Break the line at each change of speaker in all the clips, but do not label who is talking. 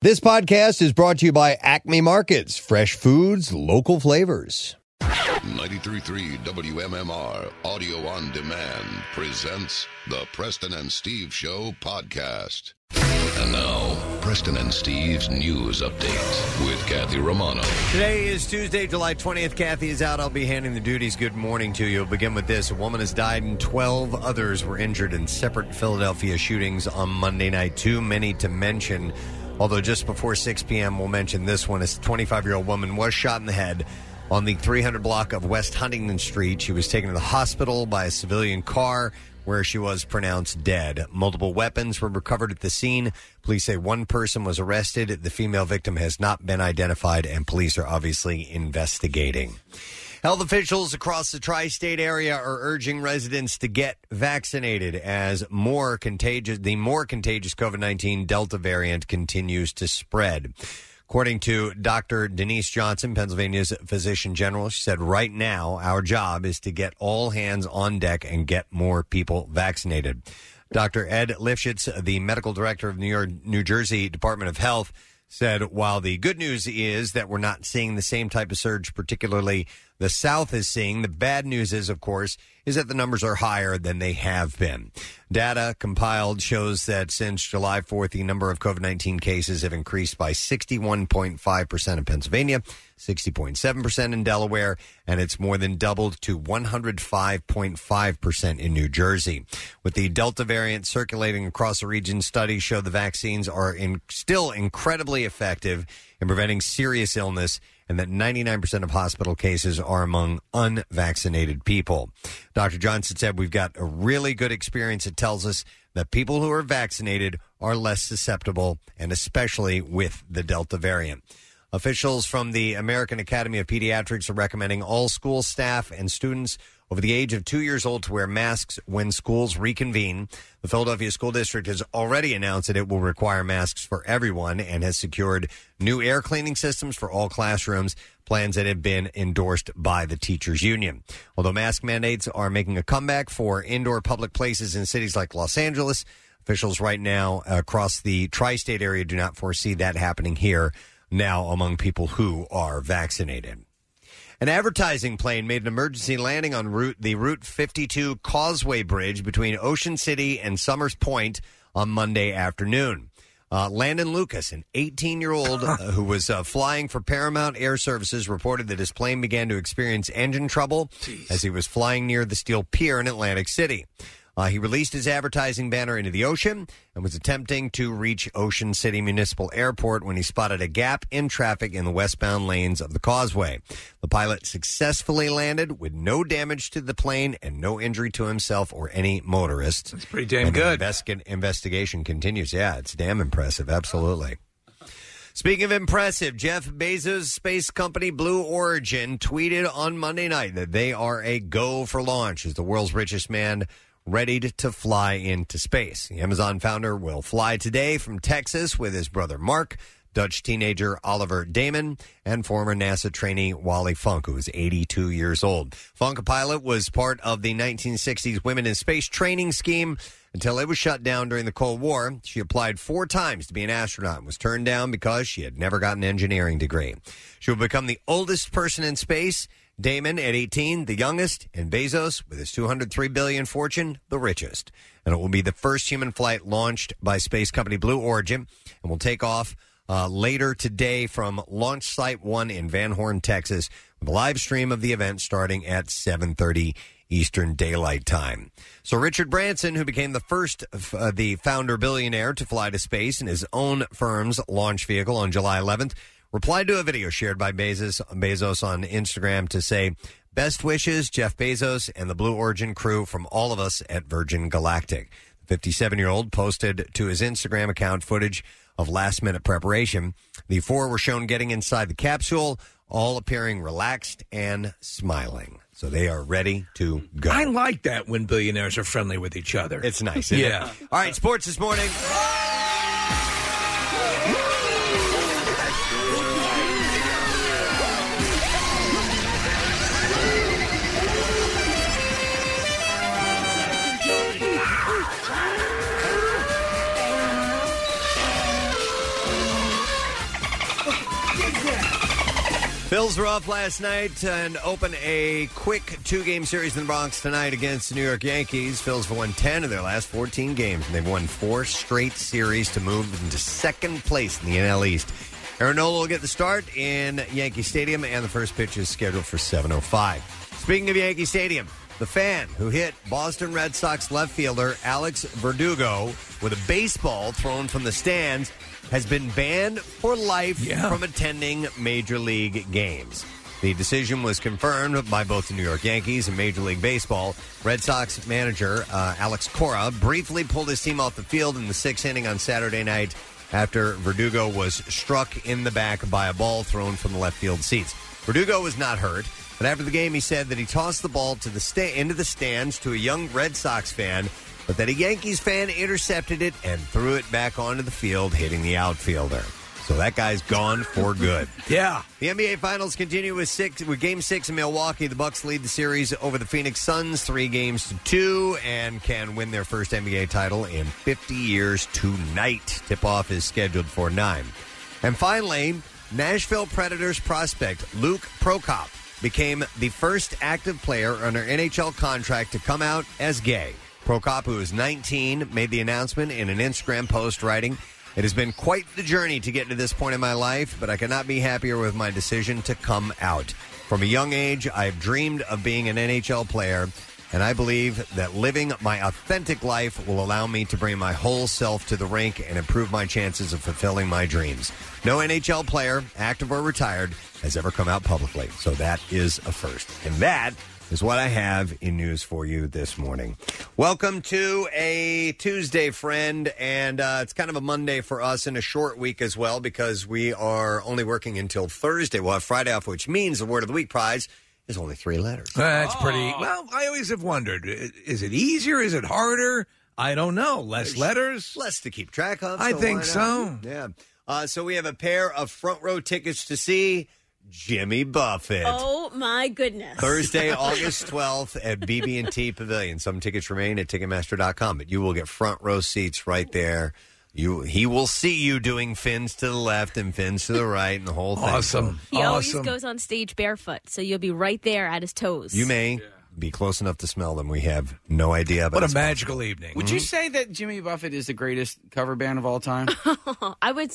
This podcast is brought to you by Acme Markets, fresh foods, local flavors.
933 WMMR Audio on Demand presents the Preston and Steve Show podcast. And now, Preston and Steve's news update with Kathy Romano.
Today is Tuesday, July 20th. Kathy is out. I'll be handing the duties. Good morning to you. Begin with this. A woman has died and 12 others were injured in separate Philadelphia shootings on Monday night. Too many to mention. Although just before 6 p.m., we'll mention this one. A 25 year old woman was shot in the head on the 300 block of West Huntington Street. She was taken to the hospital by a civilian car where she was pronounced dead. Multiple weapons were recovered at the scene. Police say one person was arrested. The female victim has not been identified, and police are obviously investigating. Health officials across the tri state area are urging residents to get vaccinated as more contagious, the more contagious COVID 19 Delta variant continues to spread. According to Dr. Denise Johnson, Pennsylvania's physician general, she said, right now, our job is to get all hands on deck and get more people vaccinated. Dr. Ed Lifshitz, the medical director of New York, New Jersey Department of Health, said, while the good news is that we're not seeing the same type of surge, particularly the South is seeing, the bad news is, of course, is that the numbers are higher than they have been. Data compiled shows that since July 4th, the number of COVID 19 cases have increased by 61.5% in Pennsylvania, 60.7% in Delaware, and it's more than doubled to 105.5% in New Jersey. With the Delta variant circulating across the region, studies show the vaccines are in, still incredibly effective in preventing serious illness and that 99% of hospital cases are among unvaccinated people. Dr. Johnson said, We've got a really good experience that tells us that people who are vaccinated are less susceptible, and especially with the Delta variant. Officials from the American Academy of Pediatrics are recommending all school staff and students over the age of two years old to wear masks when schools reconvene. The Philadelphia School District has already announced that it will require masks for everyone and has secured new air cleaning systems for all classrooms, plans that have been endorsed by the teachers union. Although mask mandates are making a comeback for indoor public places in cities like Los Angeles, officials right now across the tri-state area do not foresee that happening here now among people who are vaccinated. An advertising plane made an emergency landing on route the Route 52 Causeway Bridge between Ocean City and Summers Point on Monday afternoon. Uh, Landon Lucas, an 18 year old who was uh, flying for Paramount Air Services, reported that his plane began to experience engine trouble as he was flying near the steel pier in Atlantic City. Uh, he released his advertising banner into the ocean and was attempting to reach Ocean City Municipal Airport when he spotted a gap in traffic in the westbound lanes of the causeway. The pilot successfully landed with no damage to the plane and no injury to himself or any motorists. That's
pretty damn
good. investigation continues. Yeah, it's damn impressive. Absolutely. Speaking of impressive, Jeff Bezos' space company Blue Origin tweeted on Monday night that they are a go for launch as the world's richest man ready to fly into space. The Amazon founder will fly today from Texas with his brother Mark, Dutch teenager Oliver Damon, and former NASA trainee Wally Funk, who is 82 years old. Funk, a pilot, was part of the 1960s Women in Space training scheme until it was shut down during the Cold War. She applied four times to be an astronaut and was turned down because she had never gotten an engineering degree. She will become the oldest person in space Damon at 18, the youngest, and Bezos with his 203 billion fortune, the richest. And it will be the first human flight launched by space company Blue Origin and will take off uh, later today from launch site 1 in Van Horn, Texas, with a live stream of the event starting at 7:30 Eastern Daylight Time. So Richard Branson, who became the first f- uh, the founder billionaire to fly to space in his own firm's launch vehicle on July 11th, replied to a video shared by Bezos, Bezos on Instagram to say, Best wishes, Jeff Bezos and the Blue Origin crew from all of us at Virgin Galactic. The 57 year old posted to his Instagram account footage of last minute preparation. The four were shown getting inside the capsule, all appearing relaxed and smiling. So they are ready to go.
I like that when billionaires are friendly with each other.
It's nice. isn't it?
Yeah.
All right, sports this morning. Phil's were off last night and open a quick two game series in the Bronx tonight against the New York Yankees. Phil's have won 10 of their last 14 games, and they've won four straight series to move into second place in the NL East. Aaron Nola will get the start in Yankee Stadium, and the first pitch is scheduled for 7.05. Speaking of Yankee Stadium, the fan who hit Boston Red Sox left fielder Alex Verdugo with a baseball thrown from the stands has been banned for life from attending Major League games. The decision was confirmed by both the New York Yankees and Major League Baseball. Red Sox manager uh, Alex Cora briefly pulled his team off the field in the sixth inning on Saturday night after Verdugo was struck in the back by a ball thrown from the left field seats. Verdugo was not hurt, but after the game, he said that he tossed the ball to the sta- into the stands to a young Red Sox fan, but that a Yankees fan intercepted it and threw it back onto the field, hitting the outfielder. So that guy's gone for good.
Yeah.
The NBA Finals continue with six with Game Six in Milwaukee. The Bucks lead the series over the Phoenix Suns three games to two, and can win their first NBA title in 50 years tonight. Tip off is scheduled for nine. And finally, Nashville Predators prospect Luke Prokop became the first active player under NHL contract to come out as gay. Prokop, who is 19, made the announcement in an Instagram post, writing. It has been quite the journey to get to this point in my life, but I cannot be happier with my decision to come out. From a young age, I have dreamed of being an NHL player, and I believe that living my authentic life will allow me to bring my whole self to the rink and improve my chances of fulfilling my dreams. No NHL player, active or retired, has ever come out publicly, so that is a first. And that is what I have in news for you this morning. Welcome to a Tuesday, friend, and uh, it's kind of a Monday for us and a short week as well because we are only working until Thursday. We'll have Friday off, which means the Word of the Week prize is only three letters.
That's pretty. Well, I always have wondered: i- is it easier? Is it harder? I don't know. Less letters,
less to keep track of.
I
so
think
why
so.
not? Yeah. Uh, so we have a pair of front row tickets to see Jimmy Buffett.
Oh my goodness.
Thursday, August 12th at BB&T Pavilion. Some tickets remain at Ticketmaster.com, but you will get front row seats right there. You, he will see you doing fins to the left and fins to the right and the whole thing. Awesome.
He always goes on stage barefoot, so you'll be right there at his toes.
You may be close enough to smell them. We have no idea about it's possible.
Would
Hmm?
you say that Jimmy Buffett is the greatest cover band of all time?
I would.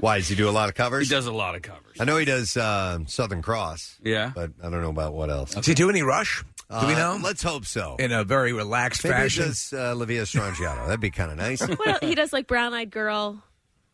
Why does he do a lot of covers?
He does a lot of covers.
I know he does uh, Southern Cross. Yeah, but I don't know about what else.
Does he do any rush? Do we
Uh,
know?
Let's hope so.
In a very relaxed
Maybe he
fashion.
does uh, Livia Strangiato. That'd be kind of nice.
What else? He does like Brown Eyed Girl,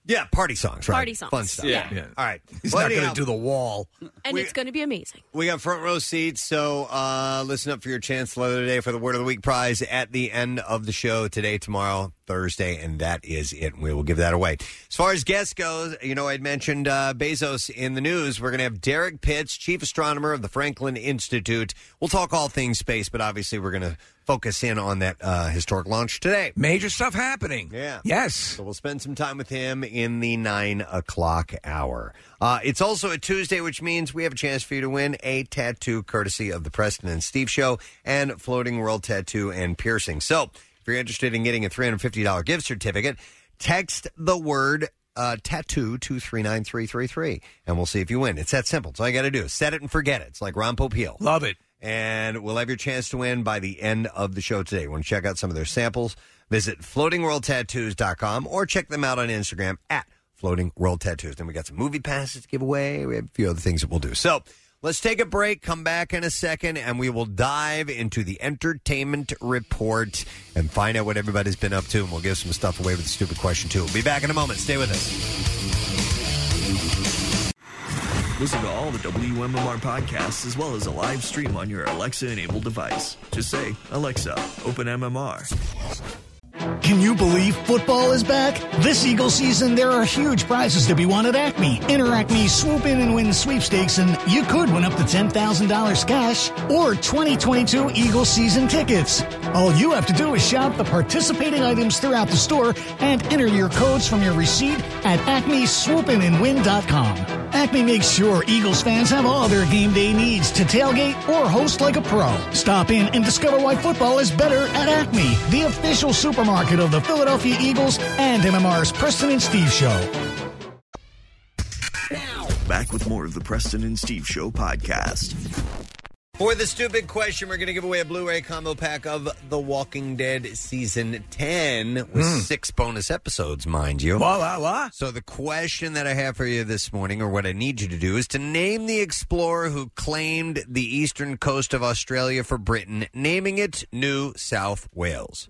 yeah, party songs, right?
Party songs.
fun stuff.
Yeah. Yeah.
All right,
He's
Well,
not going
anyhow,
to do the wall.
and it's going to be amazing.
We got front row seats, so uh, listen up for your chance the other day for the Word of the Week prize at the end of the show today, tomorrow, Thursday, and that is it. We will give that away. As far as guests goes, you know I'd mentioned uh, Bezos in the news. We're going to have Derek Pitts, chief astronomer of the Franklin Institute. We'll talk all things space, but obviously we're going to focus in on that uh, historic launch today.
Major stuff happening.
Yeah.
Yes.
So we'll spend some time with him in the nine o'clock hour. Uh, it's also a Tuesday, which means we have a chance for you to win a tattoo courtesy of the Preston and Steve Show and Floating World Tattoo and Piercing. So if you're interested in getting a $350 gift certificate, text the word uh, tattoo to 39333 and we'll see if you win. It's that simple. It's all you got to do. Set it and forget it. It's like Ron Popeil.
Love it.
And we'll have your chance to win by the end of the show today. Want to check out some of their samples? Visit floatingworldtattoos.com or check them out on Instagram at floating world tattoos. Then we got some movie passes to give away. We have a few other things that we'll do. So let's take a break, come back in a second, and we will dive into the entertainment report and find out what everybody's been up to. And we'll give some stuff away with the stupid question, too. We'll be back in a moment. Stay with us.
Listen to all the WMMR podcasts as well as a live stream on your Alexa enabled device. Just say, Alexa, open MMR.
Can you believe football is back? This Eagle season, there are huge prizes to be won at Acme. Enter Acme Swoop In and Win sweepstakes, and you could win up to $10,000 cash or 2022 Eagle season tickets. All you have to do is shop the participating items throughout the store and enter your codes from your receipt at acmeswoopinandwin.com. Acme makes sure Eagles fans have all their game day needs to tailgate or host like a pro. Stop in and discover why football is better at Acme, the official supermarket of the Philadelphia Eagles and MMR's Preston and Steve Show.
back with more of the Preston and Steve Show podcast.
For the stupid question, we're going to give away a Blu-ray combo pack of The Walking Dead season 10 with six bonus episodes, mind you.
Hmm. Wah, wah, wah.
So the question that I have for you this morning, or what I need you to do, is to name the explorer who claimed the eastern coast of Australia for Britain, naming it New South Wales.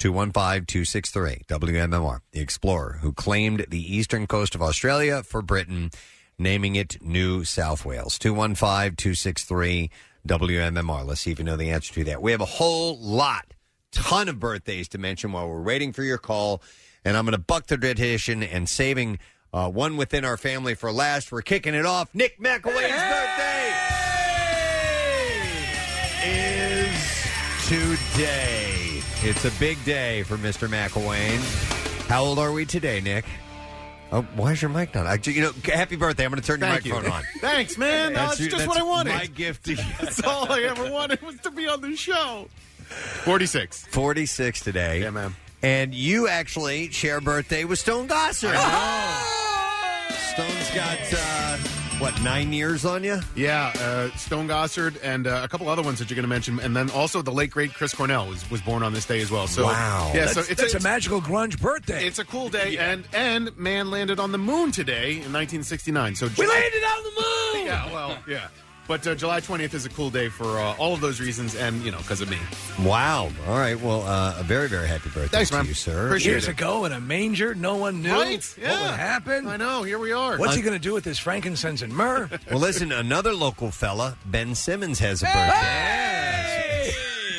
215-263 WMMR. The explorer who claimed the eastern coast of Australia for Britain, naming it New South Wales. 215-263 WMMR. Let's see if you know the answer to that. We have a whole lot, ton of birthdays to mention while we're waiting for your call. And I'm going to buck the tradition and saving uh, one within our family for last. We're kicking it off. Nick McElwain's birthday is today. It's a big day for Mr. McElwain. How old are we today, Nick? Oh, why is your mic not? I, you know, happy birthday. I'm going to turn
Thank
your microphone
you.
on.
Thanks, man.
That's
That's,
your-
just
that's
what I wanted.
my gift to you.
That's all I ever wanted was to be on the show.
46. 46 today. Yeah, ma'am. And you actually share birthday with Stone Gossard. Stone's got, uh, what, nine years on you?
Yeah, uh, Stone Gossard and uh, a couple other ones that you're going to mention, and then also the late great Chris Cornell was, was born on this day as well. So
Wow.
yeah,
That's-
so it's
that's
a,
a magical grunge birthday.
It's a cool day, and and man landed on the moon today in 1969. So
we
Ju-
landed on the moon.
Yeah, well, yeah. But uh, July 20th is a cool day for uh, all of those reasons, and you know, because of me.
Wow. All right. Well, uh, a very, very happy birthday
Thanks,
to
ma'am.
you, sir.
Appreciate
Years
it.
ago, in a manger, no one knew
Right? Yeah.
what would happen.
I know. Here we are.
What's he going to do with this frankincense and myrrh?
Well, listen, another local fella, Ben Simmons, has a birthday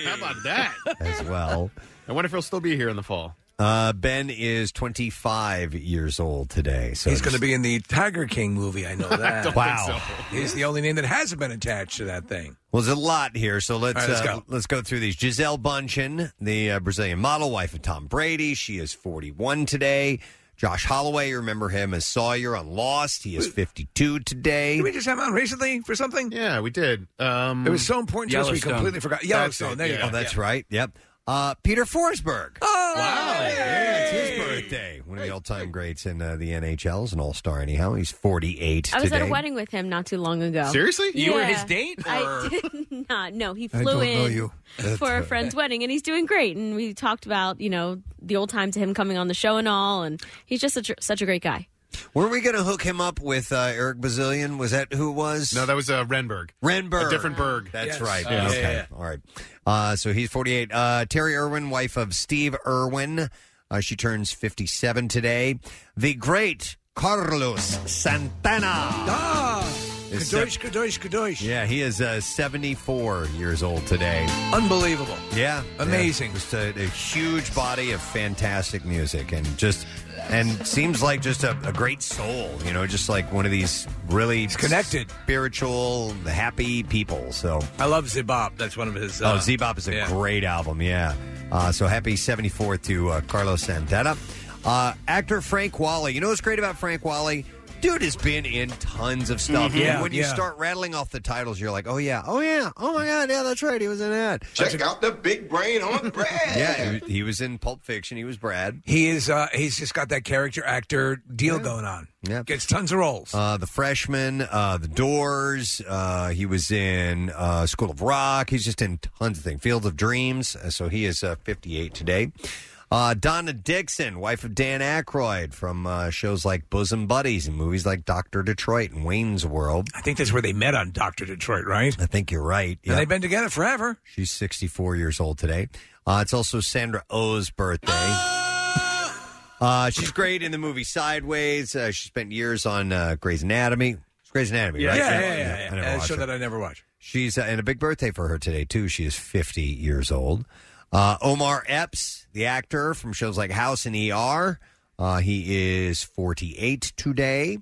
How about that?
as well.
I wonder if he'll still be here in the fall.
Uh, ben is 25 years old today. So
He's going to be in the Tiger King movie. I know that.
Wow.
He's the only name that hasn't been attached to that thing.
Well, there's a lot here, so let's
All right, let's
uh,
go.
let's go through these. Giselle Bundchen, the uh, Brazilian model, wife of Tom Brady, she is 41 today. Josh Holloway, you remember him as Sawyer on Lost. He is 52 today.
Did we just have him on recently for something?
Yeah, we did. Um,
It was so important to us we
Yellowstone.
completely forgot.
That's
Yellowstone.
it,
There you
yeah.
Oh,
go.
that's right. Yep. Uh, Peter Forsberg.
Oh,
It's his birthday. One of the all-time greats in uh, the NHL. Is an all-star, anyhow. He's 48
I was
today.
at a wedding with him not too long ago.
seriously?
You were his
Yeah.
date?
I
or-
did not. No, he
I
flew
don't
in
know you.
for a friend's wedding, and he's doing great. And we talked about you know the old times of him coming on the show and all, and he's just such a, such a great guy.
Were we going to hook him up with uh, Eric Bazillion? Was that who it was?
No, that was uh, Renberg.
Renberg.
A different Berg.
That's
Yes.
right.
Yeah.
okay.
Yeah, yeah,
All right. Uh, so he's 48. Uh, Terry Irwin, wife of Steve Irwin. Uh, she turns 57 today. The great Carlos Santana.
Ah,
It's
kadosh, kadosh, kadosh.
Yeah, he is uh, 74 years old today.
Unbelievable.
Yeah.
Amazing.
Yeah. Just a, a huge body of fantastic music and just, and seems like just a, a great soul, you know, just like one of these really
connected.
spiritual, happy people. So.
I love Zibop. That's one of his. uh,
oh, Z Bop is a
yeah.
great album, yeah. Uh, so happy 74th to uh, Carlos Santana. Uh, actor Frank Wally. You know what's great about Frank Wally? Dude has been in tons of stuff.
Mm-hmm. Yeah,
when you
yeah.
start rattling off the titles, you're like, oh, yeah, oh, yeah, oh, my God, yeah, that's right. He was in that.
Check out the big brain on Brad.
Yeah, he was- he was in Pulp Fiction. He was Brad.
He is. Uh, he's just got that character actor deal going on.
Yeah.
Gets tons of roles.
Uh, the Freshman, uh, The Doors. Uh, he was in uh, School of Rock. He's just in tons of things. Field of Dreams. Uh, so he is uh, 58 today. Uh, Donna Dixon, wife of Dan Aykroyd, from uh, shows like Bosom Buddies and movies like Doctor Detroit and Wayne's World.
I think that's where they met on Doctor Detroit, right?
I think you're right.
And they've been together forever.
She's 64 years old today. Uh, it's also Sandra O's birthday.
Ah!
Uh, she's great in the movie Sideways. Uh, she spent years on uh, Grey's Anatomy. It's Grey's Anatomy, right?
yeah, yeah, yeah.
I
yeah.
never
A
watched
show
it.
that I never watched.
She's uh, and a big birthday for her today too. She is 50 years old. Uh, Omar Epps, the actor from shows like House and ER, uh, he is 48 today.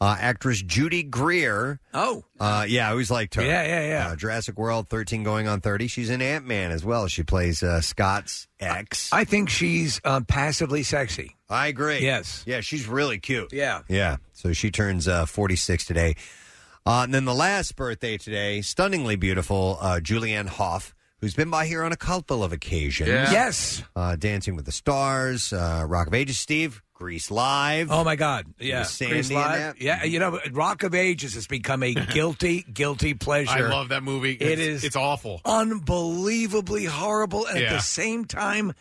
Uh, actress Judy Greer,
Oh,
uh, yeah, I always liked her.
Yeah, yeah, yeah.
Uh, Jurassic World, 13 going on 30. She's in Ant Man as well. She plays uh, Scott's ex.
I think she's um, passively sexy.
I agree.
Yes.
Yeah, she's really cute.
Yeah.
Yeah. So she turns uh, 46 today. Uh, and then the last birthday today, stunningly beautiful, uh, Julianne Hough, who's been by here on a couple of occasions.
Yeah. Yes.
Uh, Dancing with the Stars, uh, Rock of Ages, Steve, Grease Live.
Oh my God! Yeah,
Sandy
Grease
in
Live.
that.
Yeah, you know, Rock of Ages has become a guilty, guilty pleasure.
I love that movie.
It
It's-
is
It's awful.
unbelievably horrible, and at
Yeah.
the same time,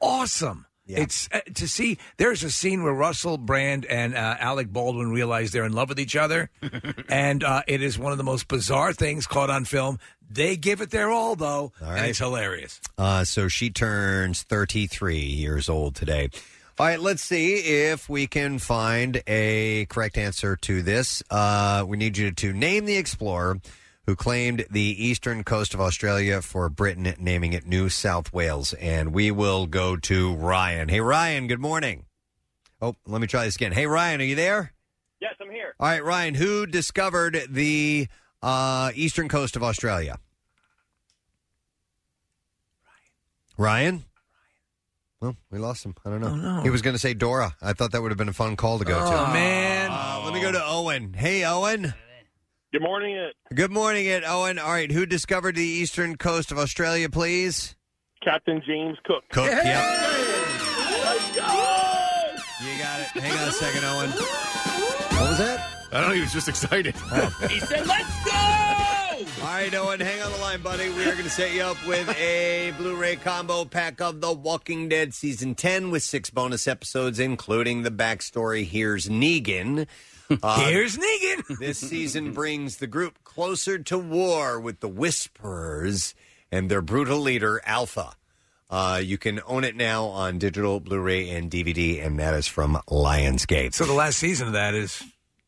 awesome. It's uh, to see. There's a scene where Russell Brand and uh, Alec Baldwin realize they're in love with each other, and uh, it is one of the most bizarre things caught on film. They give it their all, though, and
right.
it's hilarious.
Uh, so she turns 33 years old today. All right, let's see if we can find a correct answer to this. Uh, we need you to name the explorer who claimed the eastern coast of Australia for Britain, naming it New South Wales. And we will go to Ryan. Hey, Ryan, good morning. Oh, let me try this again. Hey, Ryan, are you there?
Yes, I'm here.
All right, Ryan, who discovered the uh, eastern coast of Australia? Ryan? Well, we lost him. I don't know. He was going to say Dora. I thought that would have been a fun call to go to.
Oh,
Oh,
man.
Uh, let me go to Owen. Hey, Owen.
Good morning, it.
Good morning, it Owen. All right, who discovered the eastern coast of Australia, please?
Captain James Cook.
Cook, yep.
You
got it. Hang on a second, Owen. What was that?
I don't know. He was just excited.
He said, let's go!
All right, Owen, hang on the line, buddy. We are going to set you up with a Blu ray combo pack of The Walking Dead Season 10 with six bonus episodes, including the backstory Here's Negan. Uh,
Here's Negan.
this season brings the group closer to war with the Whisperers and their brutal leader, Alpha. Uh, you can own it now on digital, Blu ray, and DVD, and that is from Lionsgate.
So the last season of that is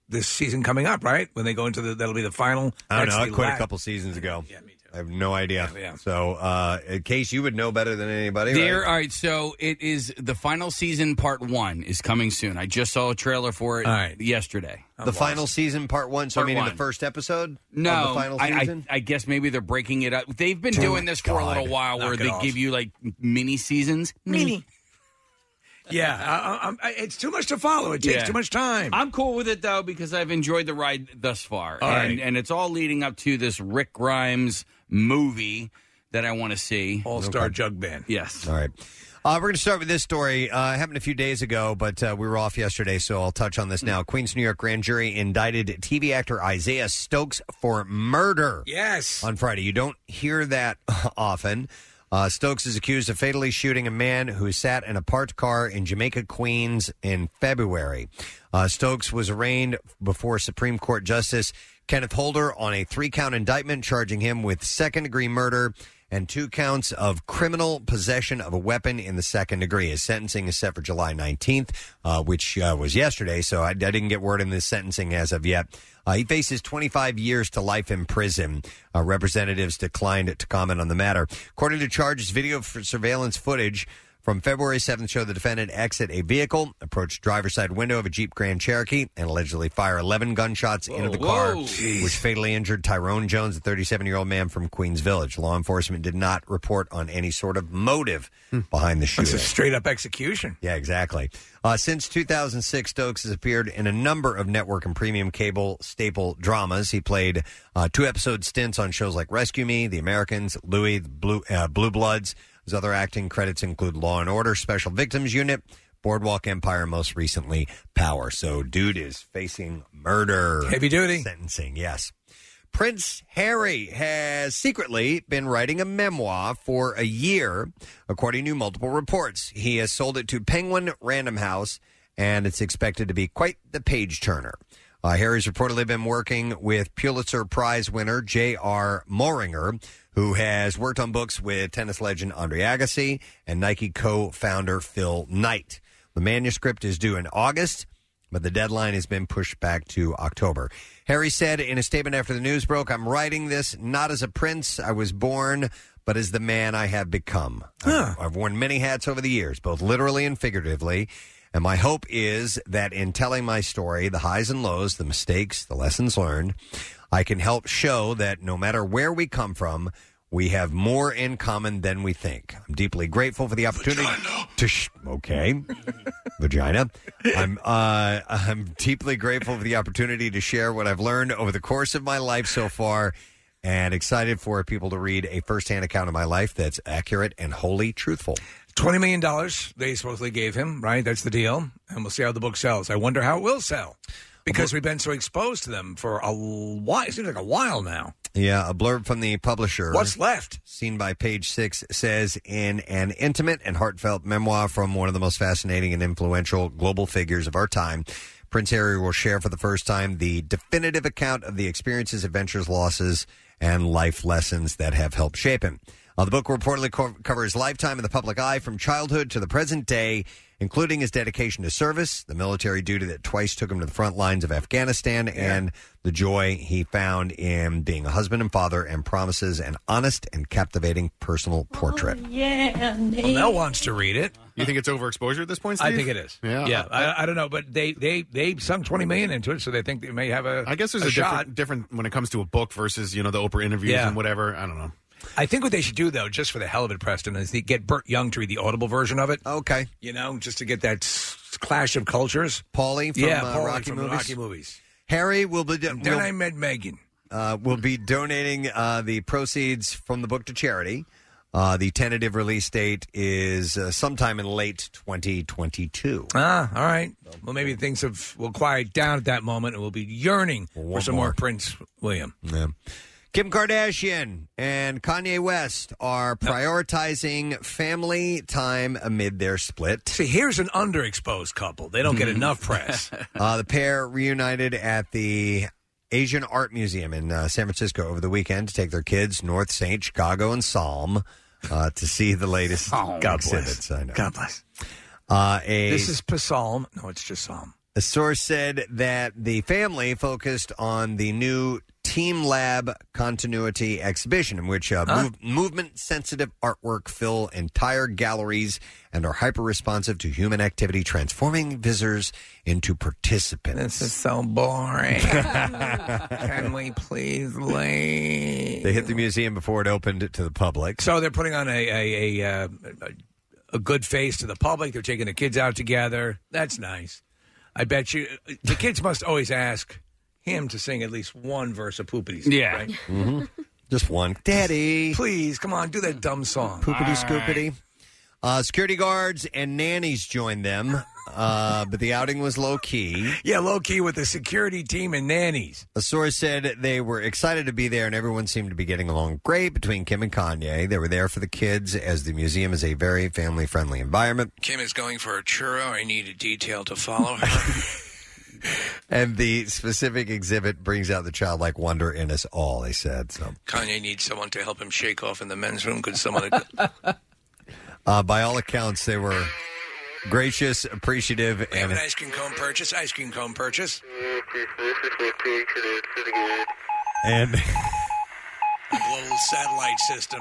this season coming up, right? When they go into the, that'll be the final.
I don't
That's
know. I
the
quit
last-
a couple seasons ago. Yeah, me too. I have no idea. So, uh, in case you would know better than anybody,
There,
right?
all right. So it is the final season, part one, is coming soon. I just saw a trailer for it
All right.
yesterday.
the final season, part one. So,
Part
meaning the
one.
first episode
No,
of the final
I- I-
season.
I, guess maybe they're breaking it up. They've been
Oh
doing
my
this for a little
God.
while, where
Knock it
they
off.
give you like mini seasons. Mini.
Yeah, I, I, I'm- I, it's too much to follow. It takes
Yeah.
too much time.
I'm cool with it though because I've enjoyed the ride thus far,
All
and,
right.
and it's all leading up to this Rick Grimes movie that I want to see.
All Star Jug Band.
Yes.
All right. Uh, we're going to start with this story. Uh, it happened a few days ago, but uh, we were off yesterday, so I'll touch on this now. Queens, New York grand jury indicted TV actor Isaiah Stokes for murder.
Yes.
On Friday. You don't hear that often. Uh, Stokes is accused of fatally shooting a man who sat in a parked car in Jamaica, Queens in February. Uh, Stokes was arraigned before Supreme Court Justice Kenneth Holder on a three count indictment charging him with second degree murder and two counts of criminal possession of a weapon in the second degree. His sentencing is set for July 19th, uh, which uh, was yesterday, so I, I didn't get word in this sentencing as of yet. Uh, he faces 25 years to life in prison. Uh, representatives declined to comment on the matter. According to charges, video for surveillance footage from February 7th showed the defendant exit a vehicle, approach driver's side window of a Jeep Grand Cherokee, and allegedly fire 11 gunshots
Oh,
into the car,
Whoa. Jeez.
which fatally injured Tyrone Jones, a 37 year old man from Queens Village. Law enforcement did not report on any sort of motive behind the shooting.
It's Hmm. a straight up execution.
Yeah, exactly. Uh, since 2006, Stokes has appeared in a number of network and premium cable staple dramas. He played uh, two episode stints on shows like Rescue Me, The Americans, Louis, the Blue, uh, Blue Bloods. His other acting credits include Law and Order, Special Victims Unit, Boardwalk Empire, and most recently, Power. So, dude is facing murder.
Heavy duty.
Sentencing, yes. Prince Harry has secretly been writing a memoir for a year, according to multiple reports. He has sold it to Penguin Random House, and it's expected to be quite the page turner. Uh, Harry's reportedly been working with Pulitzer Prize winner J.R. Moringer, who has worked on books with tennis legend Andre Agassi and Nike co founder Phil Knight. The manuscript is due in August but the deadline has been pushed back to October. Harry said in a statement after the news broke, I'm writing this not as a prince I was born, but as the man I have become. I've- I've worn many hats over the years, both literally and figuratively. And my hope is that in telling my story, the highs and lows, the mistakes, the lessons learned, I can help show that no matter where we come from, we have more in common than we think. I'm deeply grateful for the opportunity to. Sh- okay vagina. I'm uh, I'm deeply grateful for the opportunity to share what I've learned over the course of my life so far, and excited for people to read a firsthand account of my life that's accurate and wholly truthful.
Twenty million dollars they supposedly gave him, right? That's the deal, and we'll see how the book sells. I wonder how it will sell because we've been so exposed to them for a while. It seems like a while now.
Yeah, a blurb from the publisher.
What's left?
Seen by page six says in an intimate and heartfelt memoir from one of the most fascinating and influential global figures of our time. Prince Harry will share for the first time the definitive account of the experiences, adventures, losses, and life lessons that have helped shape him. Uh, the book reportedly co- covers lifetime in the public eye from childhood to the present day, including his dedication to service, the military duty that twice took him to the front lines of Afghanistan, and the joy he found in being a husband and father, and promises an honest and captivating personal portrait.
Yeah,
Well, Mel wants to read it.
You think it's overexposure at this point?
I
Steve?
think it is.
Yeah.
yeah. I, I don't know, but they they they sunk twenty million into it, so they think they may have a.
I guess there's a,
shot.
different, different when it comes to a book versus you know the Oprah interviews
Yeah.
and whatever. I don't know.
I think what they should do, though, just for the hell of it, Preston, is they get Burt Young to read the Audible version of it.
Okay.
You know, just to get that s- clash of cultures.
Paulie from,
yeah,
uh,
Paulie
Rocky
from
movies.
Rocky movies.
Harry will be.
Then I met Megan.
Uh, will be donating uh, the proceeds from the book to charity. Uh, the tentative release date is uh, sometime in late 2022.
Ah, all right. Well, maybe things have will quiet down at that moment, and we'll be yearning for
want
some more.
more.
Prince William.
Yeah. Kim Kardashian and Kanye West are prioritizing family time amid their split. Mm-hmm.
See, here's an underexposed couple. They don't get
Hmm.
enough press.
uh, the pair reunited at the Asian Art Museum in uh, San Francisco over the weekend to take their kids North Saint, Chicago, and Psalm uh, to see the latest
Oh, God bless.
exhibits. I know.
God bless.
Uh, a,
This is Psalm. No, it's just Psalm.
a source said that the family focused on the new Team Lab continuity exhibition, in which uh,
Huh?
mov- movement-sensitive artwork fill entire galleries and are hyper-responsive to human activity, transforming visitors into participants.
This is so boring. Can we please leave?
They hit the museum before it opened to the public.
So they're putting on a a a, uh, a good face to the public. They're taking the kids out together. That's nice. I bet you the kids must always ask him to sing at least one verse of Poopities.
Yeah.
right?
Mhm. Just one. Daddy.
Please, come on, do that dumb song.
Poopity scoopity. Uh, security guards and nannies joined them, uh, but the outing was low key.
Yeah, low key with the security team and nannies.
A source said they were excited to be there, and everyone seemed to be getting along great between Kim and Kanye. They were there for the kids, as the museum is a very family friendly environment.
Kim is going for a churro. I need a detail to follow her.
And the specific exhibit brings out the childlike wonder in us all, they said. So.
Kanye needs someone to help him shake off in the men's room. Could someone?
Uh, by all accounts, they were gracious, appreciative,
We have
and
an ice cream cone purchase. Ice cream cone purchase.
and
Global satellite system.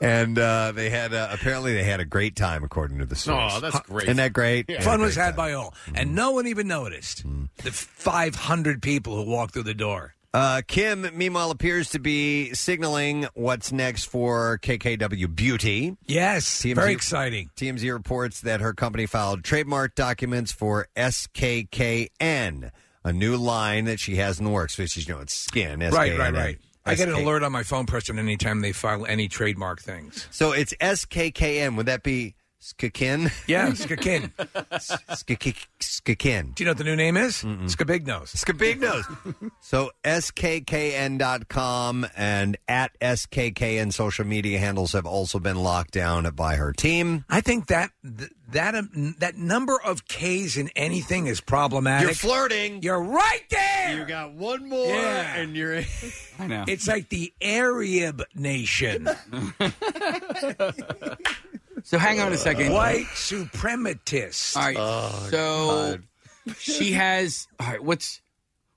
and uh, they had uh, apparently they had a great time, according to the source.
Aw, that's great.
Isn't that Oh, great? They had a
Fun was
great Mm-hmm. time.
had by all, and no one even noticed the 500 people who walked through the door.
Uh, Kim, meanwhile, appears to be signaling what's next for KKW Beauty.
Yes, very exciting.
TMZ reports that her company filed trademark documents for SKKN, a new line that she has in the works, which is, you know, it's skin.
Right, right,
SKNN.
right. I get an
SK.
alert on my phone, Preston, anytime they file any trademark things.
So it's SKKN. Would that be Skikin?
Yeah, Skakin.
Skikin.
Do you know what the new name is? Skabignos.
Skabignos. So skkn.com and at skkn social media handles have also been locked down by her team.
I think that th- that um, that number of K's in anything is problematic.
You're flirting.
You're right there. You
got one more,
and
you're. In.
I know.
It's like the Arab nation.
So hang on a second.
White suprematists.
All right.
Oh,
so she has. All right. What's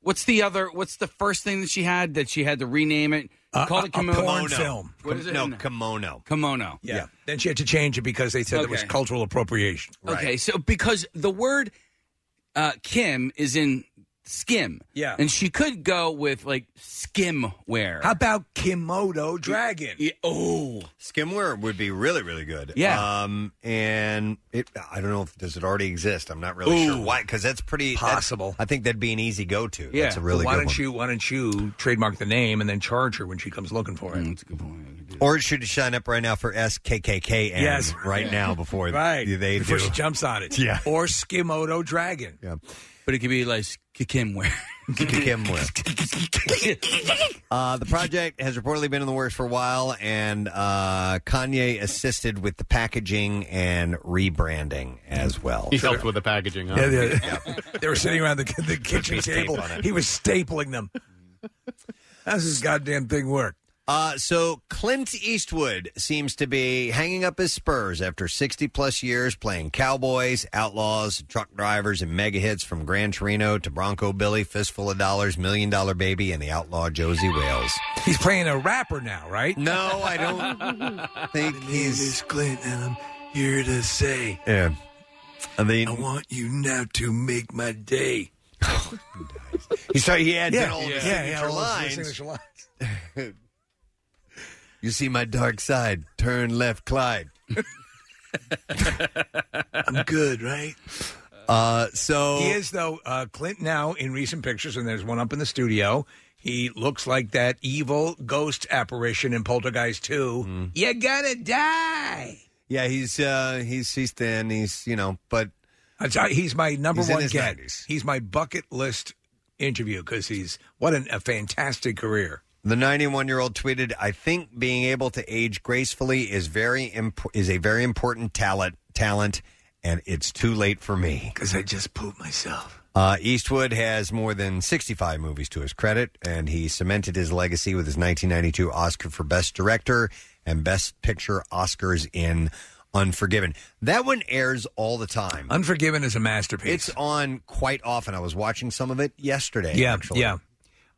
what's the other? What's the first thing that she had that she had to rename it?
Uh,
Called
a-
it kimono.
a porn film.
What is it?
No, kimono.
Kimono.
Yeah. Then she had to change it because they said it was
Okay.
cultural appropriation.
Okay. So because the word uh, Kim is in skim.
Yeah.
And she could go with like skimware.
How about Kimono Dragon?
oh,
skimware would be really, really good.
Yeah.
Um, and it, I don't know if does it already exist. I'm not really
Ooh.
sure why, because that's pretty that's-
Possible.
I think that'd be an easy go to. That's a really
why
good
don't
one.
you why don't you trademark the name and then charge her when she comes looking for it?
Mm, that's a good point.
Or should sign up right now for SKKK
Yes.
right now before
right
they
before
do.
she jumps on it.
Yeah.
Or Skimoto Dragon.
Yeah.
But it could be like skimware.
Kimware. uh, the project has reportedly been in the works for a while, and uh, Kanye assisted with the packaging and rebranding as well.
He helped with the packaging, huh?
Yeah, yeah.
They were sitting around the, the kitchen
tape
table.
on it.
He was stapling them. How's this goddamn thing work?
Uh, so Clint Eastwood seems to be hanging up his spurs after 60 plus years playing cowboys, outlaws, truck drivers, and mega hits from Gran Torino to Bronco Billy, Fistful of Dollars, Million Dollar Baby, and the outlaw Josie Wales.
He's playing a rapper now, right?
No, I don't think he's.
This is Clint, and I'm here to say
Yeah. I mean,
I want you now to make my day.
he started, he had
yeah,
all
yeah,
the
yeah,
signature
all those- those
lines.
signature lines.
You see my dark side. Turn left, Clyde.
I'm good, right?
Uh, so
He is though. Uh, Clint now in recent pictures, and there's one up in the studio. He looks like that evil ghost apparition in Poltergeist 2. You're gonna die.
Mm. yeah, he's uh, he's he's thin. He's you know, but
I tell you, He's my number
He's in
one
his
get.
90s.
He's my bucket list interview because he's what an, a fantastic career.
The 91 year old tweeted, "I think being able to age gracefully is very imp- is a very important talent talent, and it's too late for me."
Because I just pooped myself.
Uh, Eastwood has more than 65 movies to his credit, and he cemented his legacy with his 1992 Oscar for Best Director and Best Picture Oscars in Unforgiven. That one airs all the time.
Unforgiven is a masterpiece.
It's on quite often. I was watching some of it yesterday.
yeah,
actually.
yeah.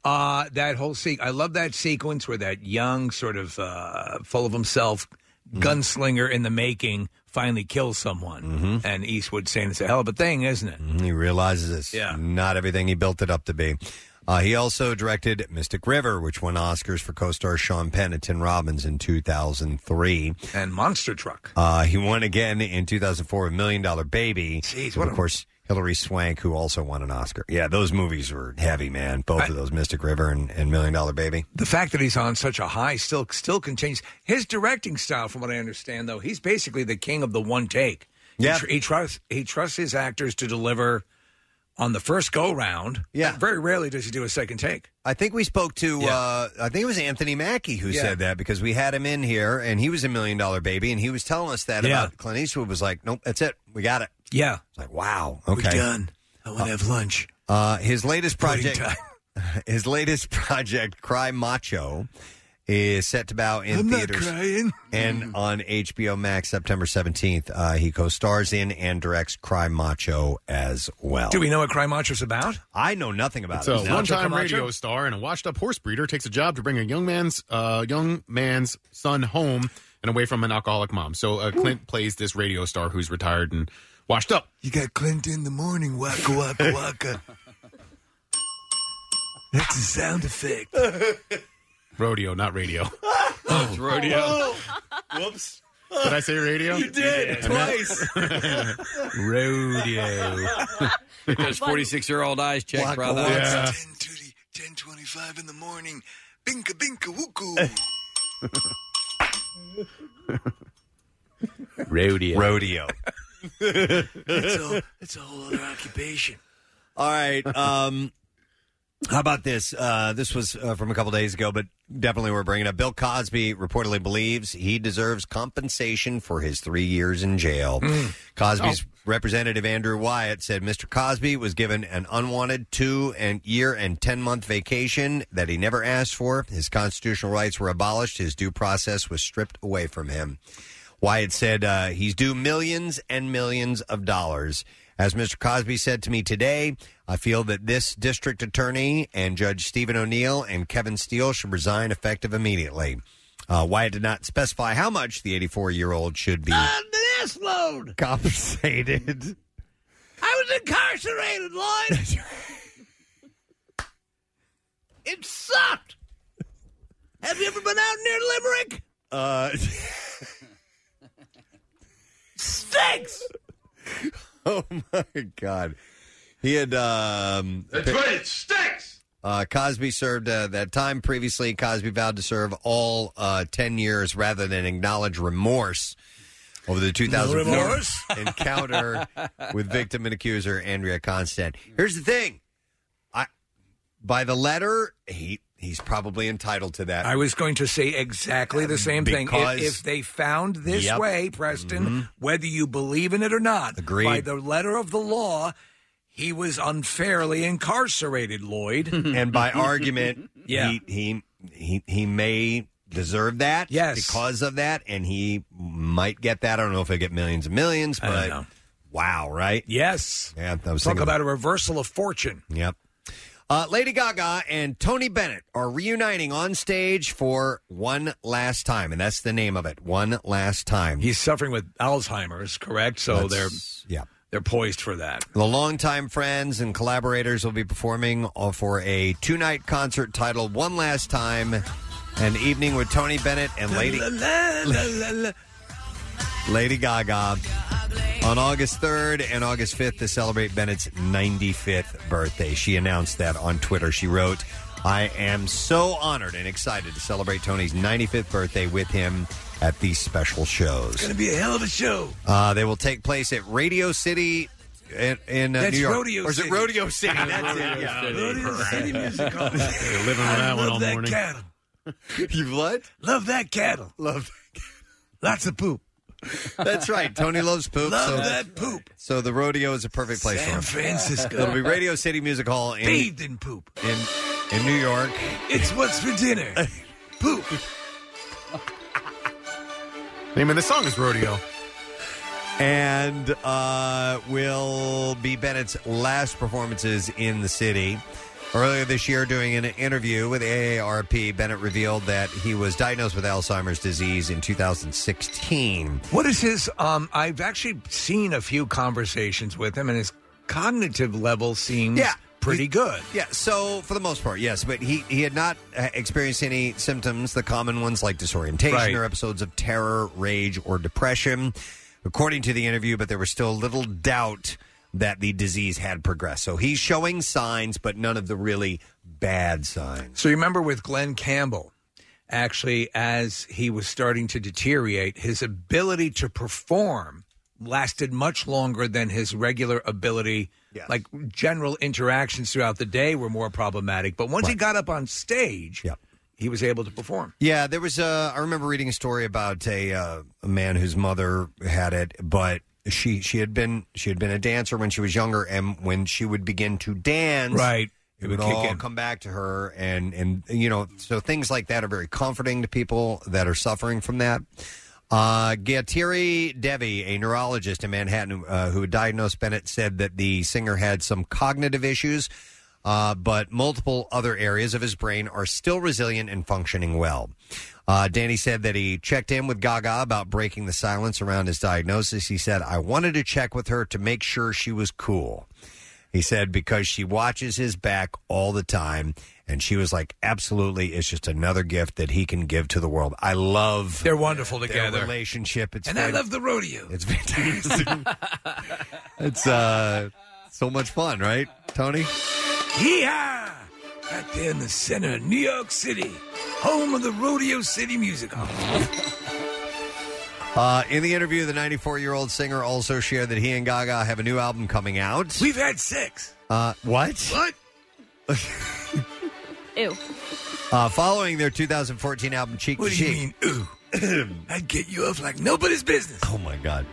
Uh, that whole sequence. I love that sequence where that young, sort of uh, full of himself
Mm-hmm.
gunslinger in the making finally kills someone,
Mm-hmm.
and Eastwood saying it's a hell of a thing, isn't it?
He realizes it's not everything he built it up to be. Uh, he also directed Mystic River, which won Oscars for co star Sean Penn and Tim Robbins in 2003.
And Monster Truck.
Uh, he won again in 2004 with Million Dollar Baby.
Jeez,
And
what
of
a-
course, Hilary Swank, who also won an Oscar. Yeah, those movies were heavy, man. Both of those, Mystic River and, and Million Dollar Baby.
The fact that he's on such a high still still continues his directing style. From what I understand, though, he's basically the king of the one take.
Yeah.
he, tr- he trusts he trusts his actors to deliver on the first go round. Yeah, very rarely does he do a second take.
I think we spoke to, uh, I think it was Anthony Mackie who
Yeah.
said that because we had him in here and he was a Million Dollar Baby and he was telling us that
Yeah.
about Clint Eastwood was like, nope, that's it. We got it.
Yeah,
It's like, wow. Okay.
I want to have lunch.
Uh, his latest project,
Pudding
his latest project, Cry Macho, is set to bow in
I'm not
theaters
crying.
and on HBO Max September 17th. Uh, he co-stars in and directs Cry Macho as well.
Do we know what Cry Macho's about?
I know nothing about
So
it.
a
No.
one-time
Camacho?
radio star and a washed-up horse breeder takes a job to bring a young man's uh, young man's son home and away from an alcoholic mom. So uh, Clint plays this radio star who's retired and washed up.
You got Clint in the morning, waka waka waka. That's a sound effect. Oh,
Rodeo, not radio.
That's
Oh.
rodeo.
Whoops.
Did I say radio? You
did, twice.
Rodeo.
Because 46 year old eyes check, brother.
Yeah.
10:25 in the morning. Binka binka wooku.
Rodeo.
Rodeo.
It's a, it's a whole other occupation.
All right. Um, how about this? Uh, this was uh, from a couple days ago, but definitely we're bringing it up. Bill Cosby reportedly believes he deserves compensation for his three years in jail. Cosby's representative Andrew Wyatt said Mr. Cosby was given an unwanted two and year and ten month vacation that he never asked for. His constitutional rights were abolished. His due process was stripped away from him. Wyatt said uh, he's due millions and millions of dollars. As Mr. Cosby said to me today, I feel that this district attorney and Judge Stephen O'Neill and Kevin Steele should resign effective immediately. Uh, Wyatt did not specify how much the 84 year old should be
Ah!
this load.
compensated.
I was incarcerated, Lloyd. It sucked. Have you ever been out near Limerick?
Uh,
Stinks.
oh my God, he had. Um,
That's right, it stinks.
Uh, Cosby served uh, that time previously. Cosby vowed to serve all uh, 10 years rather than acknowledge remorse over the 2004
remorse?
encounter with victim and accuser Andrea Constant. Here's the thing I, by the letter, he, he's probably entitled to that.
I was going to say exactly the same
Mm, Because-
thing. If, if they found this
Yep.
way, Preston,
Mhm.
whether you believe in it or not,
Agreed.
by the letter of the law, he was unfairly incarcerated, Lloyd.
and by argument,
yeah.
he, he he he may deserve that yes. because of that, and he might get that. I don't know if he'll get millions and millions,
I don't
but
know.
wow, right?
Yes.
Yeah, I was
Talk
thinking
about a reversal of fortune.
Yep. Uh, Lady Gaga and Tony Bennett are reuniting on stage for one last time, and that's the name of it. One last time.
He's suffering with Alzheimer's, correct? So
That's-
they're
yeah.
they're poised for that.
The longtime friends and collaborators will be performing uh, for a two night concert titled One Last Time An Evening with Tony Bennett and Lady, Lady Gaga on August 3rd and August 5th to celebrate Bennett's 95th birthday. She announced that on Twitter. She wrote, I am so honored and excited to celebrate Tony's 95th birthday with him at these special shows.
It's going to be a hell of a show.
Uh, they will take place at Radio City in, in uh,
That's
New York.
Rodeo
or is it
City.
Rodeo City? That's it.
Rodeo
Yeah.
City. Rodeo City Music Hall.
They're living on that one all morning.
You what?
Love that cattle.
Love
Lots of poop.
That's right. Tony loves poop.
Love
so,
that poop.
So the rodeo is a perfect place
San
for him.
Francisco.
It'll be Radio City Music Hall in
Bathed in poop.
in, in New York.
It's what's for dinner. poop.
Name of the song is Rodeo.
and uh, will be Bennett's last performances in the city. Earlier this year, during an interview with AARP, Bennett revealed that he was diagnosed with Alzheimer's disease in 2016.
What is his? Um, I've actually seen a few conversations with him, and his cognitive level seems
Yeah.
pretty good.
Yeah, so for the most part, yes, but he, he had not uh, experienced any symptoms, the common ones like disorientation
Right.
or episodes of terror, rage, or depression, according to the interview, but there was still little doubt that the disease had progressed. So he's showing signs, but none of the really bad signs.
So you remember with Glenn Campbell, actually, as he was starting to deteriorate, his ability to perform lasted much longer than his regular ability. Like general interactions throughout the day were more problematic, but once he got up on stage, he was able to perform.
Yeah, there was a. I remember reading a story about a, uh, a man whose mother had it, but she she had been she had been a dancer when she was younger, and when she would begin to dance,
Right,
it,
it
would
would kick
all
in.
come back to her, and and you know, so things like that are very comforting to people that are suffering from that. Uh, Gatiri Devi, a neurologist in Manhattan uh, who diagnosed Bennett, said that the singer had some cognitive issues, uh, but multiple other areas of his brain are still resilient and functioning well. Uh, Danny said that he checked in with Gaga about breaking the silence around his diagnosis. He said, I wanted to check with her to make sure she was cool. He said, because she watches his back all the time. And she was like, absolutely, it's just another gift that he can give to the world. I love
They're wonderful
their
together.
relationship. It's
and I
fan-
love the rodeo.
It's fantastic. it's uh, so much fun, right, Tony?
Yeehaw! Right there in the center of New York City, home of the Rodeo City Music Hall.
Uh, in the interview, the 94 year old singer also shared that he and Gaga have a new album coming out.
We've had six.
Uh, what?
What?
Ew.
Uh, following their 2014 album Cheek
What
to
do you
Cheek.
mean, ooh? I'd get you off like nobody's business.
Oh my God.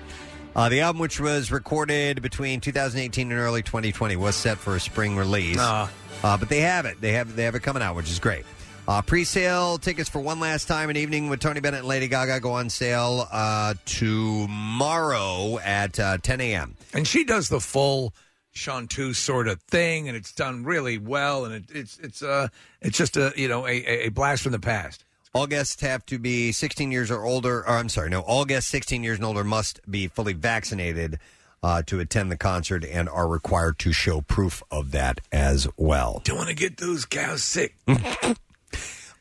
Uh, the album, which was recorded between 2018 and early 2020, was set for a spring release.
Ah.
Uh, but they have it. They have they have it coming out, which is great. Uh, pre-sale tickets for one last time an evening with Tony Bennett and Lady Gaga go on sale uh, tomorrow at uh, 10 a.m.
And she does the full Shantou sort of thing, and it's done really well. And it, it's it's uh it's just a you know a, a- a blast from the past.
All guests have to be 16 years or older. Or I'm sorry, no. All guests 16 years and older must be fully vaccinated. uh, to attend the concert and are required to show proof of that as well.
Don't want to get those cows sick.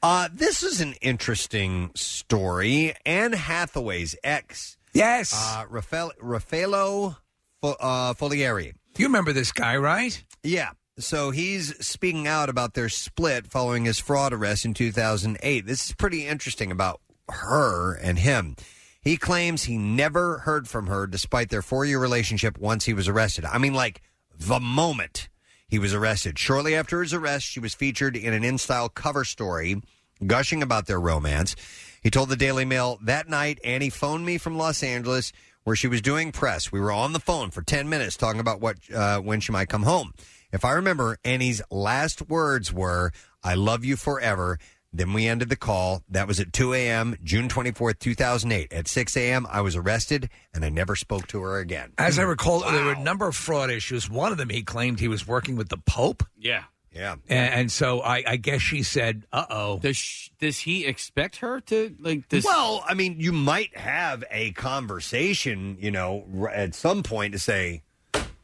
Uh, this is an interesting story. Anne Hathaway's ex.
Yes.
Uh, Rafael, Raffaello Fo- uh, Foglieri.
You remember this guy, right?
Yeah. So he's speaking out about their split following his fraud arrest in 2008. This is pretty interesting about her and him. He claims he never heard from her despite their four year relationship once he was arrested. I mean, like the moment he was arrested. Shortly after his arrest, she was featured in an in style cover story gushing about their romance. He told the Daily Mail that night, Annie phoned me from Los Angeles where she was doing press. We were on the phone for 10 minutes talking about what uh, when she might come home. If I remember, Annie's last words were, I love you forever. Then we ended the call. That was at 2 a.m., June 24th, 2008. At 6 a.m., I was arrested and I never spoke to her again.
As I recall, there were a number of fraud issues. One of them, he claimed he was working with the Pope.
Yeah.
Yeah.
And, and so I, I guess she said, uh oh.
Does, sh- does he expect her to, like, this?
Well, I mean, you might have a conversation, you know, r- at some point to say,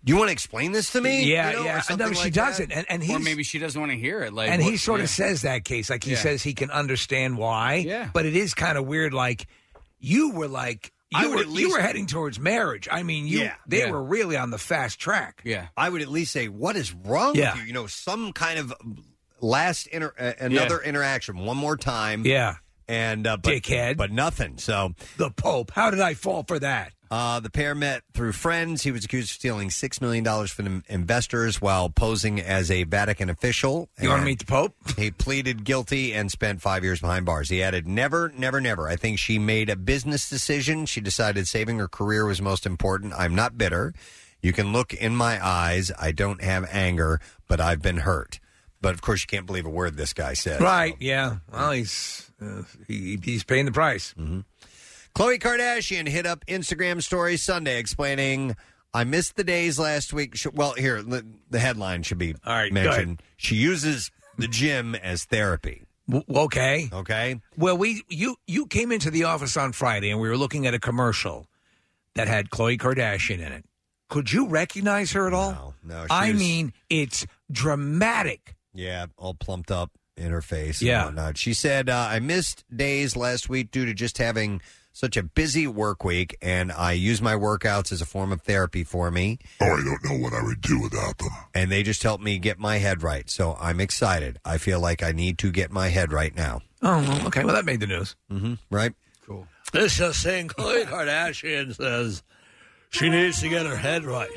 "You want to explain this to me?"
Yeah,
You know, or
yeah. No,
something
she
like that.
doesn't. And, and
or
he's-
maybe she doesn't want to hear it. Like,
and he
what-
sort
yeah.
of says that case, like he
Yeah.
says he can understand why. Yeah. But it is kind of weird. Like you were like
I
you
would
were
at
you
least-
were heading towards marriage. I mean, you
Yeah.
they
Yeah.
were really on the fast track.
Yeah.
I would at least say, "What is wrong
Yeah.
with you?" You know, some kind of last inter- uh, another interaction, one more time.
Yeah.
And uh, but,
Dickhead.
but nothing. So
the Pope. How did I fall for that?
Uh, the pair met through friends. He was accused of stealing six million dollars from in- investors while posing as a Vatican official.
You wanna meet the Pope?
he pleaded guilty and spent five years behind bars. He added, "Never, never, never. I think she made a business decision. She decided saving her career was most important. I'm not bitter. You can look in my eyes. I don't have anger, but I've been hurt. But of course, you can't believe a word this guy says.
Right. Yeah. Well, he's uh, he, he's paying the price.
Mm-hmm. Khloe Kardashian hit up Instagram story Sunday explaining, I missed the days last week. Sh- Well, here, the the headline should be All right,
go
mentioned. She uses the gym as therapy.
W- okay.
Okay.
Well, we you you came into the office on Friday and we were looking at a commercial that had Khloe Kardashian in it. Could you recognize her at all?
Uh,
No, she
I
was-
mean, it's dramatic.
Yeah, all plumped up in her face
Yeah.
and whatnot. She said, uh, I missed days last week due to just having such a busy work week, and I use my workouts as a form of therapy for me. Oh, I don't know what I would do without them. And they just help me get my head right. So I'm excited. I feel like I need to get my head right now.
Oh, well, okay. Well, that made the news.
Mm-hmm. Right?
This is saying Khloe Kardashian says she needs to get her head right.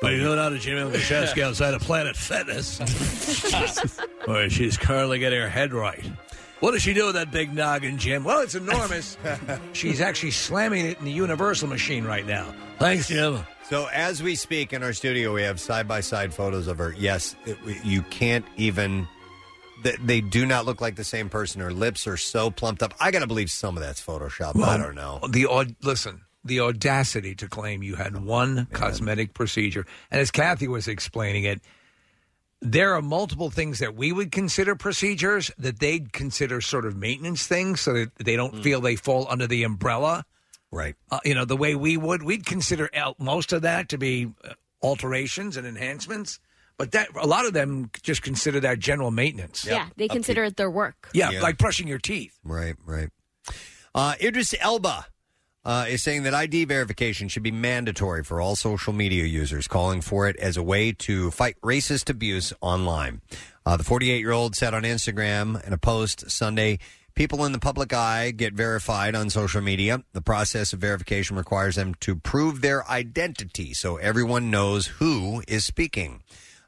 When you go down to Jimmy Wachowski outside of Planet Fitness, where she's currently getting her head right. What does she do with that big noggin, Jim?
Well, it's enormous. She's actually slamming it in the universal machine right now.
Thanks, Jim. So as we speak in our studio, we have side by side photos of her. Yes, it, you can't even. They, they do not look like the same person. Her lips are so plumped up. I gotta believe some of that's Photoshop. I don't know.
The aud- listen, the audacity to claim you had one cosmetic procedure, and as Kathy was explaining it, there are multiple things that we would consider procedures that they'd consider sort of maintenance things, so that they don't feel they fall under the umbrella.
Right.
Uh, you know, the way we would, we'd consider el- most of that to be uh, alterations and enhancements. But that a lot of them just consider that general maintenance.
Yeah, they consider it their work.
Yeah, like brushing your teeth.
Right, right. Uh, Idris Elba uh, is saying that ID verification should be mandatory for all social media users, calling for it as a way to fight racist abuse online. Uh, the 48 year old said on Instagram in a post Sunday. People in the public eye get verified on social media. The process of verification requires them to prove their identity so everyone knows who is speaking.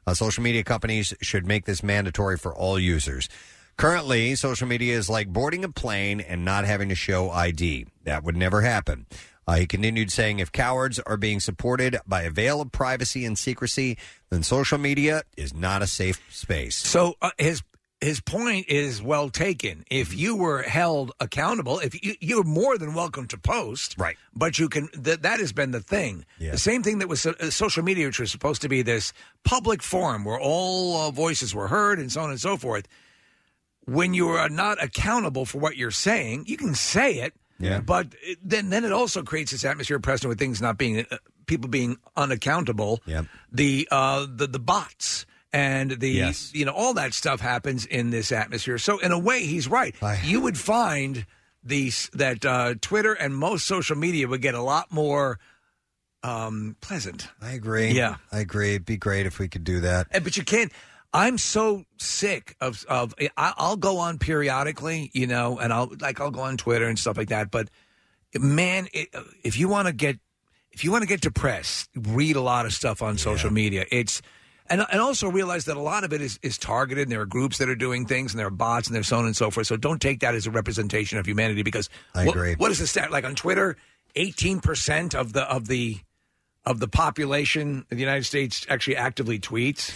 Uh, social media companies should make this mandatory for all users. Currently, social media is like boarding a plane and not having to show ID. That would never happen. Uh, he continued saying, if cowards are being supported by a veil of privacy and secrecy, then social media is not a safe space.
So uh, his his point is well taken. If you were held accountable, if you, you're more than welcome to post,
right?
But you can that that has been the thing. The same thing that was uh, social media, which was supposed to be this public forum where all uh, voices were heard and so on and so forth. When you are not accountable for what you're saying, you can say it,
Yeah.
But it, then then it also creates this atmosphere of Preston with things not being uh, people being unaccountable. Yeah. The uh the the bots and the
Yes.
you know all that stuff happens in this atmosphere. So in a way he's right. You would find these that uh Twitter and most social media would get a lot more um pleasant.
I agree.
Yeah.
I agree. It'd be great if we could do that.
Eh, But you can't. I'm so sick of of I, I'll go on periodically, you know, and I'll like I'll go on Twitter and stuff like that. But man, it, if you want to get if you want to get depressed, read a lot of stuff on social media. It's and and also realize that a lot of it is is targeted. And there are groups that are doing things, and there are bots, and there's so on and so forth. So don't take that as a representation of humanity because
I
what-
agree.
What is the stat like on Twitter? Eighteen percent of the of the of the population in the United States actually actively tweets.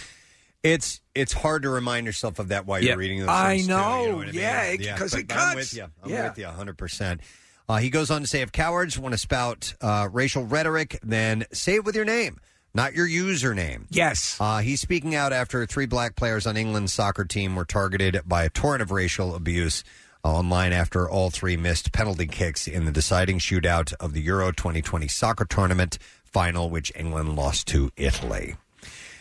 It's it's hard to remind yourself of that while
Yeah.
you're reading those.
I
things, too, you
know.
what
Yeah, it- 'cause
but-
it
but I'm with
cuts.
you. I'm
Yeah.
with you 100%. Uh, he goes on to say if cowards want to spout uh, racial rhetoric, then say it with your name, not your username.
Yes.
Uh, he's speaking out after three black players on England's soccer team were targeted by a torrent of racial abuse uh, online after all three missed penalty kicks in the deciding shootout of the Euro 2020 soccer tournament final, which England lost to Italy.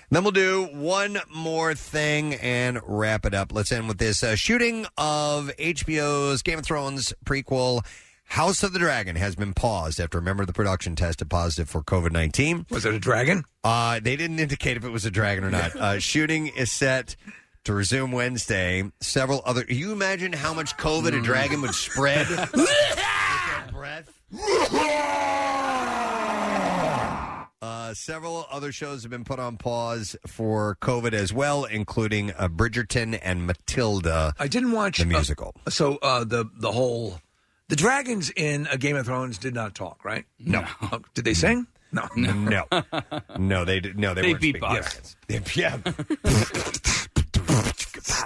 Then we'll do one more thing and wrap it up. Let's end with this uh, shooting of HBO's Game of Thrones prequel. House of the Dragon has been paused after a member of the production tested positive for COVID 19.
Was it a dragon?
Uh, they didn't indicate if it was a dragon or not. Uh, shooting is set to resume Wednesday. Several other. You imagine how much COVID a dragon would spread? Uh, several other shows have been put on pause for COVID as well, including uh, Bridgerton and Matilda.
I didn't watch
the
uh,
musical.
so uh, the the whole the dragons in a Game of Thrones did not talk, right?
No.
Oh, did they sing? No.
No. no, they did. No, they,
They
weren't speaking
beatboxed.
dragons. They- Yeah.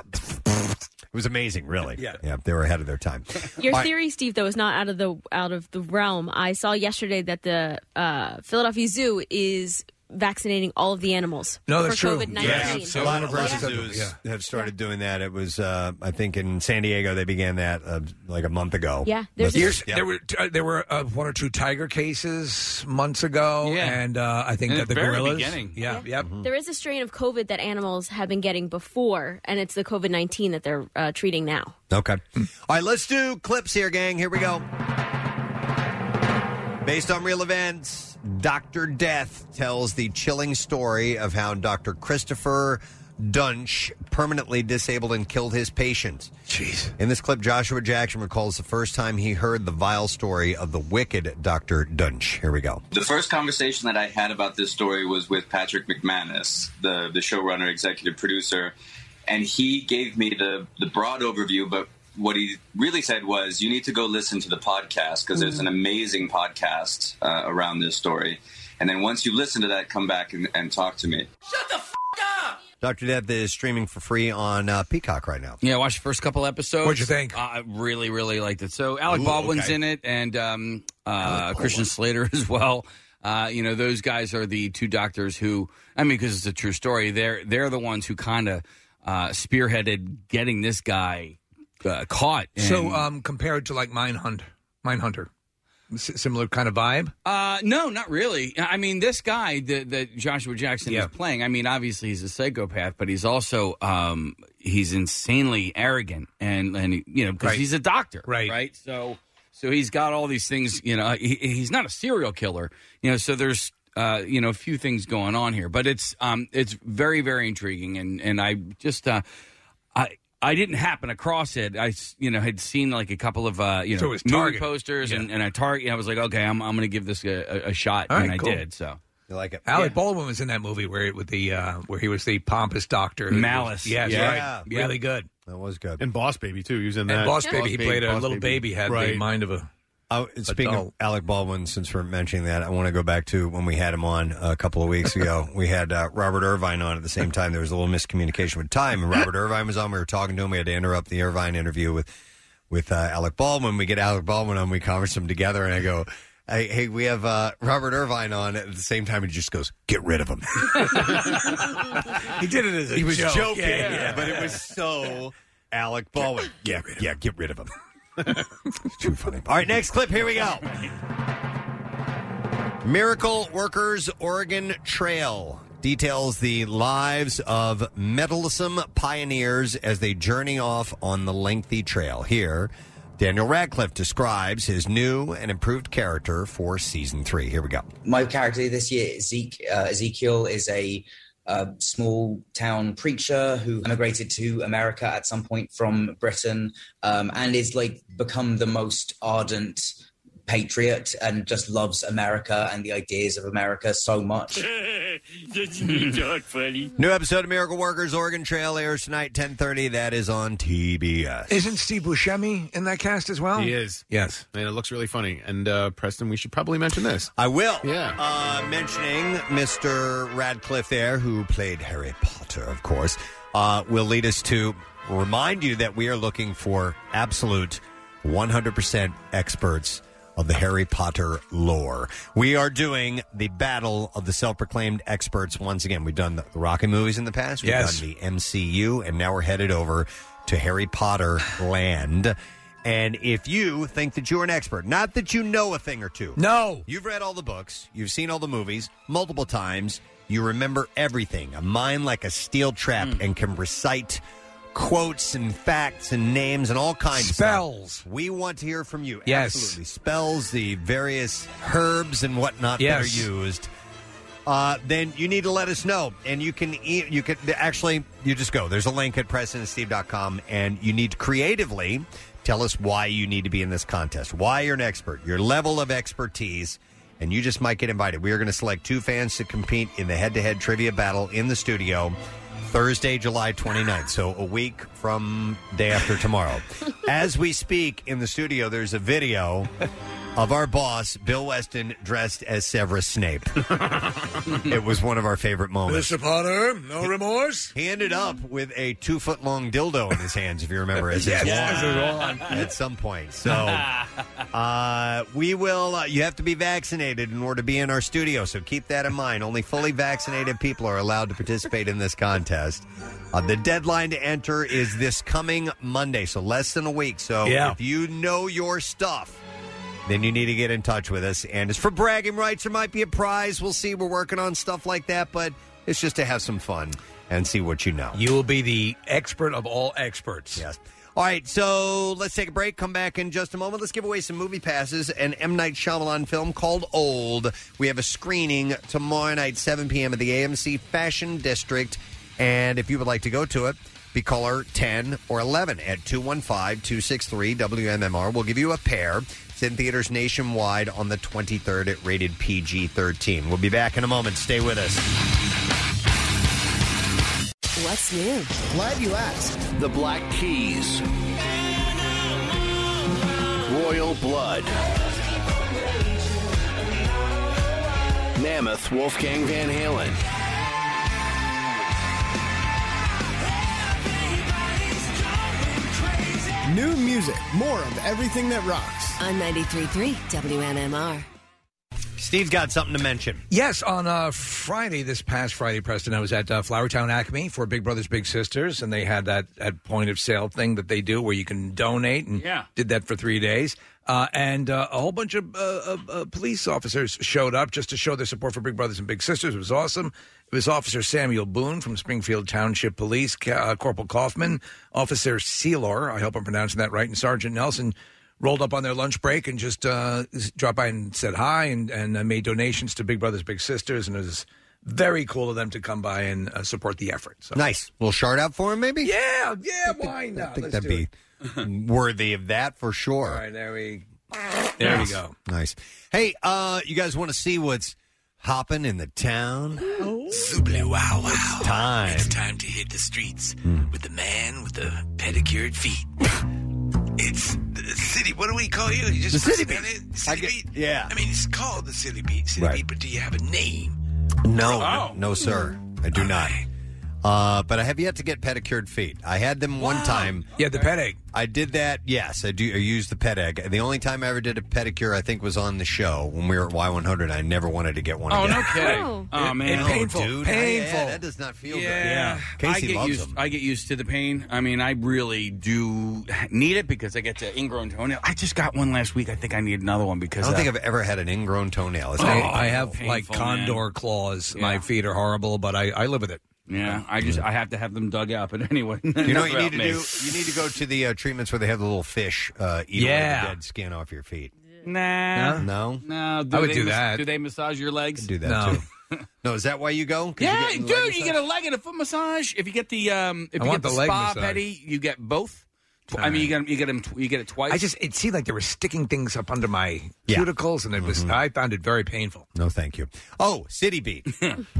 it was amazing, really. Yeah. Yeah, they were ahead of their time.
Your
All right.
theory, Steve, though, is not out of the out of the realm. I saw yesterday that the uh, Philadelphia Zoo is vaccinating all of the animals
No,
for
that's true.
COVID nineteen.
a lot of races have started doing that. It was, uh, I think, in San Diego they began that uh, like a month ago.
Yeah,
That's-
Years-
yeah.
There were uh, there were uh, one or two tiger cases months ago, and uh, I think
In
that
the
the
very
gorillas.
beginning.
Yeah, yep.
There is a strain of COVID that animals have been getting before, and it's the COVID nineteen that they're uh, treating now.
Okay. Hmm. All right, let's do clips here, gang. Here we go. Based on real events, Dr. Death tells the chilling story of how Dr. Christopher Dunch permanently disabled and killed his patient.
Jeez.
In this clip, Joshua Jackson recalls the first time he heard the vile story of the wicked Dr. Dunch. Here we go.
The first conversation that I had about this story was with Patrick McManus, the, the showrunner, executive producer, and he gave me the, the broad overview, but what he really said was, you need to go listen to the podcast because there's an amazing podcast uh, around this story. And then once you listen to that, come back and, and talk to me.
Dr. Death is streaming for free on uh, Peacock right now.
Yeah, I watched the first couple episodes.
What'd you think?
Uh, I really, really liked it. So Alec
Ooh,
Baldwin's
okay.
in it, and um, uh, Christian Slater as well. Uh, you know, those guys are the two doctors who, I mean, because it's a true story. They're they're the ones who kind of uh, spearheaded getting this guy uh, caught. And,
So um, compared to like Mine Hunter, Mine Hunter, S- similar kind of vibe.
Uh, no, not really. I mean, this guy that, that Joshua Jackson
Yeah.
is playing. I mean, obviously he's a psychopath, but he's also um, he's insanely arrogant, and and you know because
Right.
he's a doctor,
Right.
Right. So so he's got all these things. You know, he, he's not a serial killer. You know, so there's uh, you know a few things going on here, but it's um it's very very intriguing, and and I just uh, I. I didn't happen across it. I, s- you know, had seen like a couple of uh, you know
So it was
movie
targeted.
posters and, and I target. I was like, okay, I'm, I'm going to give this a, a, a shot,
All right,
and I
cool.
did. So
you like it?
Alec Baldwin was in that movie where with the uh, where he was the pompous doctor, who was-
Malice.
Yes,
Yeah.
right.
Yeah.
really good.
That was good.
And Boss Baby too. He was in
And
that.
Boss Baby, he played a
Boss
little baby, had the
Right.
mind of a.
Oh, and speaking
Adult.
of Alec Baldwin, since we're mentioning that, I want to go back to when we had him on a couple of weeks ago. we had uh, Robert Irvine on at the same time. There was a little miscommunication with time. Robert Irvine was on. We were talking to him. We had to interrupt the Irvine interview with with uh, Alec Baldwin. We get Alec Baldwin on. We converse them together, and I go. Hey, hey, we have uh, Robert Irvine on at the same time. He just goes, "Get rid of him."
He did it as a
he was
joke.
joking,
Yeah, yeah, yeah.
but it was so Alec Baldwin. yeah, yeah, get rid of him. too funny. All right, next clip. Here we go. Miracle Workers Oregon Trail details the lives of meddlesome pioneers as they journey off on the lengthy trail. Here, Daniel Radcliffe describes his new and improved character for season three. Here we go.
My character this year, Zeke, uh, Ezekiel, is a uh, small town preacher who immigrated to America at some point from Britain um, and is like become the most ardent patriot and just loves America and the ideas of America so much.
Doesn't talk funny?
New episode of Miracle Workers Oregon Trail airs tonight, ten thirty. That is on TBS.
Isn't Steve Buscemi in that cast as well?
Oh.
He is.
Yes.
And it looks really funny. And uh, Preston, we should probably mention this.
I will. Yeah. Uh, mentioning Mr. Radcliffe there, who played Harry Potter, of course, uh, will lead us to remind you that we are looking for absolute 100% experts of the Harry Potter lore. We are doing the battle of the self-proclaimed experts once again. We've done the Rocky movies in the past. We've
Yes.
done the MCU, and now we're headed over to Harry Potter land. And if you think that you're an expert, not that you know a thing or two.
No.
You've read all the books, you've seen all the movies multiple times, you remember everything, a mind like a steel trap, and can recite quotes and facts and names and all kinds of spells. We want to hear from you.
Yes.
Absolutely. Spells, the various herbs and whatnot that
Yes.
are used. Uh, then you need to let us know, and you can e- you can actually you just go. There's a link at PresidentSteve.com, and you need to creatively tell us why you need to be in this contest, why you're an expert, your level of expertise, and you just might get invited. We are going to select two fans to compete in the head-to-head trivia battle in the studio Thursday, July 29th, so a week from day after tomorrow. As we speak in the studio, there's a video of our boss, Bill Weston, dressed as Severus Snape. it was one of our favorite moments.
Mr. Potter, no remorse.
He ended up with a two foot long dildo in his hands, if you remember, as his
Yes,
wand
as his wand.
at some point. So uh, we will. Uh, you have to be vaccinated in order to be in our studio, so keep that in mind. Only fully vaccinated people are allowed to participate in this contest. Uh, the deadline to enter is this coming Monday, so less than a week. So
Yeah.
if you know your stuff. Then you need to get in touch with us. And it's for bragging rights. There might be a prize. We'll see. We're working on stuff like that, but it's just to have some fun and see what you know.
You will be the expert of all experts.
Yes. All right, so let's take a break. Come back in just a moment. Let's give away some movie passes. An M. Night Shyamalan film called Old. We have a screening tomorrow night, 7 p.m. at the AMC Fashion District. And if you would like to go to it, be caller 10 or 11 at 215 263 WMMR. We'll give you a pair. It's in theaters nationwide on the 23rd at rated PG 13. We'll be back in a moment. Stay with us.
What's new? Glad you asked.
The Black Keys. Royal Blood. Mammoth Wolfgang Van Halen.
New music, more of everything that rocks. On 93.3 WMMR.
Steve's got something to mention.
Yes, on uh, Friday, this past Friday, Preston, I was at uh, Flowertown Acme for Big Brothers Big Sisters, and they had that, that point of sale thing that they do where you can donate, and
Yeah.
did that for three days. Uh, and uh, a whole bunch of, uh, of uh, police officers showed up just to show their support for Big Brothers and Big Sisters. It was awesome. It was Officer Samuel Boone from Springfield Township Police, Ca- uh, Corporal Kaufman, Officer Sealor, I hope I'm pronouncing that right, and Sergeant Nelson rolled up on their lunch break and just uh, s- dropped by and said hi and, and uh, made donations to Big Brothers Big Sisters. And it was very cool of them to come by and uh, support the effort. So.
Nice. Little shout out for him, maybe?
Yeah, yeah, why not?
I think
Let's do it.
that'd be worthy of that for sure.
All right, there we, there we go.
Nice. Hey, uh, you guys want to see what's hopping in the town?
Zoobly wow wow.
Time.
It's time to hit the streets
Hmm.
with the man with the pedicured feet. it's the city. What do we call you? you just
The city
beat. City beat.
Yeah.
I mean, it's called the city beat. City
Right.
beat, but do you have a name?
No, no, no, sir. I do not. Uh, but I have yet to get pedicured feet. I had them one time.
Yeah, the pet egg.
I did that. Yes, I do. I used the pet egg. The only time I ever did a pedicure, I think, was on the show when we were at Y100. I never wanted to get one.
Oh
again.
no kidding! Oh, man,
No, dude.
painful.
Yeah, that does not feel good.
Yeah,
Casey
I get
loves
used,
them.
I get used to the pain. I mean, I really do need it because I get to ingrown toenail. I just got one last week. I think I need another one
I
because
don't
uh,
think I've ever had an ingrown toenail. It's
Oh,
not-
I have like
painful, man.
condor claws. My feet are horrible, but I, I live with it.
Yeah, I just I have to have them dug out. But anyway,
You know what you need to do? You need to go to the uh, treatments where they have the little fish uh, eat away
Yeah.
the dead skin off your feet.
Nah,
No?
no.
I would
they
do
mas-
that.
Do they massage your legs?
Do that too. No, is that why you go? 'Cause you
Yeah,
get leg
dude, you
massage?
get a leg and a foot massage. If you get the um, if
I
you
want
get the,
the leg
spa
massage.
petty, you get both. Tw- I mean, you get you get 'em tw- you get it twice.
I just it seemed like they were sticking things up under my cuticles, and it was I found it very painful.
Mm-hmm. No, thank you. Oh, City Beat.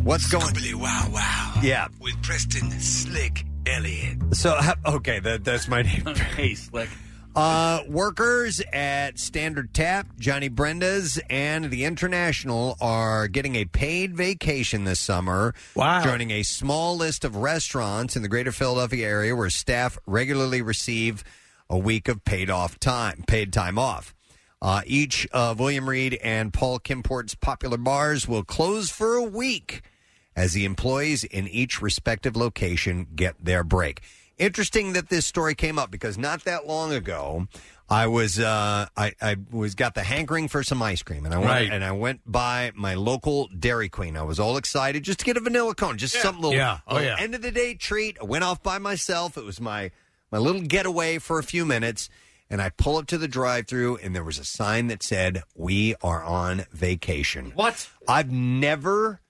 What's going?
Wow, wow.
Yeah.
With Preston Slick Elliott.
So ha- okay, that, that's my name.
hey, slick.
Uh, workers at Standard Tap, Johnny Brenda's, and the International are getting a paid vacation this summer. Wow. Joining a small list of restaurants in the greater Philadelphia area where staff regularly receive a week of paid off time, paid time off. Uh, each of William Reed and Paul Kimport's popular bars will close for a week as the employees in each respective location get their break. Interesting that this story came up because not that long ago, I was uh, I, I was got the hankering for some ice cream, and I went
Right.
and I went by my local Dairy Queen. I was all excited just to get a vanilla cone, just something little,
Yeah. Oh,
little
yeah.
end of the day treat. I went off by myself. It was my my little getaway for a few minutes. And I pull up to the drive-through, and there was a sign that said, "We are on vacation." What? I've never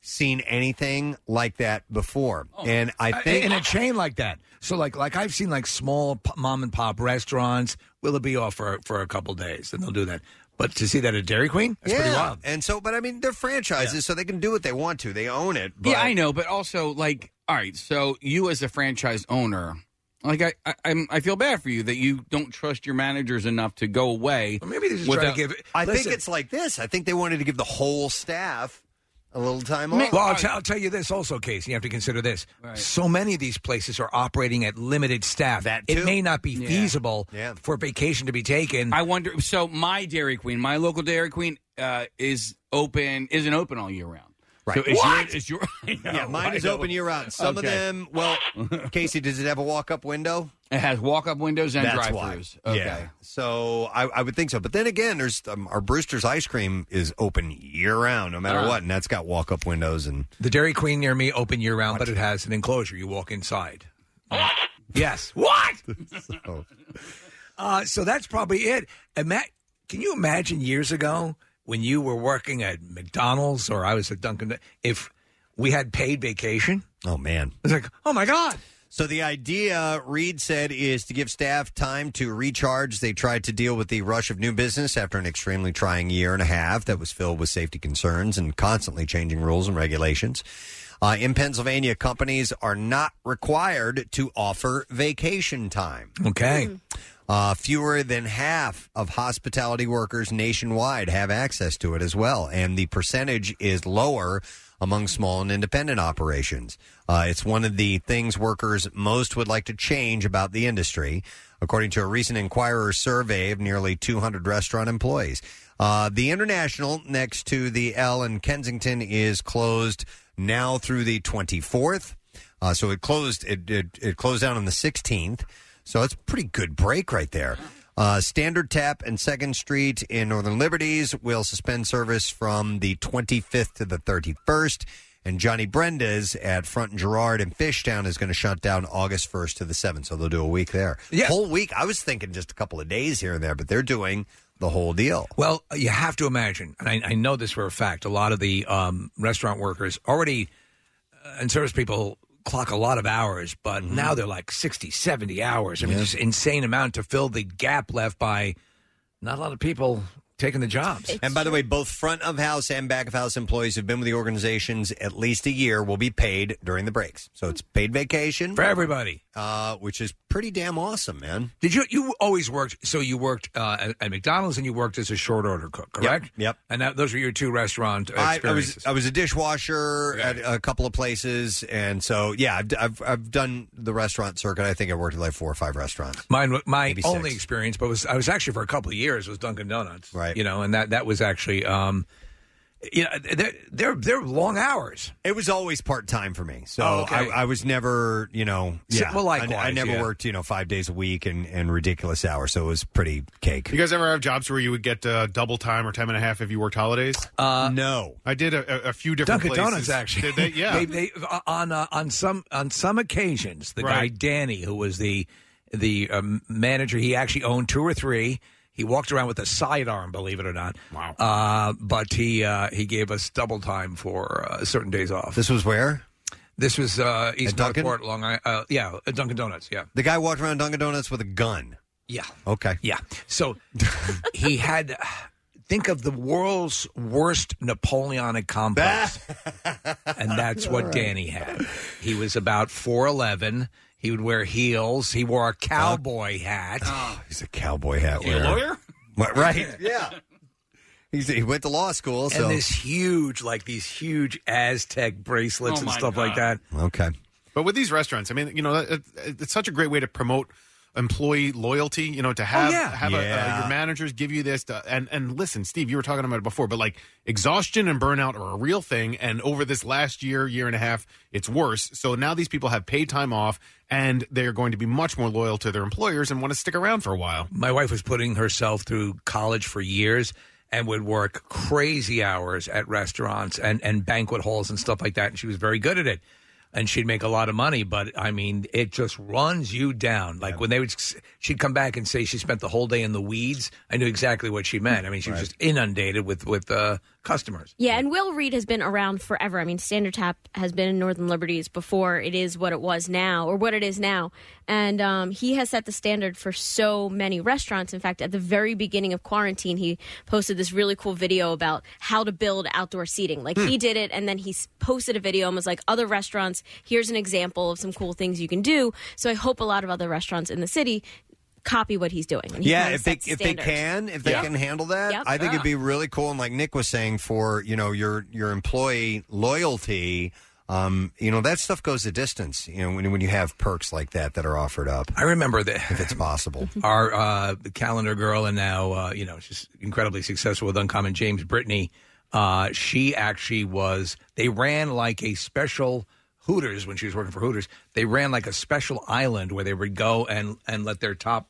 seen anything like that before,
Oh.
and I
Uh,
think
in a chain like that. So like like I've seen like small p- mom and pop restaurants. Will it be off for for a couple days, and they'll do that. But to see that at Dairy Queen, that's pretty wild.
And so, but I mean, they're franchises, so they can do what they want to. They own it. But
yeah, I know, but also like, all right, so you as a franchise owner, like I, I I'm, I feel bad for you that you don't trust your managers enough to go away.
maybe they
I think it's like this. I think they wanted to give the whole staff a little time off.
Well, I'll, t- I'll tell you this also, Case. You have to consider this. So many of these places are operating at limited staff. That
too.
it may not be
Yeah.
feasible for vacation to be taken.
I wonder. So my Dairy Queen, my local Dairy Queen, uh, is open isn't open all year round.
Right.
So is
What?
Your, is your, I know,
yeah, mine
I
is
know.
open year round. Some
Okay.
of them, well, Casey, does it have a walk-up window?
It has walk-up windows and
That's why.
drive-throughs. Okay.
Yeah. So I, I would think so. But then again, there's um, our Brewster's ice cream is open year round, no matter
Uh-huh.
what, and that's got walk-up windows and
The Dairy Queen near me open year round, but it has an enclosure. You walk inside. Yes. What?
so.
Uh, so that's probably it. Ima- can you imagine years ago when you were working at McDonald's or I was at Dunkin' if we had paid vacation?
Oh man.
It's like, oh my God.
So the idea, Reed said, is to give staff time to recharge. They tried to deal with the rush of new business after an extremely trying year and a half that was filled with safety concerns and constantly changing rules and regulations. Uh, in Pennsylvania, companies are not required to offer vacation time.
Okay.
Uh, fewer than half of hospitality workers nationwide have access to it as well, and the percentage is lower among small and independent operations. Uh, it's one of the things workers most would like to change about the industry, according to a recent Inquirer survey of nearly 200 restaurant employees. Uh, the International, next to the L in Kensington, is closed now through the 24th. Uh, so it closed. It, it it closed down on the 16th. So it's a pretty good break right there. Uh, Standard Tap and Second Street in Northern Liberties will suspend service from the 25th to the 31st. And Johnny Brenda's at Front and Gerard and Fishtown is going to shut down August 1st to the 7th. So they'll do a week there. Whole week. I was thinking just a couple of days here and there, but they're doing the whole deal.
Well, you have to imagine, and I, I know this for a fact. A lot of the um, restaurant workers already uh, and service people clock a lot of hours, but
Mm-hmm.
now they're like 60, 70 hours. I mean,
Yeah.
just insane amount to fill the gap left by not a lot of people taking the jobs.
And by the way, both front of house and back of house employees who've been with the organizations at least a year will be paid during the breaks. So it's paid vacation
For everybody.
uh, which is pretty damn awesome, man.
Did you? You always worked. So you worked uh, at, at McDonald's and you worked as a short order cook, correct? Yep. And that, those were your two restaurant
I, I
experiences.
was I was a dishwasher at a couple of places, and so yeah, I've, I've I've done the restaurant circuit. I think I worked at like four or five restaurants.
Mine, wa- my
Maybe
only
six.
experience, but was I was actually for a couple of years was Dunkin' Donuts,
Right.
You know, and that that was actually, um, you know, they're they're, they're long hours.
It was always part time for me, so
Oh, okay.
I, I was never you know
So-
yeah
well,
I- I,
likewise,
never
yeah.
worked you know five days a week and and ridiculous hours, so it was pretty cake.
You guys ever have jobs where you would get uh, double time or time and a half if you worked holidays?
Uh,
no,
I did a, a, a few different
Dunkin'
places.
Donuts actually.
Did they? Yeah,
They- they- uh, on uh, on some on some occasions, the guy
Right.
Danny, who was the the um, manager, he actually owned two or three. He walked around with a sidearm, believe it or not. Wow! Uh, but he uh, he gave us double time for uh, certain days off.
This was where
This was uh, East
At Dunkin'?
Northport, Long Island. Uh, yeah, at Dunkin' Donuts. Yeah,
the guy walked around Dunkin' Donuts with a gun.
yeah.
Okay,
yeah. So he had think of the world's worst Napoleonic complex, and that's what
All right.
Danny had. He was about four eleven. He would wear heels. He wore a cowboy hat.
Oh, he's a cowboy hat
You a
wearer.
lawyer?
What, right?
Oh,
yeah. He's, he went to law school, so
And this huge, like these huge Aztec bracelets
Oh,
and
my
stuff like that.
God.
Okay.
But with these restaurants, I mean, you know, it, it- it's such a great way to promote employee loyalty. You know, to have
yeah.
have A,
Yeah.
uh, your managers give you this, to, and and listen, Steve, you were talking about it before, but like exhaustion and burnout are a real thing, and over this last year, year and a half, it's worse. So now these people have paid time off, and they're going to be much more loyal to their employers and want to stick around for a while.
My wife was putting herself through college for years and would work crazy hours at restaurants and, and banquet halls and stuff like that. And she was very good at it. And she'd make a lot of money, but I mean, it just runs you down. Like when they would, she'd come back and say she spent the whole day in the weeds. I knew exactly what she meant. I mean, she was just inundated with with uh, customers.
Yeah, and Will Reed has been around forever. I mean, Standard Tap has been in Northern Liberties before it is what it was now, or what it is now. And um, he has set the standard for so many restaurants. In fact, at the very beginning of quarantine, he posted this really cool video about how to build outdoor seating. Like,
Hmm.
he did it, and then he s- posted a video and was like, other restaurants, here's an example of some cool things you can do. So I hope a lot of other restaurants in the city copy what he's doing. And he
yeah,
kinda
if they
sets
if they
standards.
can, if they
Yeah.
can handle that,
Yep.
I think
Yeah.
it'd be really cool. And like Nick was saying, for you know your your employee loyalty, um, you know that stuff goes a distance. You know when when you have perks like that that are offered up.
I remember that
if it's possible.
our uh, calendar girl and now uh, you know she's incredibly successful with uncommon james brittany uh, she actually was they ran like a special hooters when she was working for hooters they ran like a special island where they would go and and let their top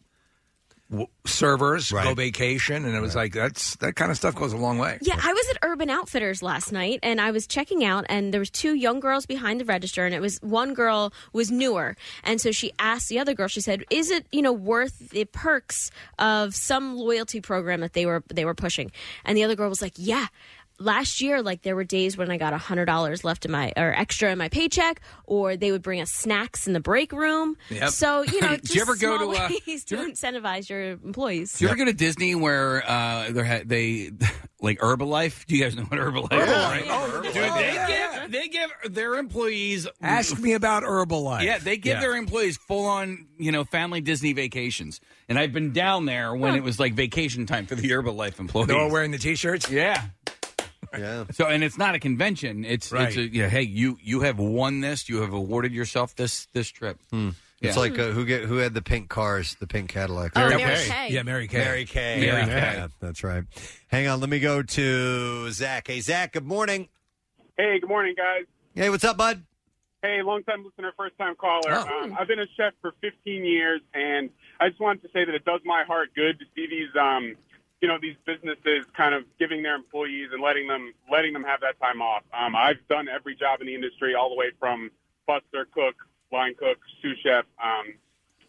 w- servers go
Right.
vacation and it was like that's that kind of stuff goes a long way
Yeah, I was at Urban Outfitters last night and I was checking out and there was two young girls behind the register and it was one girl was newer and so she asked the other girl she said, "Is it, you know, worth the perks of some loyalty program that they were they were pushing?" And the other girl was like, "Yeah." Last year, like there were days when I got hundred dollars left in my or extra in my paycheck, or they would bring us snacks in the break room.
Yep.
So you know,
Did you
just
ever go
small
to, uh,
ways to incentivize your employees.
Do you ever go to Disney where uh, they're ha- they like Herbalife? Do you guys know what Herbalife is? Right? Dude, they give they give their employees
ask me about herbalife
Yeah, they give
Yeah.
their employees full on, you know, family Disney vacations. And I've been down there when it was like vacation time for the Herbalife employees.
they're all wearing the t-shirts
yeah
Yeah.
So and it's not a convention. It's
Right.
it's a, yeah, hey, you you have won this. You have awarded yourself this this trip.
It's
Yeah.
like uh, who get who had the pink cars, the pink Cadillac.
Oh, Mary Mary Kay. Kay. Yeah, Mary Kay.
Mary Kay.
Mary
yeah.
Kay.
Yeah, that's right. Hang on, let me go to Zach. Hey, Zach. Good morning.
Hey, good morning, guys.
Hey, what's up, bud?
Hey, long time listener, first time caller. Um, I've been a chef for 15 years, and I just wanted to say that it does my heart good to see these, um, you know, these businesses kind of giving their employees and letting them letting them have that time off. Um, I've done every job in the industry, all the way from buster, cook, line cook, sous chef. Um,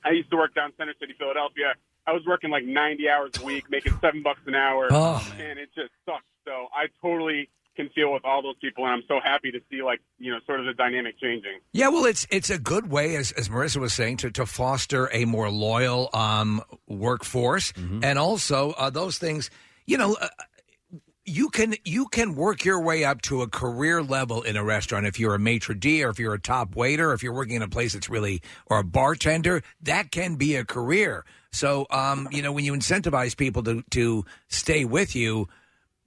I used to work down Center City, Philadelphia. I was working like 90 hours a week, making seven bucks an hour,
Oh,
and it just sucked. So I totally can feel with all those people, and I'm so happy to see like you know sort of the dynamic changing.
Yeah, well, it's it's a good way, as, as Marissa was saying, to, to foster a more loyal um, workforce, and also uh, those things. You know, uh, you can you can work your way up to a career level in a restaurant if you're a maitre d or if you're a top waiter or if you're working in a place that's really or a bartender that can be a career so um, you know when you incentivize people to to stay with you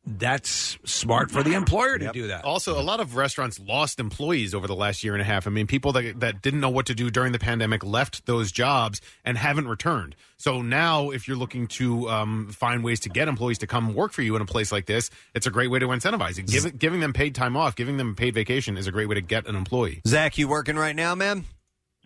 that's smart for the employer to do that
Also, a lot of restaurants lost employees over the last year and a half. I mean, people that that didn't know what to do during the pandemic left those jobs and haven't returned. So now, if you're looking to um, find ways to get employees to come work for you in a place like this, it's a great way to incentivize it. Give, giving them paid time off, giving them paid vacation is a great way to get an employee.
Zach, you working right now, man?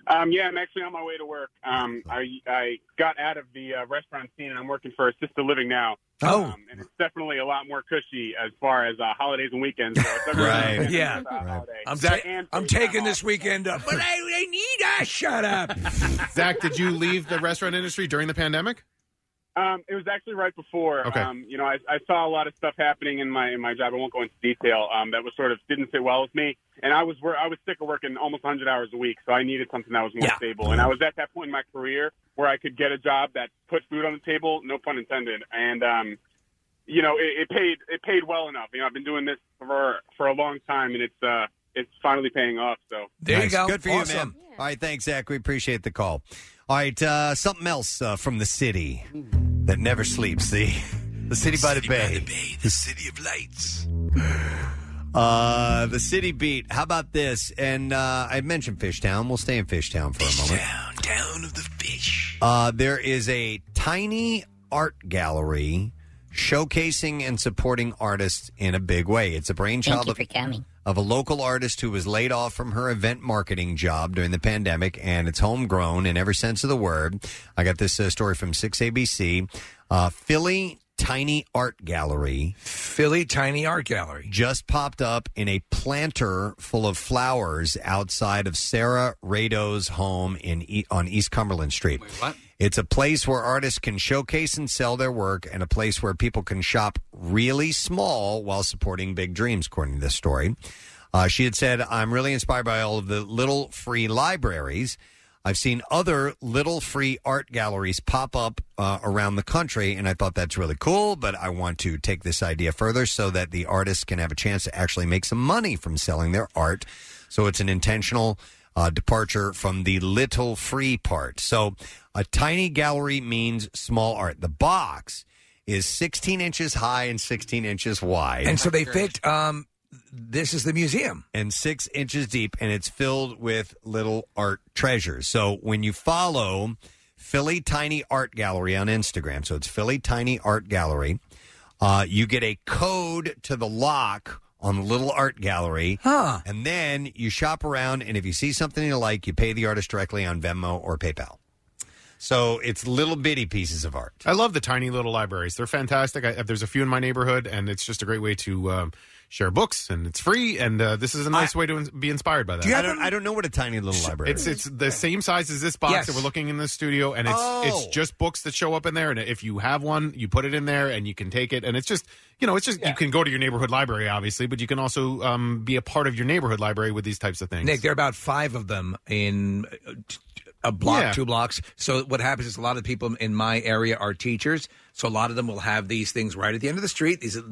Um, yeah, I'm actually on my way to work. Um, I, I got out of the uh, restaurant scene and I'm working for assisted living now.
Oh.
Um, and it's definitely a lot more cushy as far as uh, holidays and weekends. So it's everything.
yeah i'm, ta- I'm taking this weekend up but i, I need a shut up
Zach, did you leave the restaurant industry during the pandemic?
Um, it was actually right before.
Okay.
Um, you know, I, I saw a lot of stuff happening in my in my job. I won't go into detail. Um, that was sort of didn't sit well with me, and I was wor- I was sick of working almost 100 hours a week, so I needed something that was more
Yeah.
stable. And I was at that point in my career where I could get a job that put food on the table, no pun intended, and um, you know, it, it paid it paid well enough. You know, I've been doing this for for a long time, and it's uh, it's finally paying off. So
Nice. Good for you, man. All right, thanks, Zach. We appreciate the call. All right, uh, something else uh, from the city that never sleeps the the city by the bay.
The city of lights.
Uh, the city beat. How about this? And uh, I mentioned Fishtown. We'll stay in Fishtown for a moment.
Town of the fish.
Uh, there is a tiny art gallery showcasing and supporting artists in a big way. It's a brainchild
Thank you
of,
for coming.
of a local artist who was laid off from her event marketing job during the pandemic, and it's homegrown in every sense of the word. I got this uh, story from 6ABC. Uh, Philly Tiny Art Gallery.
Philly Tiny Art Gallery.
Just popped up in a planter full of flowers outside of Sarah Rado's home in e- on East Cumberland Street. It's a place where artists can showcase and sell their work, and a place where people can shop really small while supporting big dreams, according to this story. Uh, she had said, I'm really inspired by all of the little free libraries. I've seen other little free art galleries pop up uh, around the country, and I thought that's really cool, but I want to take this idea further so that the artists can have a chance to actually make some money from selling their art. So it's an intentional uh, departure from the little free part. So a tiny gallery means small art. The box is 16 inches high and 16 inches wide.
and so they picked um, this is the museum
and six inches deep, and it's filled with little art treasures. So when you follow Philly Tiny Art Gallery on Instagram, so it's Philly Tiny Art Gallery, uh, you get a code to the lock on the little art gallery. And then you shop around, and if you see something you like, you pay the artist directly on Venmo or PayPal. So it's little bitty pieces of art.
I love the tiny little libraries. They're fantastic. I, there's a few in my neighborhood, and it's just a great way to um, share books, and it's free. And uh, this is a nice way to in- be inspired by that.
I, don't, I don't know what a tiny little library
It's
is.
it's the same size as this box
Yes.
that we're looking in the studio, and it's it's
Oh.
just books that show up in there. And if you have one, you put it in there, and you can take it. And it's just you know, it's just you can go to your neighborhood library, obviously, but you can also um, be a part of your neighborhood library with these types of things.
Nick, there are about five of them in uh, t- a block,
Yeah.
two blocks. So what happens is a lot of people in my area are teachers. So a lot of them will have these things right at the end of the street. These are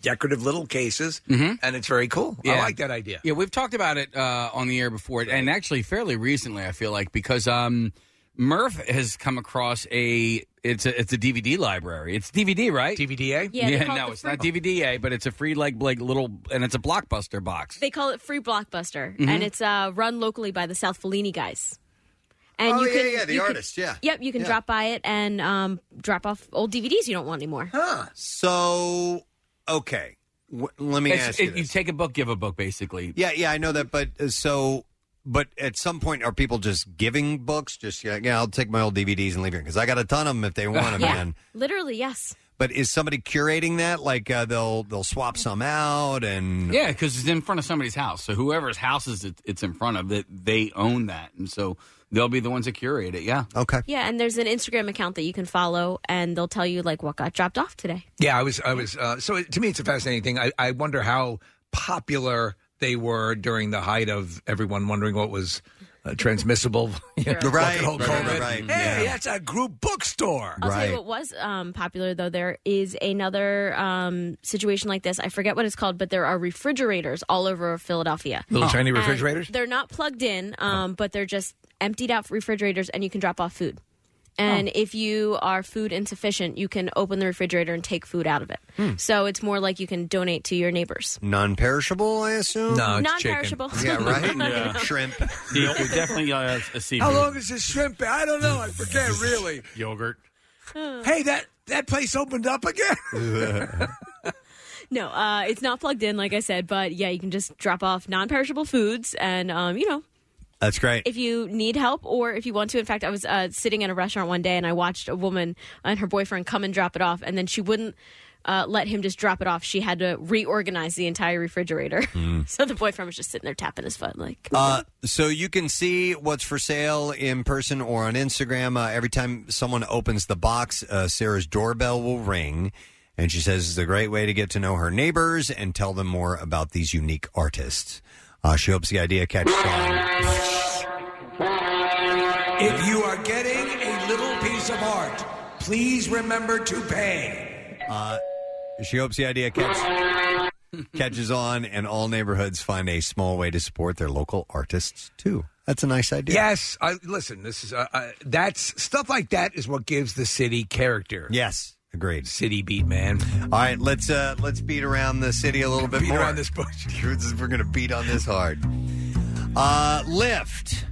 decorative little cases, and it's very cool. I like that idea.
Yeah, we've talked about it uh, on the air before, and actually fairly recently. I feel like because um, Murph has come across a it's a it's a DVD library. It's DVD, right?
DVDA.
Yeah, they call it
no,
the
it's
free-
not DVDA, but it's a free like like little, and it's a blockbuster box.
They call it Free Blockbuster,
Mhm.
Mm-hmm.
and it's uh, run locally by the South Fellini guys. And
Oh,
you
yeah,
can,
yeah, the
you can-
artist, yeah.
Yep, you can
Yeah.
drop by it and um, drop off old DVDs you don't want anymore.
So, okay. W- let me
It's-
ask you
it- You take a book, give a book, basically.
Yeah, yeah, I know that. But uh, so, but at some point, are people just giving books? Just yeah, yeah I'll take my old DVDs and leave it because I got a ton of them if they want them.
yeah,
Man.
literally, yes.
But is somebody curating that? Like uh, they'll they'll swap some out and
Yeah, because it's in front of somebody's house. So whoever's house is it, it's in front of, that they own that, and so they'll be the ones that curate it. Yeah.
Okay.
Yeah, and there's an Instagram account that you can follow, and they'll tell you like what got dropped off today.
Yeah, I was. I was. Uh, so it, to me, it's a fascinating thing. I, I wonder how popular they were during the height of everyone wondering what was uh, transmissible.
Right.
Fucking whole
Right, right,
COVID.
right,
Hey,
yeah.
that's a group bookstore.
I'll tell you what was um, popular though. There is another um, situation like this. I forget what it's called, but there are refrigerators all over Philadelphia.
Little tiny
And
refrigerators? Oh.
they're not plugged in, um, but they're just emptied out refrigerators, and you can drop off food.
Oh.
And if you are food insufficient, you can open the refrigerator and take food out of it.
Hmm.
So it's more like you can donate to your neighbors.
Non-perishable, I assume.
No, it's chicken. Non-perishable.
Yeah, right.
Yeah.
Shrimp.
You're definitely uh, a seafood.
How long is this shrimp? been? I don't know. I forget, really.
Yogurt.
hey, that, that place opened up again?
No, uh, it's not plugged in, like I said, but yeah, you can just drop off non perishable foods and, um, you know,
That's great.
if you need help or if you want to. In fact, I was uh, sitting in a restaurant one day and I watched a woman and her boyfriend come and drop it off, and then she wouldn't uh, let him just drop it off. She had to reorganize the entire refrigerator.
Hmm.
so the boyfriend was just sitting there tapping his foot, like,
Uh, so you can see what's for sale in person or on Instagram. Uh, every time someone opens the box, uh, Sarah's doorbell will ring. And she says it's a great way to get to know her neighbors and tell them more about these unique artists. Uh, she hopes the idea catches on.
If you are getting a little piece of art, please remember to pay.
Uh, she hopes the idea catch, catches on and all neighborhoods find a small way to support their local artists, too. That's a nice idea.
Yes, I, listen. This is uh, uh, that's stuff like that is what gives the city character.
Yes, agreed.
City beat man.
All right, let's uh, let's beat around the city a little bit
Beat
more.
around this bush.
We're going to beat on this hard. Uh, Lyft,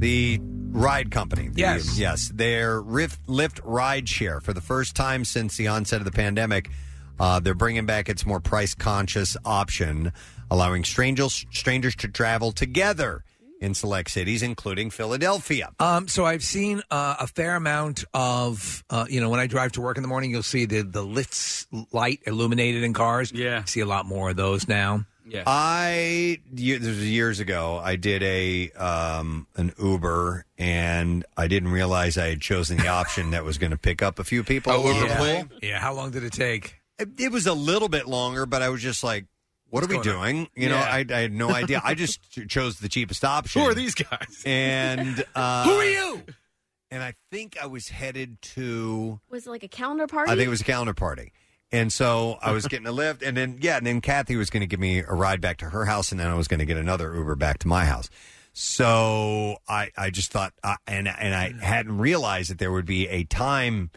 the ride company. the-
Yes.
yes. Their Rift, Lyft ride share for the first time since the onset of the pandemic. Uh, they're bringing back its more price conscious option, allowing strangers strangers to travel together in select cities, including Philadelphia.
Um, so I've seen uh, a fair amount of uh, you know when I drive to work in the morning, you'll see the the Lyft's light illuminated in cars. Yeah, see a lot more of those now.
Yeah.
I ye- this was years ago. I did a um, an Uber, and I didn't realize I had chosen the option that was going to pick up a few people.
yeah. Yeah. How long did it
Oh,
take?
It, it was a little bit longer, but I was just like, "What are we
What's going on?
doing?" You know,
Yeah.
I, I had no idea. I just ch- chose the cheapest option. Who are these guys? And uh,
Who are you?
And I think I was headed to.
was it like a calendar party?
I think it was a calendar party. And so I was getting a lift, and then yeah, and then Kathy was going to give me a ride back to her house, and then I was going to get another Uber back to my house. So I I just thought, uh, and and
Hmm.
I hadn't realized that there would be a time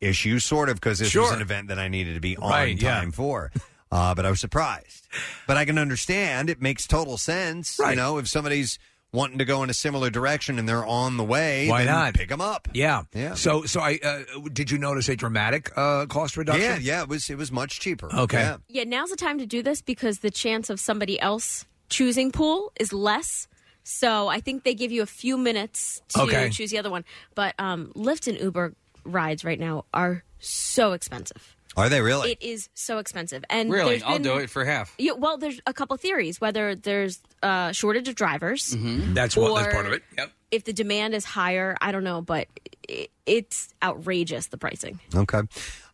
issue, sort of, because this was
Sure.
an event that I needed to be on
Right, yeah.
time for. Uh, but I was surprised. But I can understand; it makes total sense. You
Right.
know, if somebody's wanting to go in a similar direction and they're on the way,
Why
then
not
pick them up?
Yeah,
Yeah.
So so I uh, did you notice a dramatic uh, cost reduction?
Yeah, yeah, it was it was much cheaper.
Okay.
Yeah.
Yeah, now's the time to do this because the chance of somebody else choosing pool is less. So I think they give you a few minutes to
Okay.
choose the other one. But um, Lyft and Uber rides right now are so expensive.
Are they really?
It is so expensive. And
really,
there's
I'll
been-
do it for half.
Yeah, well, there's a couple theories whether there's a shortage of drivers.
Mm-hmm.
That's
or
what that's part of it. Yep.
If the demand is higher, I don't know, but i it's outrageous the pricing.
Okay.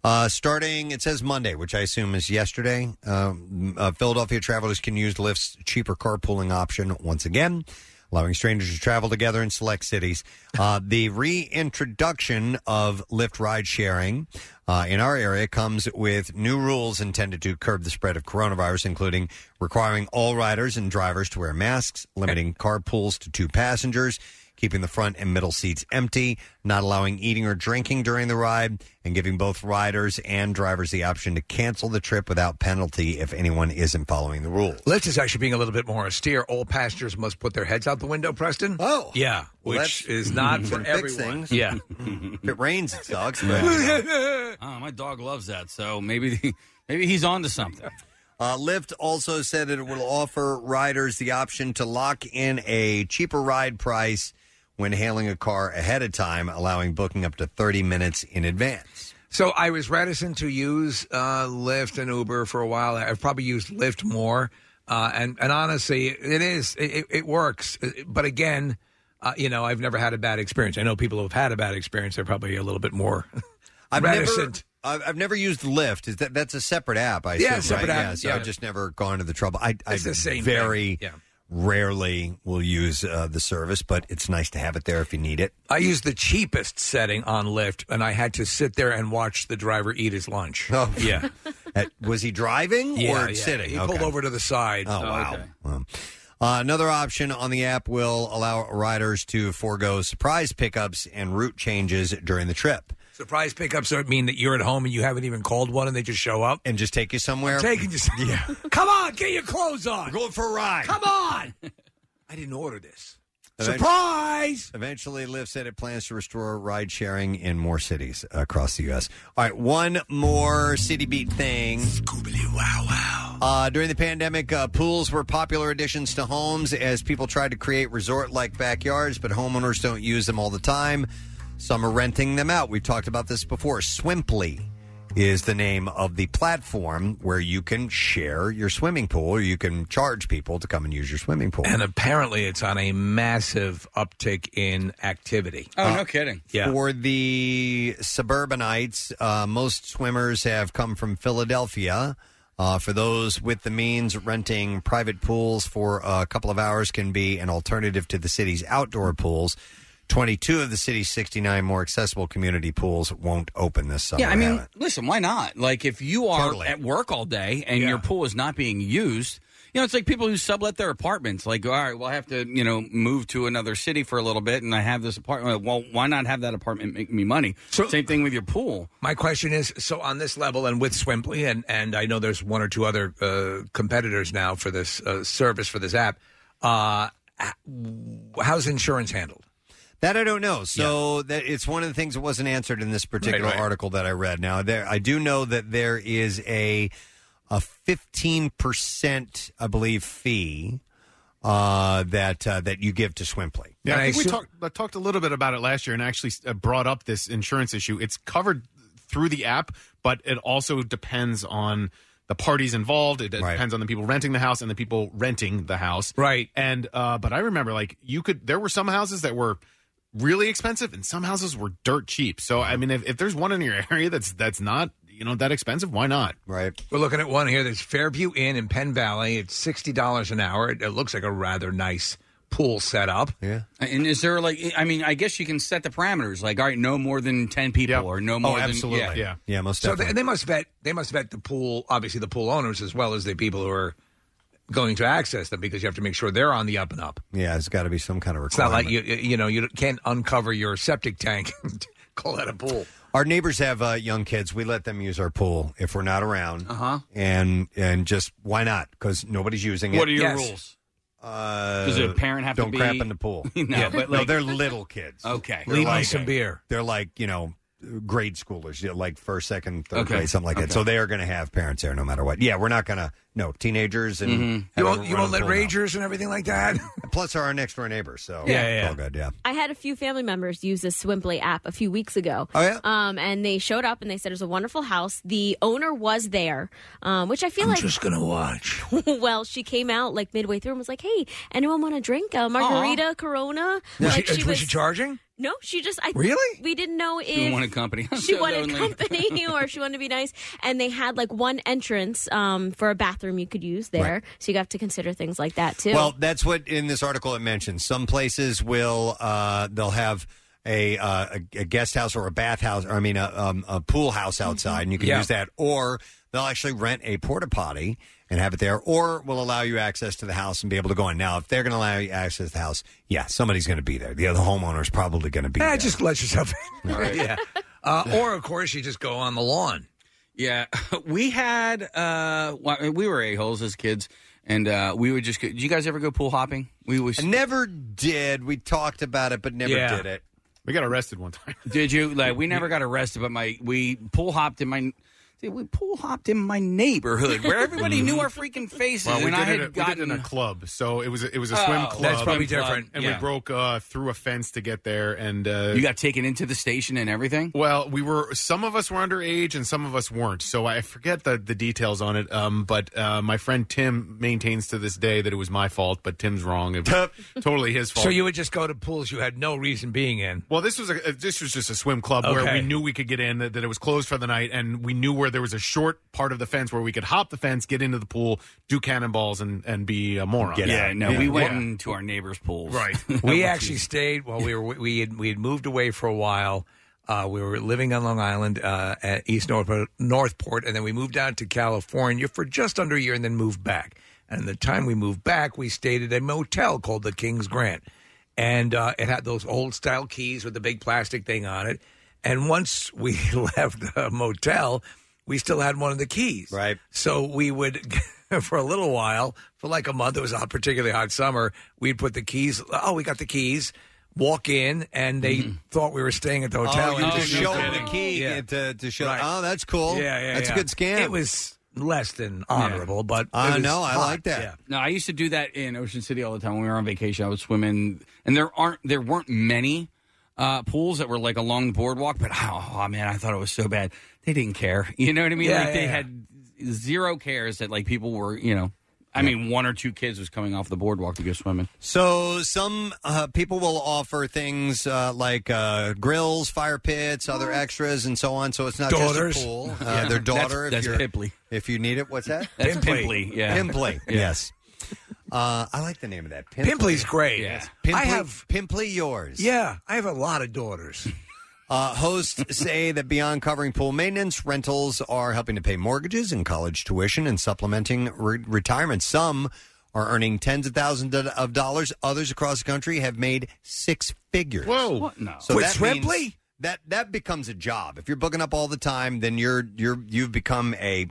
Uh, starting, it says Monday, which I assume is yesterday. Um, uh, Philadelphia travelers can use Lyft's cheaper carpooling option once again, allowing strangers to travel together in select cities. Uh, the reintroduction of Lyft ride sharing uh, in our area comes with new rules intended to curb the spread of coronavirus, including requiring all riders and drivers to wear masks, limiting carpools to two passengers keeping the front and middle seats empty, not allowing eating or drinking during the ride, and giving both riders and drivers the option to cancel the trip without penalty if anyone isn't following the rules.
Lyft is actually being a little bit more austere. All passengers must put their heads out the window, Preston.
Oh.
Yeah,
Well,
which
that's-
is not
Fix
for everyone.
things.
Yeah.
if it rains, it sucks. but-
Yeah. Oh, my dog loves that, so maybe maybe he's onto something.
Uh, Lyft also said that it will offer riders the option to lock in a cheaper ride price when hailing a car ahead of time, allowing booking up to 30 minutes in advance.
So I was reticent to use uh, Lyft and Uber for a while. I've probably used Lyft more, uh, and and honestly, it is it, it- it works. But again, uh, you know, I've never had a bad experience. I know people who have had a bad experience. They're probably a little bit more
I've
reticent.
never, I've, I've never used Lyft. Is that that's a separate app? I
Yeah,
assume,
separate
right?
app,
Yeah, so
yeah.
I've just never gone to the trouble. I, I
It's the same
very
thing, yeah.
rarely will use uh, the service, but it's nice to have it there if you need it.
I used the cheapest setting on Lyft, and I had to sit there and watch the driver eat his lunch.
Oh,
yeah.
was he driving
yeah,
or
yeah.
sitting?
He
Okay.
pulled over to the side.
Oh, wow. Wow. Uh, another option on the app will allow riders to forego surprise pickups and route changes during the trip.
Surprise pickups are, mean that you're at home and you haven't even called one, and they just show up
and just take you somewhere.
taking you, yeah. Come on, get your clothes on. We're
going for a ride.
Come on. I didn't order this.
Eventually-
Surprise!
Eventually, Lyft said it plans to restore ride sharing in more cities across the U.S. All right, one more city beat thing. Scoobily wow wow. Uh, during the pandemic, uh, pools were popular additions to homes as people tried to create resort like backyards, but homeowners don't use them all the time. Some are renting them out. We've talked about this before. Swimply is the name of the platform where you can share your swimming pool or you can charge people to come and use your swimming pool.
And apparently, it's on a massive uptick in activity. Uh,
Oh, no kidding.
For the suburbanites, uh, most swimmers have come from Philadelphia. Uh, for those with the means, renting private pools for a couple of hours can be an alternative to the city's outdoor pools. 22 of the city's 69 more accessible community pools won't open this summer.
yeah, I mean, listen, why not? Like, if you are
Totally.
at work all day and your pool is not being used, you know, it's like people who sublet their apartments. Like, all right, well, I have to, you know, move to another city for a little bit, and I have this apartment. Well, why not have that apartment make me money? Same thing with your pool.
My question is so on this level and with Swimply, and, and I know there's one or two other uh, competitors now for this uh, service, for this app. Uh, h- how's insurance handled?
That I don't know. So that it's one of the things that wasn't answered in this particular
right.
article that I read. Now there, I do know that there is a a fifteen percent, I believe, fee uh, that uh, that you give to Swimply.
Yeah, I think we talked I talked a little bit about it last year and actually uh, brought up this insurance issue. It's covered through the app, but it also depends on the parties involved. It depends on the people renting the house and the people renting the house.
Right.
And uh but I remember like you could there were some houses that were really expensive and some houses were dirt cheap. So I mean if, if there's one in your area that's that's not, you know, that expensive, why not?
Right.
We're looking at one here. There's Fairview Inn in Penn Valley. It's sixty dollars an hour. It, it looks like a rather nice pool setup.
Yeah.
And is there like, I mean, I guess you can set the parameters. Like, all right, no more than ten people, or no more than
So they, they must vet. They must vet the pool. Obviously, the pool owners as well as the people who are going to access them because you have to make sure they're on the up and up.
Yeah, it's got to be some kind of
It's not
requirement.
like you you you know you can't uncover your septic tank and call that a pool.
our neighbors have uh, young kids. We let them use our pool if we're not around,
Uh-huh.
and and just why not? Because nobody's using it.
What are your Yes. rules?
Uh,
Does a parent have to
don't crap
be-
in the pool?
No, but
no,
like-
they're little kids.
Okay.
They're
Leave me some beer.
They're like you know grade schoolers, you know, like first, second, third
Okay.
grade, something like that.
Okay.
So they are going to have parents there no matter what. Yeah, we're not going to no teenagers and
Mhm.
have
Mm-hmm. You
a
won't, you
run
won't
of the
let
pool, no.
ragers and everything like that.
Plus, are our next door neighbors. So
Yeah, yeah,
it's
yeah.
all good. Yeah.
I had a few family members use this Swimply app a few weeks ago.
Oh, yeah?
Um, and they showed up and they said it was a wonderful house. The owner was there, um, which I feel like.
just gonna watch.
well, she came out like midway through and was like, "Hey, anyone want a drink?
Uh-huh.
A margarita, Corona?" Like
was, she, was she charging?
No, she just. I
Really?
We didn't know if
She wanted company. I'm
she
so
wanted
lonely.
company, or if she wanted to be nice. And they had like one entrance um, for a bathroom you could use there, so you have to consider things like that too.
Well, that's what in this article it mentions. Some places will uh, they'll have a, uh, a a guest house or a bathhouse, or I mean a, um, a pool house outside, and you can
Yeah.
use that. Or they'll actually rent a porta potty and have it there, or will allow you access to the house and be able to go in. Now, if they're going to allow you access to the house, yeah, somebody's going to be there. The other homeowner is probably going to be.
Ah,
there.
just let yourself in.
Right.
yeah. Uh, or of course you just go on the lawn.
Yeah, we had uh, wa- we were a holes as kids, and uh, we would just. Go, did you guys ever go pool hopping? We was
never did. We talked about it, but never did it.
We got arrested one time.
Did you? Like we never got arrested, but my we pool hopped in my. Dude, we pool hopped in my neighborhood where everybody knew our freaking faces,
Well, we
and
did,
I had
it, at-
gotten
we did it in a club, so it was a, it was a
Oh,
swim
that's
club.
probably different,
And
yeah.
we broke uh, through a fence to get there, and uh,
You got taken into the station and everything.
Well, we were some of us were underage and some of us weren't, so I forget the the details on it. Um, but uh, my friend Tim maintains to this day that it was my fault, but Tim's wrong. It was totally his fault.
So you would just go to pools you had no reason being in.
Well, this was a this was just a swim club where we
Okay.
knew we could get in, that, that it was closed for the night, and we knew where where there was a short part of the fence where we could hop the fence, get into the pool, do cannonballs, and and be a moron.
Get Yeah, out. no, we went into our neighbor's pools.
Right.
we actually stayed while we were we had we had moved away for a while. Uh, we were living on Long Island, uh, at East Northport, Northport, and then we moved down to California for just under a year, and then moved back. And the time we moved back, we stayed at a motel called the King's Grant, and uh, it had those old style keys with the big plastic thing on it. And once we left the motel, we still had one of the keys. Right. So we would, for a little while, for like a month, it was a particularly hot summer, we'd put the keys, oh, we got the keys, walk in, and they thought we were staying at the hotel.
Mm-hmm. Oh, you
We just
just show
showed
them the key
Yeah.
to, to show.
Right.
Oh, that's cool.
Yeah, yeah,
That's
yeah.
a good scam.
It was less than honorable, but.
I
I
know,
know
I like that.
No, I used to do that in Ocean City all the time when we were on vacation. I would swim in, and there aren't there weren't many uh, pools that were like along the boardwalk. But oh, oh, man, I thought it was so bad. They didn't care. You know what I mean?
Yeah,
like
yeah,
they
yeah.
had zero cares that like people were. You know, I mean, one or two kids was coming off the boardwalk to go swimming.
So some uh, people will offer things uh, like uh, grills, fire pits, other extras, and so on. So it's not
Daughters.
just a pool. Uh,
Yeah.
Their
That's-
daughter,
that's
if you're
pimply.
if you need it. What's that?
That's pimply, yeah.
pimply.
Yeah.
Yes. Uh, I like the name of that.
Pimply's great.
Yes.
Yeah.
Pimply,
I have-
Pimply yours.
Yeah, I have a lot of daughters.
Uh, hosts say that beyond covering pool maintenance, rentals are helping to pay mortgages and college tuition and supplementing re- retirement. Some are earning tens of thousands of- of dollars. Others across the country have made six figures. Whoa!
What? No.
So
With
that means
Ripley?
that that becomes a job. If you're booking up all the time, then you're you're you've become a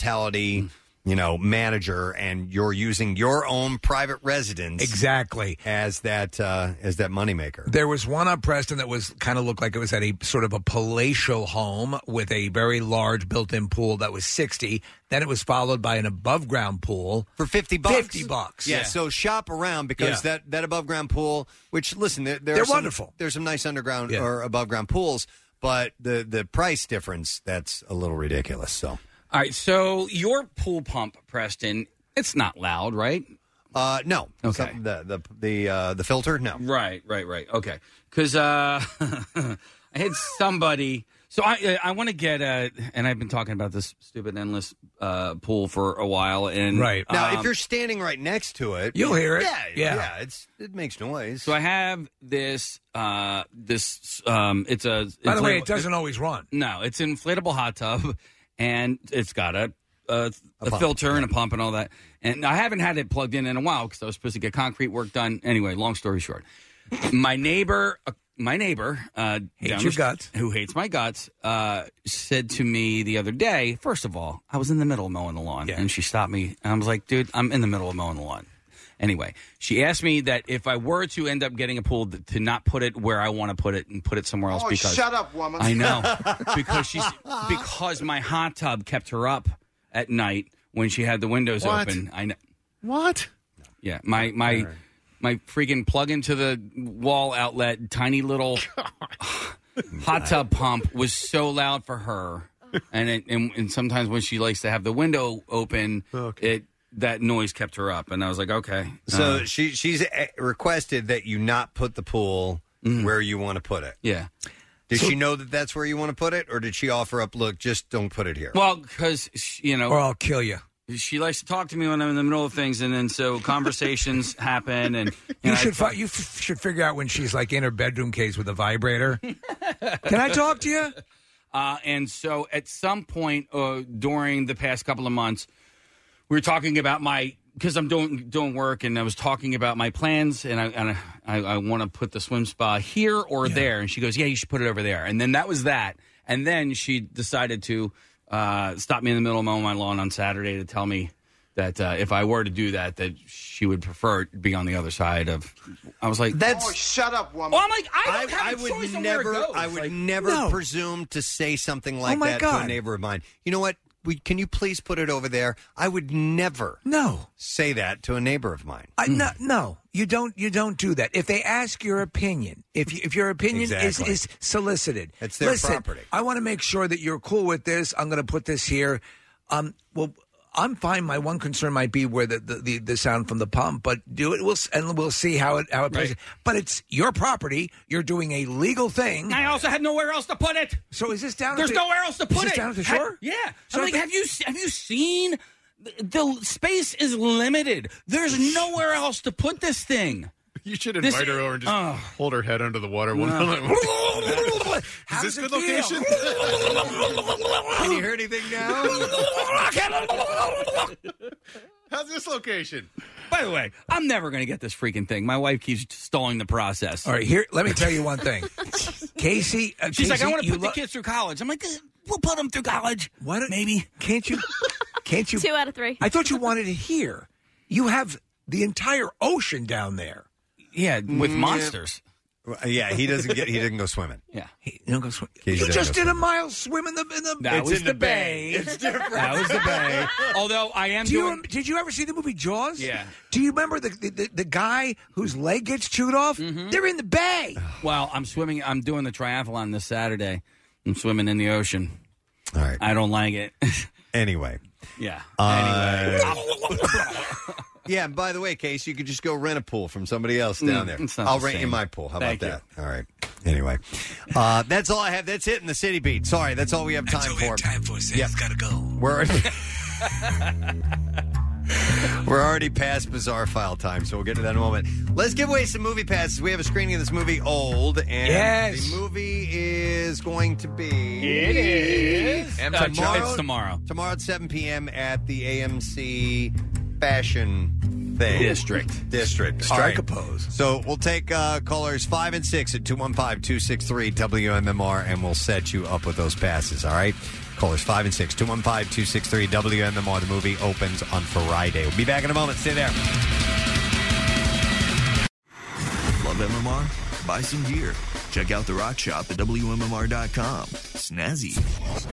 hospitality. You know, manager, and you're using your own private residence
exactly
as that uh, as that moneymaker.
There was one on Preston that was kind of looked like it was at a sort of a palatial home with a very large built-in pool that was sixty. Then it was followed by an above-ground pool
for fifty bucks.
Fifty bucks.
Yeah. So shop around because
Yeah.
that that above ground pool, which listen, there, there are
They're
some-
wonderful.
There's some nice underground
Yeah.
or above ground pools, but the the price difference that's a little ridiculous. So
All right, so your pool pump, Preston, it's not loud, right?
Uh, no.
Okay.
Some- the the the uh, the filter, no.
Right, right, right. Okay, because uh, I had somebody. So I I want to get a, and I've been talking about this stupid endless uh, pool for a while, and
now,
um,
if you're standing right next to it,
You'll hear it.
Yeah, yeah.
Yeah.
it's it makes noise.
so I have this uh this um it's a
By the way, it
inflatable-
doesn't always run.
No, it's an inflatable hot tub, and it's got a a, a,
pump,
filter and a pump and all that. And I haven't had it plugged in in a while because I was supposed to get concrete work done. Anyway, long story short, my neighbor, uh, my neighbor, uh,
Hates
down
your
the-
guts.
who hates my guts, uh, said to me the other day. First of all, I was in the middle of mowing the lawn, and she stopped me, and I was like, "Dude, I'm in the middle of mowing the lawn." Anyway, she asked me that if I were to end up getting a pool, th- to not put it where I want to put it and put it somewhere else.
Oh,
because
shut up, woman.
I know because she's because my hot tub kept her up at night when she had the windows
What?
open. I know.
What?
Yeah, my my my freaking plug into the wall outlet, tiny little hot tub pump was so loud for her, and it, and, and sometimes when she likes to have the window open, it that noise kept her up, and I was like, okay,
So
uh,
she she's eh, requested that you not put the pool where you want to put it.
yeah.
Did she know that that's where you want to put it, or did she offer up? Look, just don't put it here.
Well, because you know,
Or
I'll kill you.
She likes to talk to me when I'm in the middle of things, and then so conversations happen, and
You should fi- you f- should figure out when she's like in her bedroom case with a vibrator. Can I talk to you?
Uh, and so at some point uh, during the past couple of months, we were talking about my because I'm doing doing work, and I was talking about my plans, and I and I, I want to put the swim spa here or there, and she goes, "Yeah, you should put it over there." And then that was that, and then she decided to uh, stop me in the middle of mowing my lawn on Saturday to tell me that uh, if I were to do that, that she would prefer it be on the other side of. I was like,
oh, shut up, woman.
Well, I'm like, I don't have a
would
choice on where it
never,
goes.
I would
Like,
never
no.
presume to say something like
Oh, my
that to a
God.
neighbor of mine. You know what? We, can you please put it over there? I would never,
no,
say that to a neighbor of mine.
I, no, no, you don't. You don't do that. If they ask your opinion, if you, if your opinion
Exactly.
is, is solicited,
It's their
Listen,
property.
I want to make sure that you're cool with this. I'm going to put this here. Um, well, I'm fine. My one concern might be where the, the, the, the sound from the pump, but do it. We'll s- and we'll see how it how it plays.
Right.
But it's your property. You're doing a legal thing.
I also had nowhere else to put it.
So is this down?
There's
at the-
nowhere else to
is
put
this
it.
down at the
Had-
shore?
yeah.
So
I'm
if
like,
the-
have you se- have you seen the, the space is limited. There's nowhere else to put this thing.
You should
This-
invite her over and just
Oh.
hold her head under the water. One
No.
Is this good location?
Can you hear anything
now? How's this location?
By the way, I'm never going to get this freaking thing. My wife keeps stalling the process.
All right, here. Let me tell you one thing, Casey. uh,
She's like,
Casey,
I want to
you
put
lo-
the kids through college. I'm like, "Eh, we'll put them through college.
Why don't, maybe can't you? Can't you?
Two out of three.
I thought you wanted it here. You have the entire ocean down there.
Yeah,
with Mm, monsters. yeah, he doesn't get. He didn't go swimming.
Yeah,
he don't go swimming.
He
You just did a mile swim in the in the.
That It's was in the the bay. bay. It's different. That was the bay.
Although I am
Do you
doing-
rem- did you ever see the movie Jaws?
Yeah.
Do you remember the the, the, the guy whose leg gets chewed off?
Mm-hmm.
They're in the bay.
Well, I'm swimming. I'm doing the triathlon this Saturday. I'm swimming in the ocean. All right. I don't like it.
Anyway.
Yeah.
Uh,
anyway.
Yeah, and by the way, Case, you could just go rent a pool from somebody else down
Mm,
there.
it's not
I'll
the
rent you
same.
my pool. How
Thank
about that? All right. Anyway, uh, that's all I have. That's it in the city beat. Sorry, that's all we have time for. time
for.
Yeah, gotta go. We're already, we're already past bizarre file time, so we'll get to that in a moment. Let's give away some movie passes. We have a screening of this movie, Old, and
Yes.
the movie is going to be.
It is.
And
Uh,
tomorrow,
it's tomorrow.
Tomorrow at 7 p.m. at the AMC Fashion Thing.
District.
District.
Strike
All right.
a pose.
So we'll take uh, callers 5 and 6 at 215 263 WMMR and we'll set you up with those passes. All right? Callers 5 and 6, 215 263 WMMR. The movie opens on Friday. We'll be back in a moment. Stay there.
Love MMR? Buy some gear. Check out the rock shop at WMMR.com. Snazzy.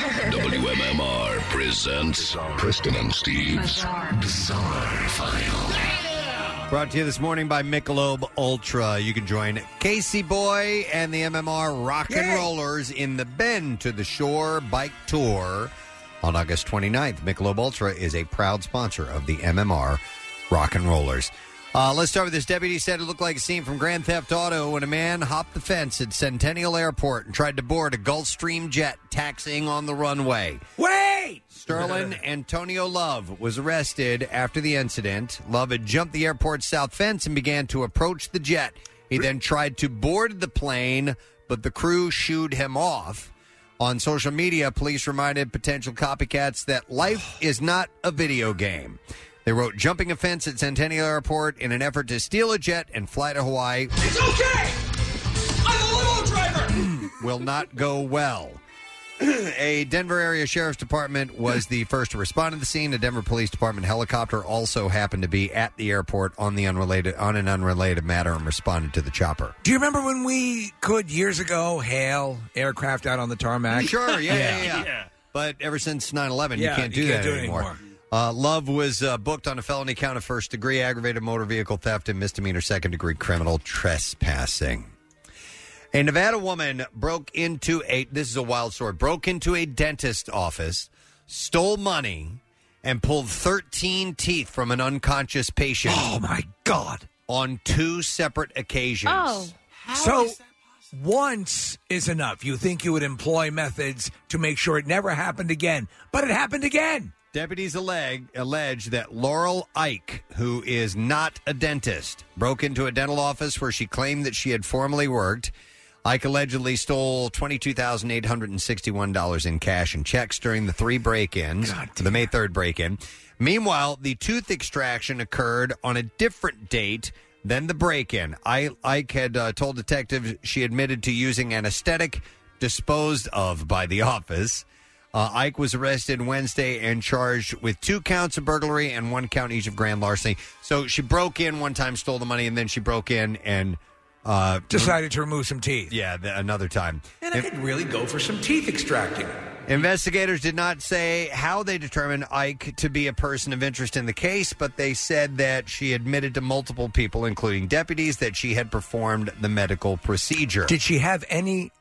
WMMR presents Preston and Steve's Bizarre, File.
Brought to you this morning by Michelob Ultra. You can join Casey Boy and the MMR Rock and Rollers in the Bend to the Shore Bike Tour on August 29th. Michelob Ultra is a proud sponsor of the MMR Rock and Rollers. Uh, let's start with this. Deputy said it looked like a scene from Grand Theft Auto when a man hopped the fence at Centennial Airport and tried to board a Gulfstream jet taxiing on the runway.
Wait!
Sterling Antonio Love was arrested after the incident. Love had jumped the airport's south fence and began to approach the jet. He then tried to board the plane, but the crew shooed him off. On social media, police reminded potential copycats that life is not a video game. They wrote jumping a fence at Centennial Airport in an effort to steal a jet and fly to Hawaii
okay. I'm a limo driver.
will not go well. a Denver area sheriff's department was the first to respond to the scene. A Denver police department helicopter also happened to be at the airport on the unrelated on an unrelated matter and responded to the chopper.
Do you remember when we could years ago hail aircraft out on the tarmac?
Sure, yeah, yeah, yeah. But ever since 9 11,
Yeah,
you can't do
you can't
that
do it
anymore.
anymore.
Uh, Love was uh, booked on a felony count of first degree aggravated motor vehicle theft and misdemeanor second degree criminal trespassing. A Nevada woman broke into a this is a wild story. Broke into a dentist office, stole money, and pulled 13 teeth from an unconscious patient. Oh
my god.
on two separate occasions.
so once is enough. You think you would employ methods to make sure it never happened again, but it happened again.
Deputies alleg- allege that Laurel Ike, who is not a dentist, broke into a dental office where she claimed that she had formerly worked. Ike allegedly stole $22,861 in cash and checks during the three break ins, the May 3rd break in. Meanwhile, the tooth extraction occurred on a different date than the break in. Ike had uh, told detectives she admitted to using anesthetic disposed of by the office. Uh, Ike was arrested Wednesday and charged with two counts of burglary and one count each of grand larceny. So she broke in one time, stole the money, and then she broke in and uh,
Decided to remove some teeth.
Yeah, th- another time.
And I could really go for some teeth extracting.
Investigators did not say how they determined Ike to be a person of interest in the case, but they said that she admitted to multiple people, including deputies, that she had performed the medical procedure.
Did she have any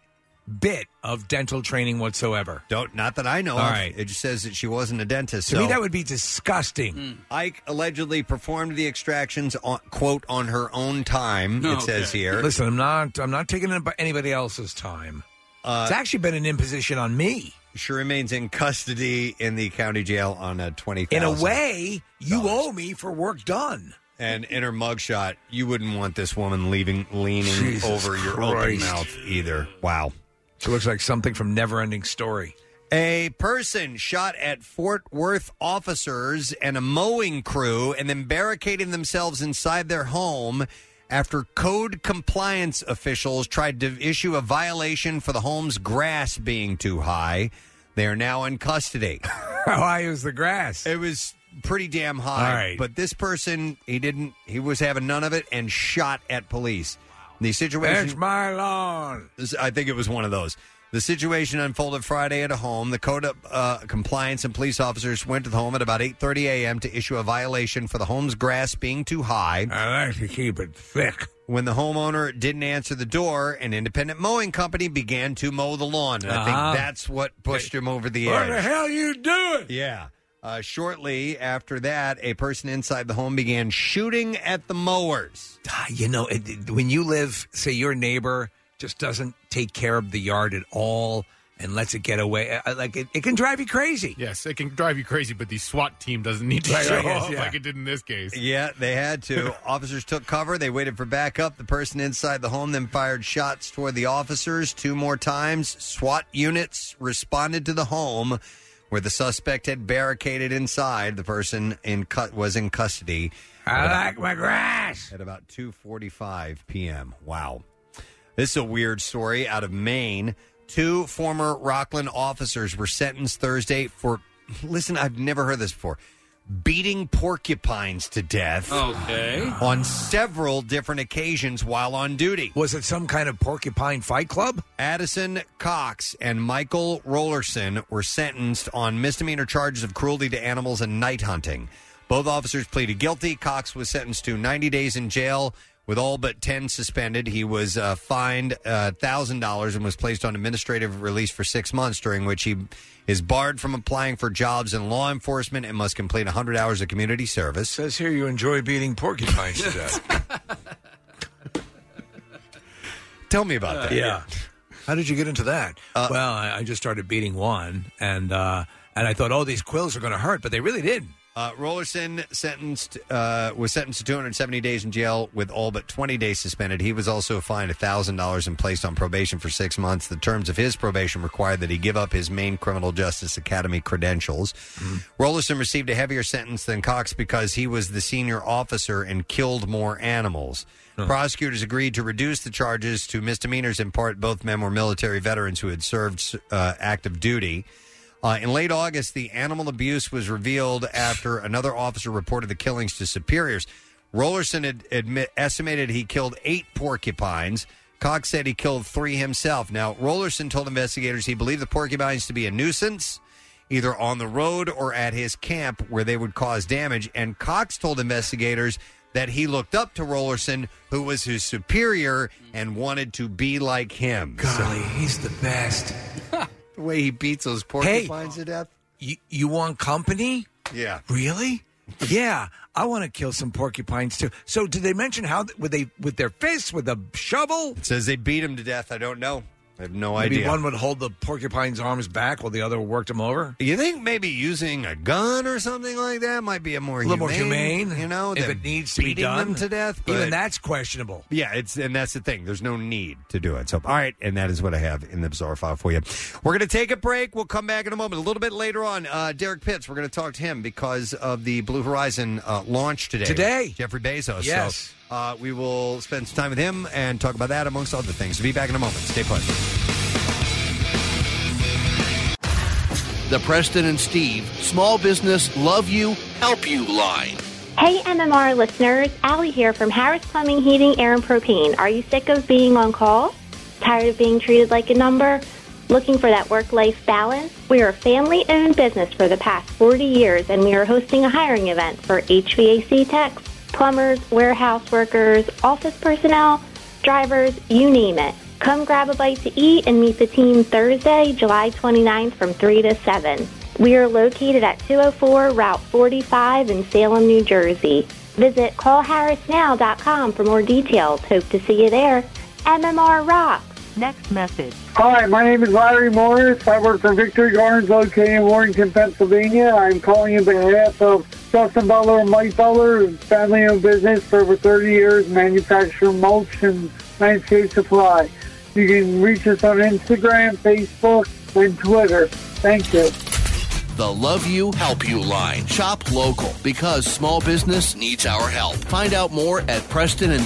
bit of dental training whatsoever?
Don't, not that I know
All
of.
right.
It just says that she wasn't a dentist.
To
so.
me, that would be disgusting.
Mm. Ike allegedly performed the extractions on quote on her own time. it says here.
Listen, I'm not. I'm not taking it by anybody else's time.
Uh,
it's actually been an imposition on me.
she remains in custody in the county jail on a twenty.
In a way, you owe me for work done.
and in her mugshot, you wouldn't want this woman leaving leaning
Jesus
over your open
Christ.
mouth either. Wow.
She looks like something from Neverending Story.
A person shot at Fort Worth officers and a mowing crew and then barricaded themselves inside their home after code compliance officials tried to issue a violation for the home's grass being too high. They are now in custody.
How high was the grass?
It was pretty damn high.
All right.
But this person, he didn't, he was having none of it and shot at police. The situation.
That's my lawn.
This- I think it was one of those. The situation unfolded Friday at a home. The code uh, compliance and police officers went to the home at about 8:30 a.m. to issue a violation for the home's grass being too high.
I like to keep it thick.
When the homeowner didn't answer the door, an independent mowing company began to mow the lawn, and I
Uh-huh.
think that's what pushed him over the
what
edge.
the hell you doing?
Yeah. Uh, shortly after that, a person inside the home began shooting at the mowers.
Ah, You know, it, when you live, say your neighbor just doesn't take care of the yard at all and lets it get away, I- I- like it, it can drive you crazy.
Yes, it can drive you crazy, but the SWAT team doesn't need to
Right,
show
right, yes,
up
yeah.
like it did in this case.
Yeah, they had to. officers took cover. They waited for backup. The person inside the home then fired shots toward the officers two more times. SWAT units responded to the home where the suspect had barricaded inside. The person in cut was in custody.
I
About-
like my grass.
At about 2:45 p.m. Wow. This is a weird story out of Maine. Two former Rockland officers were sentenced Thursday for listen, I've never heard this before. Beating porcupines to death.
uh,
Okay.
On several different occasions while on duty.
Was it some kind of porcupine fight club?
Addison Cox and Michael Rollerson were sentenced on misdemeanor charges of cruelty to animals and night hunting. Both officers pleaded guilty. Cox was sentenced to 90 days in jail with all but 10 suspended. He was uh, fined uh, $1,000 and was placed on administrative release for six months, during which he is barred from applying for jobs in law enforcement and must complete 100 hours of community service.
says here you enjoy beating porcupines to
uh,
death.
Tell me about that.
Yeah. How did you get into that?
Uh,
well, I, I just started beating one, and uh, and I thought, oh, these quills are going to hurt, but they really didn't.
Uh, Rollerson sentenced uh, was sentenced to 270 days in jail with all but 20 days suspended. He was also fined thousand dollars and placed on probation for six months. The terms of his probation required that he give up his Maine Criminal Justice Academy credentials. Rollerson received a heavier sentence than Cox because he was the senior officer and killed more animals. Prosecutors agreed to reduce the charges to misdemeanors. In part, both men were military veterans who had served uh, active duty. Uh, in late August, the animal abuse was revealed after another officer reported the killings to superiors. Rollerson had admit, estimated he killed eight porcupines. Cox said he killed three himself. Now, Rollerson told investigators he believed the porcupines to be a nuisance, either on the road or at his camp where they would cause damage. And Cox told investigators that he looked up to Rollerson, who was his superior, and wanted to be like him.
Golly, he's the best.
the way he beats those
porcupines
to death.
You, you want company?
Yeah.
Really? yeah, I want to kill some porcupines too. So, did they mention how th- would they with their fists with a shovel? It
says they beat him to death. I don't know. I have no
Maybe
idea.
one would hold the porcupine's arms back while the other worked him over.
You think maybe using a gun or something like that might be a more
a little
humane,
more humane,
you know,
if
than
it needs to be
beating
done
them to death, but-
Even that's questionable.
Yeah, it's and that's the thing. There's no need to do it. So, all right, and that is what I have in the bizarre file for you. We're going to take a break. We'll come back in a moment. A little bit later on, uh, Derek Pitts. We're going to talk to him because of the Blue Horizon uh, launch today.
Today.
Jeffrey Bezos.
Yes.
So, uh, we will spend some time with him and talk about that amongst other things. So be back in a moment. Stay put.
The Preston and Steve Small Business Love You, Help You line.
Hey, MMR listeners, Allie here from Harris Plumbing, Heating, Air, and Propane. Are you sick of being on call? Tired of being treated like a number? Looking for that work life balance? We are a family owned business for the past 40 years, and we are hosting a hiring event for HVAC techs, plumbers, warehouse workers, office personnel, drivers, you name it. Come grab a bite to eat and meet the team Thursday, July 29th from 3 to 7. We are located at 204 Route 45 in Salem, New Jersey. Visit callharrisnow.com for more details. Hope to see you there. MMR Rocks. Next message.
Hi, my name is Larry Morris. I work for Victory Gardens located in Warrington, Pennsylvania. I'm calling on behalf of Justin Butler and Mike Butler, family owned business for over 30 years, manufacturing mulch and landscape supply. You can reach us on Instagram, Facebook, and Twitter. Thank you.
The Love You, Help You line. Shop local because small business needs our help. Find out more at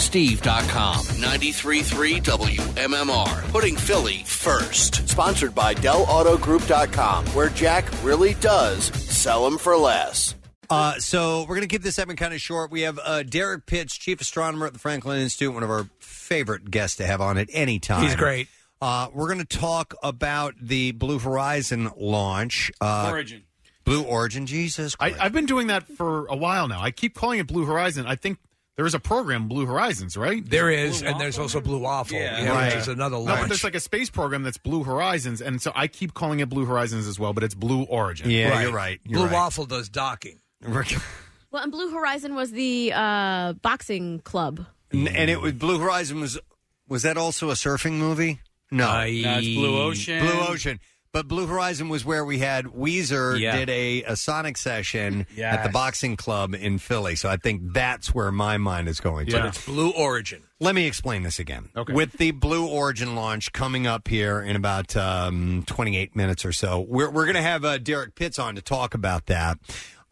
PrestonandSteve.com. 93.3 WMMR. Putting Philly first. Sponsored by DellAutoGroup.com, where Jack really does sell them for less.
Uh, so we're going to keep this segment kind of short. We have uh, Derek Pitts, chief astronomer at the Franklin Institute, one of our favorite guests to have on at any time.
He's great.
Uh, we're going to talk about the Blue Horizon launch. Uh,
Origin.
Blue Origin. Jesus
I, I've been doing that for a while now. I keep calling it Blue Horizon. I think there is a program, Blue Horizons, right?
There is, and there's also Blue Waffle. Yeah,
Right.
there's another
No, but
launch.
there's like a space program that's Blue Horizons, and so I keep calling it Blue Horizons as well, but it's Blue Origin.
Yeah, Right. you're right. You're
Blue Waffle does docking.
Well, and Blue Horizon was the uh, boxing club.
N- And it was Blue Horizon was was that also a surfing movie? No,
Uh, No, it's Blue Ocean.
Blue Ocean. But Blue Horizon was where we had Weezer
Yeah.
did a, a Sonic session at the
Yes.
boxing club in Philly. So I think that's where my mind is going
But
to.
it's Blue Origin.
Let me explain this again.
Okay.
With the Blue Origin launch coming up here in about um, 28 minutes or so, we're, we're going to have uh, Derek Pitts on to talk about that.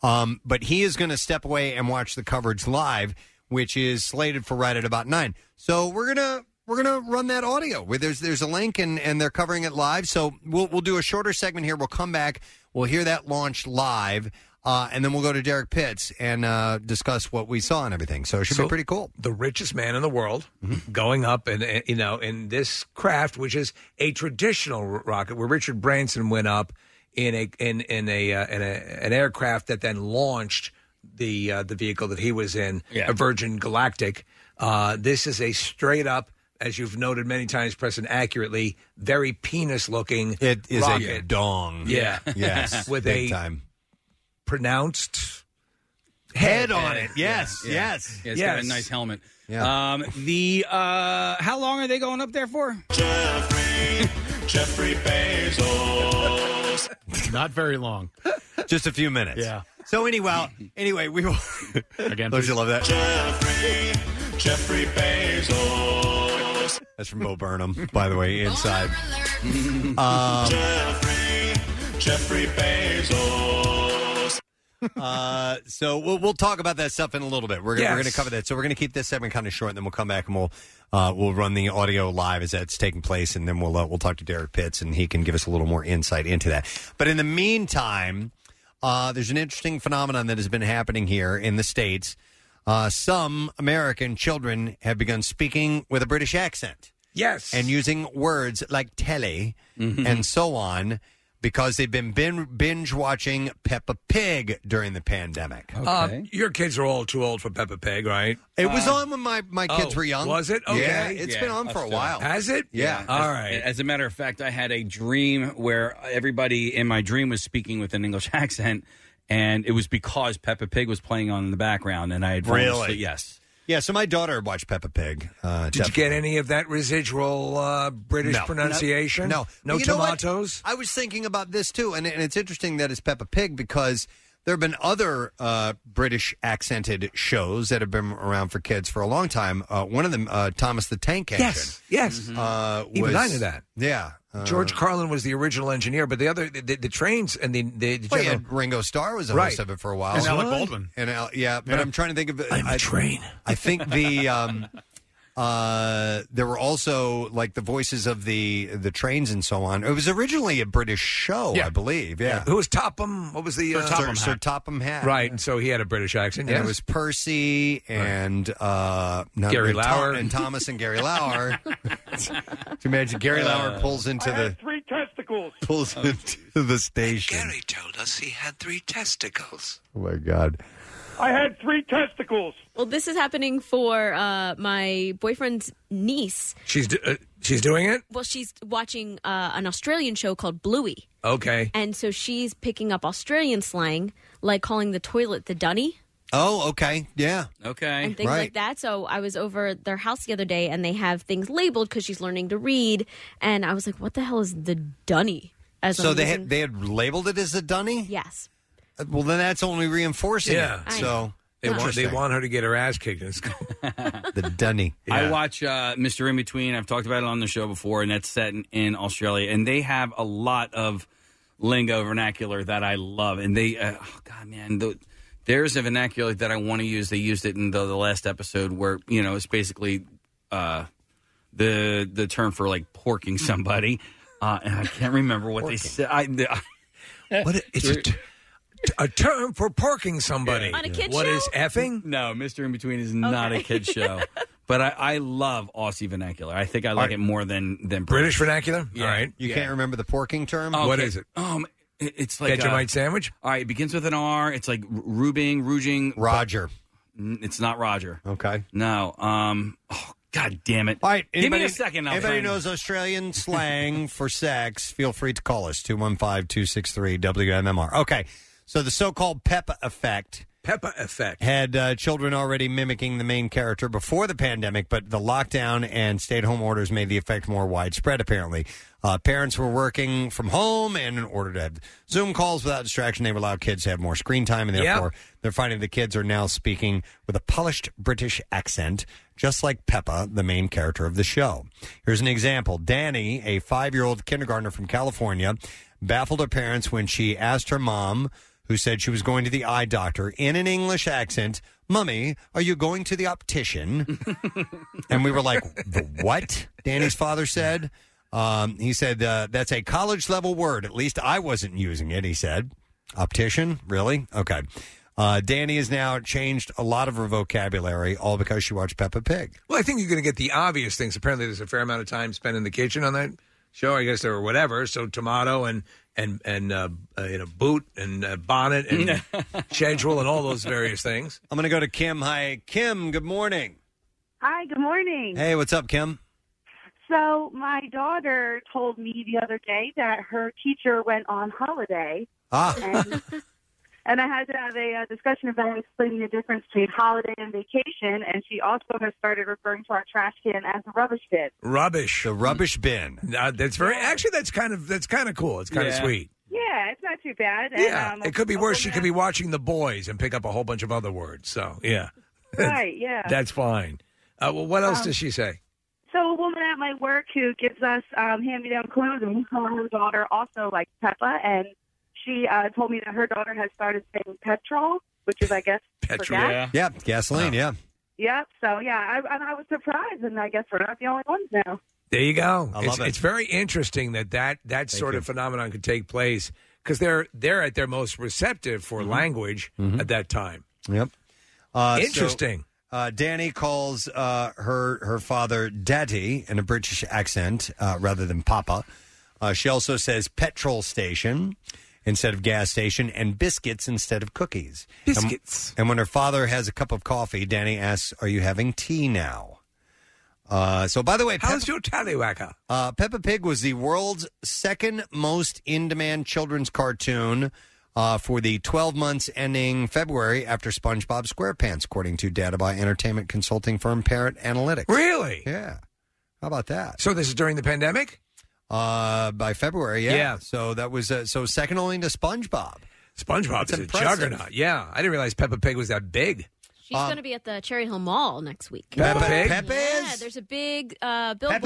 Um, but he is going to step away and watch the coverage live, which is slated for right at about nine. So we're gonna we're gonna run that audio where there's there's a link and and they're covering it live. So we'll we'll do a shorter segment here. We'll come back. We'll hear that launch live. Uh, and then we'll go to Derek Pitts and uh, discuss what we saw and everything. So it should
So-
be pretty cool. Mm-hmm.
The richest man in the world going up and, and, you know, in this craft, which is a traditional r- rocket where Richard Branson went up in a, in, in a, uh, in a, an aircraft that then launched the, uh, the vehicle that he was in, a Virgin Galactic. Uh, this is a straight up, as you've noted many times, Preston, accurately, very penis looking
It is
rocket.
a dong.
Yeah.
Yes.
With
big
a
time.
pronounced
head on it. Yes. Yes.
Yeah, it's got a nice helmet.
Yeah.
Um, the uh, how long are they going up there for?
Jeffrey Bezos.
Not very long.
Just a few minutes.
Yeah.
So anyway, anyway, we will again. Don't you love that?
Jeffrey, Jeffrey Bezos.
That's from Bo Burnham, by the way, inside. Um,
Jeffrey, Jeffrey Bezos.
uh, so we'll we'll talk about that stuff in a little bit. We're gonna, we're
Yes.
going to cover that. So we're going to keep this segment kind of short, and then we'll come back and we'll uh, we'll run the audio live as that's taking place, and then we'll uh, we'll talk to Derek Pitts, and he can give us a little more insight into that. But in the meantime, uh, there's an interesting phenomenon that has been happening here in the states. Uh, some American children have begun speaking with a British accent.
Yes.
And using words like telly
Mhm.
and so on because they've been bin- binge watching Peppa Pig during the pandemic.
Uh, your kids are all too old for Peppa Pig, right?
It was on when my, my kids
Uh, oh,
were young.
Was it? Okay.
Yeah, it's been on for a while.
Has it?
As-
All right.
As a matter of fact, I had a dream where everybody in my dream was speaking with an English accent. and it was because Peppa Pig was playing on in the background, and I had fallen
Really?
asleep. yes.
Yeah, so my daughter watched Peppa Pig. Uh,
Did you get any of that residual uh, British
No.
pronunciation?
No,
no,
But you know what?
tomato.
I was thinking about this too, and, and it's interesting that it's Peppa Pig because there have been other uh, British accented shows that have been around for kids for a long time. Uh, one of them, uh, Thomas the Tank Engine.
Yes, yes.
Uh,
Even
was-
I knew that.
Yeah, uh,
George Carlin was the original engineer, but the other the, the, the trains and the the, the
Well,
general-
yeah, Ringo Starr was the
Right.
host of it for a while.
And Alec Really? Baldwin.
And Al, yeah, but
Yeah.
I'm trying to think of. I'm
a train.
I think the. Um, uh, there were also like the voices of the the trains and so on. It was originally a British show, I believe. Yeah,
Who was Topham? What was the
Sir
uh,
Topham Sir- Sir Hatt. Topham Hatt.
Right, and so he had a British accent.
and
Yes.
it was Percy and uh, no,
Gary
and Tom-
Lauer.
and Thomas and Gary Lauer. Could you imagine
Uh,
Gary Lauer pulls into the
Three testicles.
pulls into the station.
Gary told us he had three testicles.
Oh my God.
I had three testicles.
Well, this is happening for uh, my boyfriend's niece.
she's do- uh, she's doing it.
Well, she's watching uh, an Australian show called Bluey,
Okay.
and so she's picking up Australian slang, like calling the toilet the dunny
Oh, okay, yeah,
okay,
and things like that. So I was over at their house the other day, and they have things labeled because she's learning to read, and I was like, "What the hell is the dunny?" As
so
I'm
they
using-
had they had labeled it as a dunny.
yes,
Uh, Well, then that's only reinforcing
Yeah.
it. So
They want, they
Interesting.
want her to get her ass kicked in school.
the dunny.
I watch uh, Mr. In Between. I've talked about it on the show before, and that's set in, in Australia. And they have a lot of lingo vernacular that I love. And they, uh, oh God, man, the, there's a vernacular that I want to use. They used it in the, the last episode where you know it's basically uh, the the term for like porking somebody, uh, and I can't remember what they said. I, the,
what it's a, t- a term for parking somebody.
On a kid
What
show?
is effing?
No, Mister In Between is not a kid show. But I, I love Aussie vernacular. I think I like it more than than
British vernacular.
Yeah.
All right.
You
Yeah.
can't remember the porking term?
Okay.
What is
Um, it- it's like
Vegemite
sandwich. All right, it begins with an R. It's like r- Rubing, Rouging,
Roger.
It's not Roger.
Okay.
No. Um. Oh, God damn it!
All right.
Give me
anybody-
a second. I'll
Anybody
find-
knows Australian slang for sex, feel free to call us 215 263 WMMR. Okay. So the so called Peppa effect.
Peppa effect.
Had uh, children already mimicking the main character before the pandemic, but the lockdown and stay at home orders made the effect more widespread, apparently. Uh, parents were working from home, and in order to have Zoom calls without distraction, they would allow kids to have more screen time, and
Yeah.
therefore they're finding the kids are now speaking with a polished British accent, just like Peppa, the main character of the show. Here's an example Danny, a five year old kindergartner from California, baffled her parents when she asked her mom, who said she was going to the eye doctor, in an English accent, Mummy, are you going to the optician? and we were like, the what? Danny's father said. Um, he said, uh, that's a college level word. At least I wasn't using it, he said. Optician? Really? Okay. Uh, Danny has now changed a lot of her vocabulary, all because she watched Peppa Pig.
Well, I think you're going to get the obvious things. Apparently, there's a fair amount of time spent in the kitchen on that show. I guess there were whatever. So tomato and and and uh, uh, in a boot and uh, bonnet and schedule and all those various things.
I'm going to go to Kim. Hi, Kim. Good morning.
Hi, good morning.
Hey, what's up, Kim?
So, my daughter told me the other day that her teacher went on holiday.
Ah.
And, and I had to have a, uh discussion about explaining the difference between holiday and vacation. And she also has started referring to our trash can as a rubbish bin.
Rubbish. uh,
The rubbish bin.
that's very actually that's kind of that's kind of cool. It's kind
Yeah.
of sweet.
Yeah, it's not too bad. And,
Yeah,
um,
it could be worse. She could be watching the boys and pick up a whole bunch of other words. So yeah,
Right, yeah.
that's fine. Uh, well, what else
Um,
does she say?
So a woman at my work who gives us um, hand-me-down clothing, her and her daughter also like Peppa, and she uh, told me that her daughter has started saying petrol, which is, I guess, for gas.
Yeah, gasoline, yeah.
Yep. So yeah, I, and I was surprised, and I guess we're not the only ones now.
There you go.
I
it's,
love it.
it's very interesting that that, that sort of phenomenon could take place because they're they're at their most receptive for language at that time.
Yep. Mm-hmm. Uh, so,
Interesting.
uh, Danny calls uh, her her father Daddy in a British accent uh, rather than Papa. Uh, she also says petrol station instead of gas station and biscuits instead of cookies. Biscuits. And, when her father has a cup of coffee, Danny asks, "Are you having tea now?" Uh, so, by the way, how's
your tallywhacker?
Uh, Peppa Pig was the world's second most in-demand children's cartoon, uh, for the 12 months ending February after SpongeBob SquarePants, according to data by entertainment consulting firm Parrot Analytics.
Really?
Yeah. How about that?
So this is during the pandemic?
Uh, by February, yeah.
Yeah.
So that was uh, so second only to SpongeBob.
SpongeBob is a juggernaut. Yeah, I didn't realize Peppa Pig was that big.
She's going to be at the Cherry Hill Mall next week.
Peppa Pig?
Yeah, there's a big uh, billboard.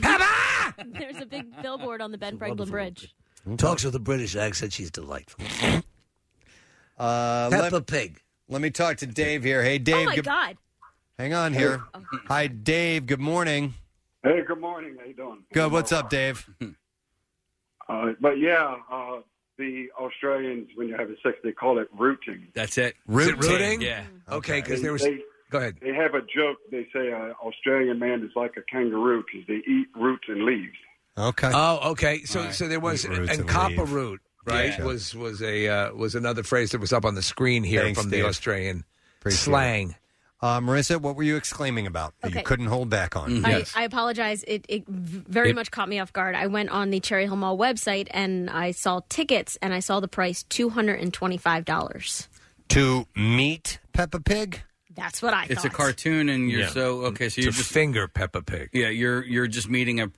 Peppa! there's a big billboard on the Ben Franklin Bridge.
Mm-hmm.
Talks with a British accent. She's delightful.
Uh,
Peppa
let,
Pig.
Let me talk to Dave here. Hey, Dave.
oh my
good-
God!
Hang on here. Hi, Dave. Good morning.
Hey, good morning. How you doing?
Good. What's up, Dave?
Uh, but yeah, uh, the Australians, when you have a sex, they call it rooting.
That's it.
Rooting? rooting?
Yeah.
Okay, because
They-
there was.
they-
go ahead.
They have a joke. They say an Australian man is like a kangaroo because they eat roots and leaves.
Okay.
Oh, okay. So,
All right.
so there was
Eat roots
and
and
copper
leave.
root, right?
Yeah.
Was was a uh, was another phrase that was up on the screen here
Thanks,
from
Dave.
the Australian
Appreciate it.
slang.
Uh, Marissa, what were you exclaiming about that you
Okay.
couldn't hold back on?
Mm-hmm.
I, I apologize. It, it v- very
Mm, It-
much caught me off guard. I went on the Cherry Hill Mall website and I saw tickets and I saw the price two hundred and twenty five dollars.
to meet Peppa Pig.
That's what I
it's a
thought.
cartoon, and you're
Yeah.
so okay. So you're just
finger Peppa Pig.
Yeah, you're you're just meeting a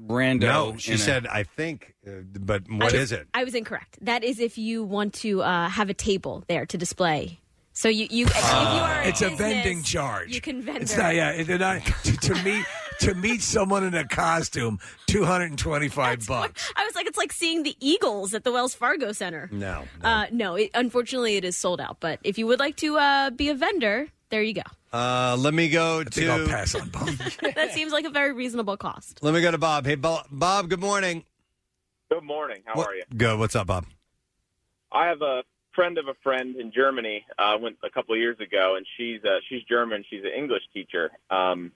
rando.
No, she
in a-
said, I think, uh, but what
I,
is it?
I was incorrect. That is if you want to uh, have a table there to display. So you you if you
Uh,
are
Ah, it's a
business,
vending charge.
You can vendor.
It's not. Yeah, it, it, I, to, to meet to meet someone in a costume, two hundred and twenty five bucks.
I was like, it's like seeing the Eagles at the Wells Fargo Center.
No.
Mm,
Uh, no, it, unfortunately, it is sold out. But if you would like to uh, be a vendor, there you go.
Uh, let me go to.
I'll pass on Bob.
that seems like a very reasonable cost.
let me go to Bob. Hey, Bob. Bob good morning.
Good morning. How
What-
are you?
Good. What's up, Bob?
I have a friend of a friend in Germany. Uh, went a couple of years ago, and she's uh, she's German. She's an English teacher, um,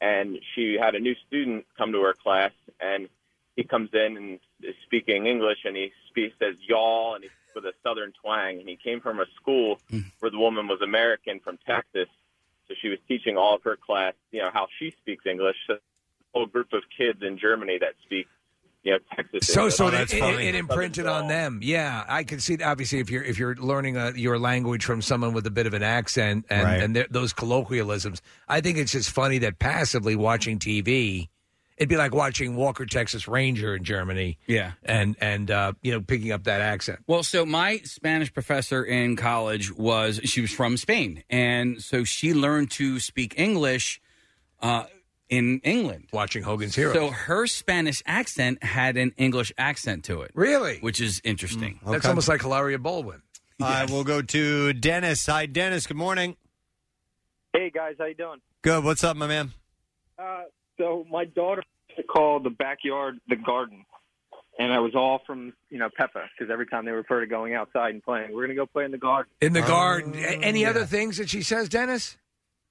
and she had a new student come to her class, and he comes in and is speaking English, and he speaks says y'all, and he with a southern twang, and he came from a school
Hmm.
where the woman was American from Texas, so she was teaching all of her class, you know, how she speaks English. So, a whole group of kids in Germany that speak, you know, Texas.
So,
English.
Oh,
so it, it, it imprinted on them. Yeah, I can see. Obviously, if you're if you're learning uh your language from someone with a bit of an accent and
Right.
and th- those colloquialisms, I think it's just funny that passively watching TV, it'd be like watching Walker Texas Ranger in Germany.
Yeah.
and and uh, you know picking up that accent.
Well, so my Spanish professor in college was she was from Spain, and so she learned to speak English uh, in England,
watching Hogan's Heroes.
So her Spanish accent had an English accent to it,
really, Mm,
which is interesting.
That's almost like Hilaria Baldwin.
I will go to Dennis. Hi, Dennis. Good morning.
Hey guys, how you doing?
Good. What's up, my man?
Uh, so my daughter used to call the backyard the garden, and I was all from you know Peppa because every time they refer to going outside and playing, we're gonna go play in the garden.
In the garden. A- Any
Mm,
other things that she says, Dennis?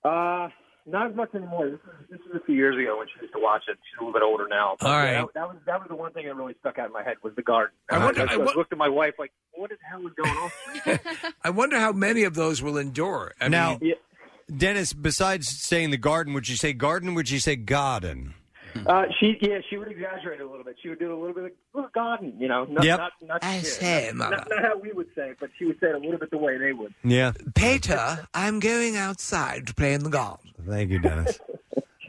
Uh, not as much anymore. This is, this is a few years ago when she used to watch it. She's a little bit older now.
All
yeah,
right.
that, that was that was the one thing that really stuck out in my head was the garden.
I wonder- I wo-
looked at my wife like, what the hell is going on?
I wonder how many of those will endure. I
now,
mean,
Dennis, besides saying the garden, would you say garden? Would you say garden?
Uh, she yeah, she would exaggerate a little bit. She would do a little bit of little garden, you know. Not,
Yep.
not, not,
I
yeah,
say,
not,
Mama.
not, not how we would say it, but she would say it a little bit the way they would.
Yeah.
Peter, I'm going outside to play in the garden.
Thank you, Dennis.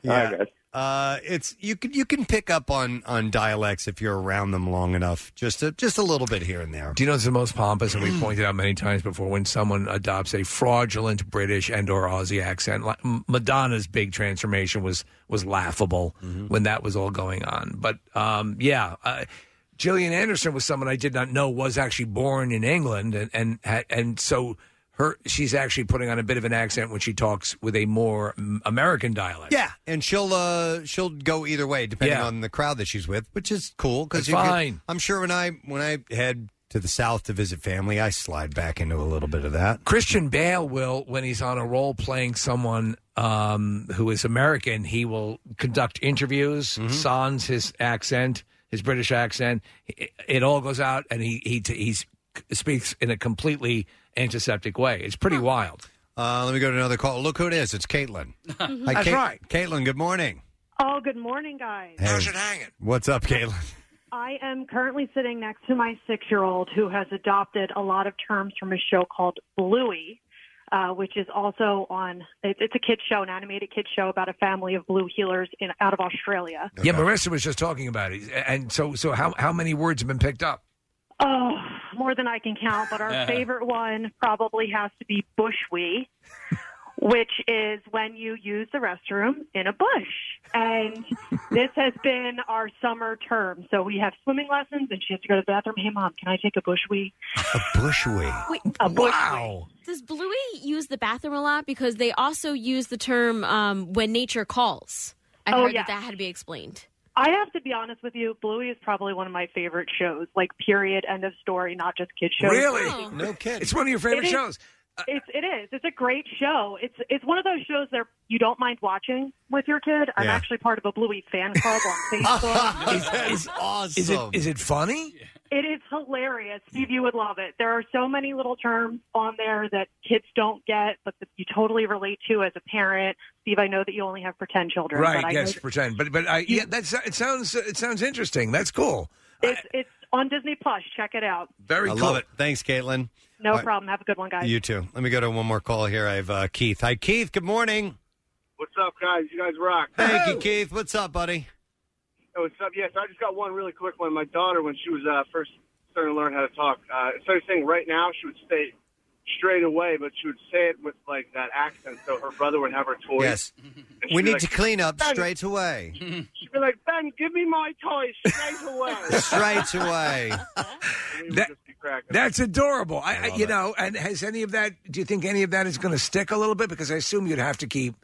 yeah. Uh, it's you can you can pick up on on dialects if you're around them long enough, just a, just a little bit here and there.
Do you know it's the most pompous, and we pointed out many times before when someone adopts a fraudulent British and/or Aussie accent? Like M- Madonna's big transformation was was laughable
Mm-hmm.
when that was all going on. But um, yeah, uh, Gillian Anderson was someone I did not know was actually born in England, and and ha- and so her she's actually putting on a bit of an accent when she talks with a more mm, American dialect.
Yeah, and she'll uh, she'll go either way depending
Yeah.
on the crowd that she's with, which is cool because
That's fine.
I'm sure when I when I head to the south to visit family, I slide back into a little bit of that.
Christian Bale will, when he's on a role playing someone um, who is American, he will conduct interviews,
Mm-hmm.
sans his accent, his British accent. It, it all goes out, and he he t- he's, speaks in a completely antiseptic way. It's pretty wild.
Uh, let me go to another call. Look who it is. It's Caitlin. Hi,
That's
Cait-
right.
Caitlin. Good morning.
Oh, good morning, guys.
How's it
hanging?
What's up, Caitlin?
I am currently sitting next to my six year old who has adopted a lot of terms from a show called Bluey, uh, which is also on, it, it's a kid's show, an animated kid's show about a family of blue healers in, out of Australia.
Yeah, Marissa was just talking about it, and so so how how many words have been picked up?
Oh, more than I can count, but our favorite one probably has to be bushwee, which is when you use the restroom in a bush. And this has been our summer term. So we have swimming lessons, and she has to go to the bathroom. Hey, mom, can I take a bushwee?
A bushwig.
Wait,
A bushwee.
Does Bluey use the bathroom a lot? Because they also use the term um, when nature calls. I
Oh,
heard
yes.
that that had to be explained.
I have to be honest with you. Bluey is probably one of my favorite shows. Like, period, end of story, not just kids shows.
Really? No kidding. It's one of your favorite
It is-
shows. Uh,
It's it is. It's a great show. It's it's one of those shows that you don't mind watching with your kid. I'm
Yeah.
actually part of a Bluey fan club on Facebook.
is, awesome. Is it is it funny?
it is hilarious. Steve, you would love it. There are so many little terms on there that kids don't get, but that you totally relate to as a parent. Steve, I know that you only have pretend children,
Right.
but I
yes.
know
Pretend. But but I yeah. That's it. Sounds it sounds interesting. That's cool.
it's it's on Disney Plus. Check it out.
Very
I
cool.
love it. Thanks, Caitlin.
No
All right,
problem. Have a good one, guys.
You too. Let me go to one more call here. I have uh, Keith. Hi, Keith. Good morning.
What's up, guys? You guys rock.
Thank you, Keith. What's up, buddy?
Oh, what's up? Yes, I just got one really quick one. My daughter, when she was uh, first starting to learn how to talk, uh, instead of saying right now, she would say straight away, but she would say it with like that accent, so her brother would have her toys.
Yes.
And
We
she'd be
need
like,
to clean up
"Ben,"
straight away.
She'd be like, "Ben, give me my toys straight away."
straight away.
That-
Cracking.
that's adorable. I, I
love
you
it.
know. And has any of that? Do you think any of that is going to stick a little bit? Because I assume you'd have to keep.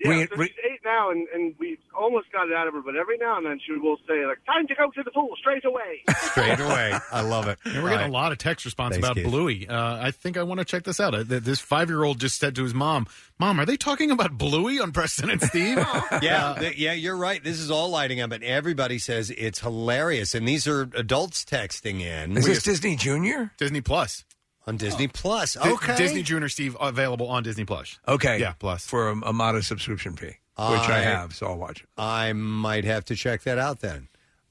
Yeah,
re-
so
re-
she's eight now, and, and we almost got it out of her, but every now and then she will say like, "Time to go to the pool straight away."
Straight away. I love it.
And we're getting a lot of text response about Bluey. Uh, I think I want to check this out. Uh, th- this five year old just said to his mom, "Mom, are they talking about Bluey on Preston and Steve?"
Yeah,
Uh,
th- yeah, you're right. This is all lighting up, and everybody says it's hilarious. And these are adults texting in.
Is this
Disney Junior?
Disney Plus. Oh.
On Disney Plus.
Di-
Okay.
Disney Junior Steve available on Disney Plus.
Okay.
Yeah, plus.
For a, a modest subscription fee, which I,
I-
have, so I'll watch it.
I might have to check that out then.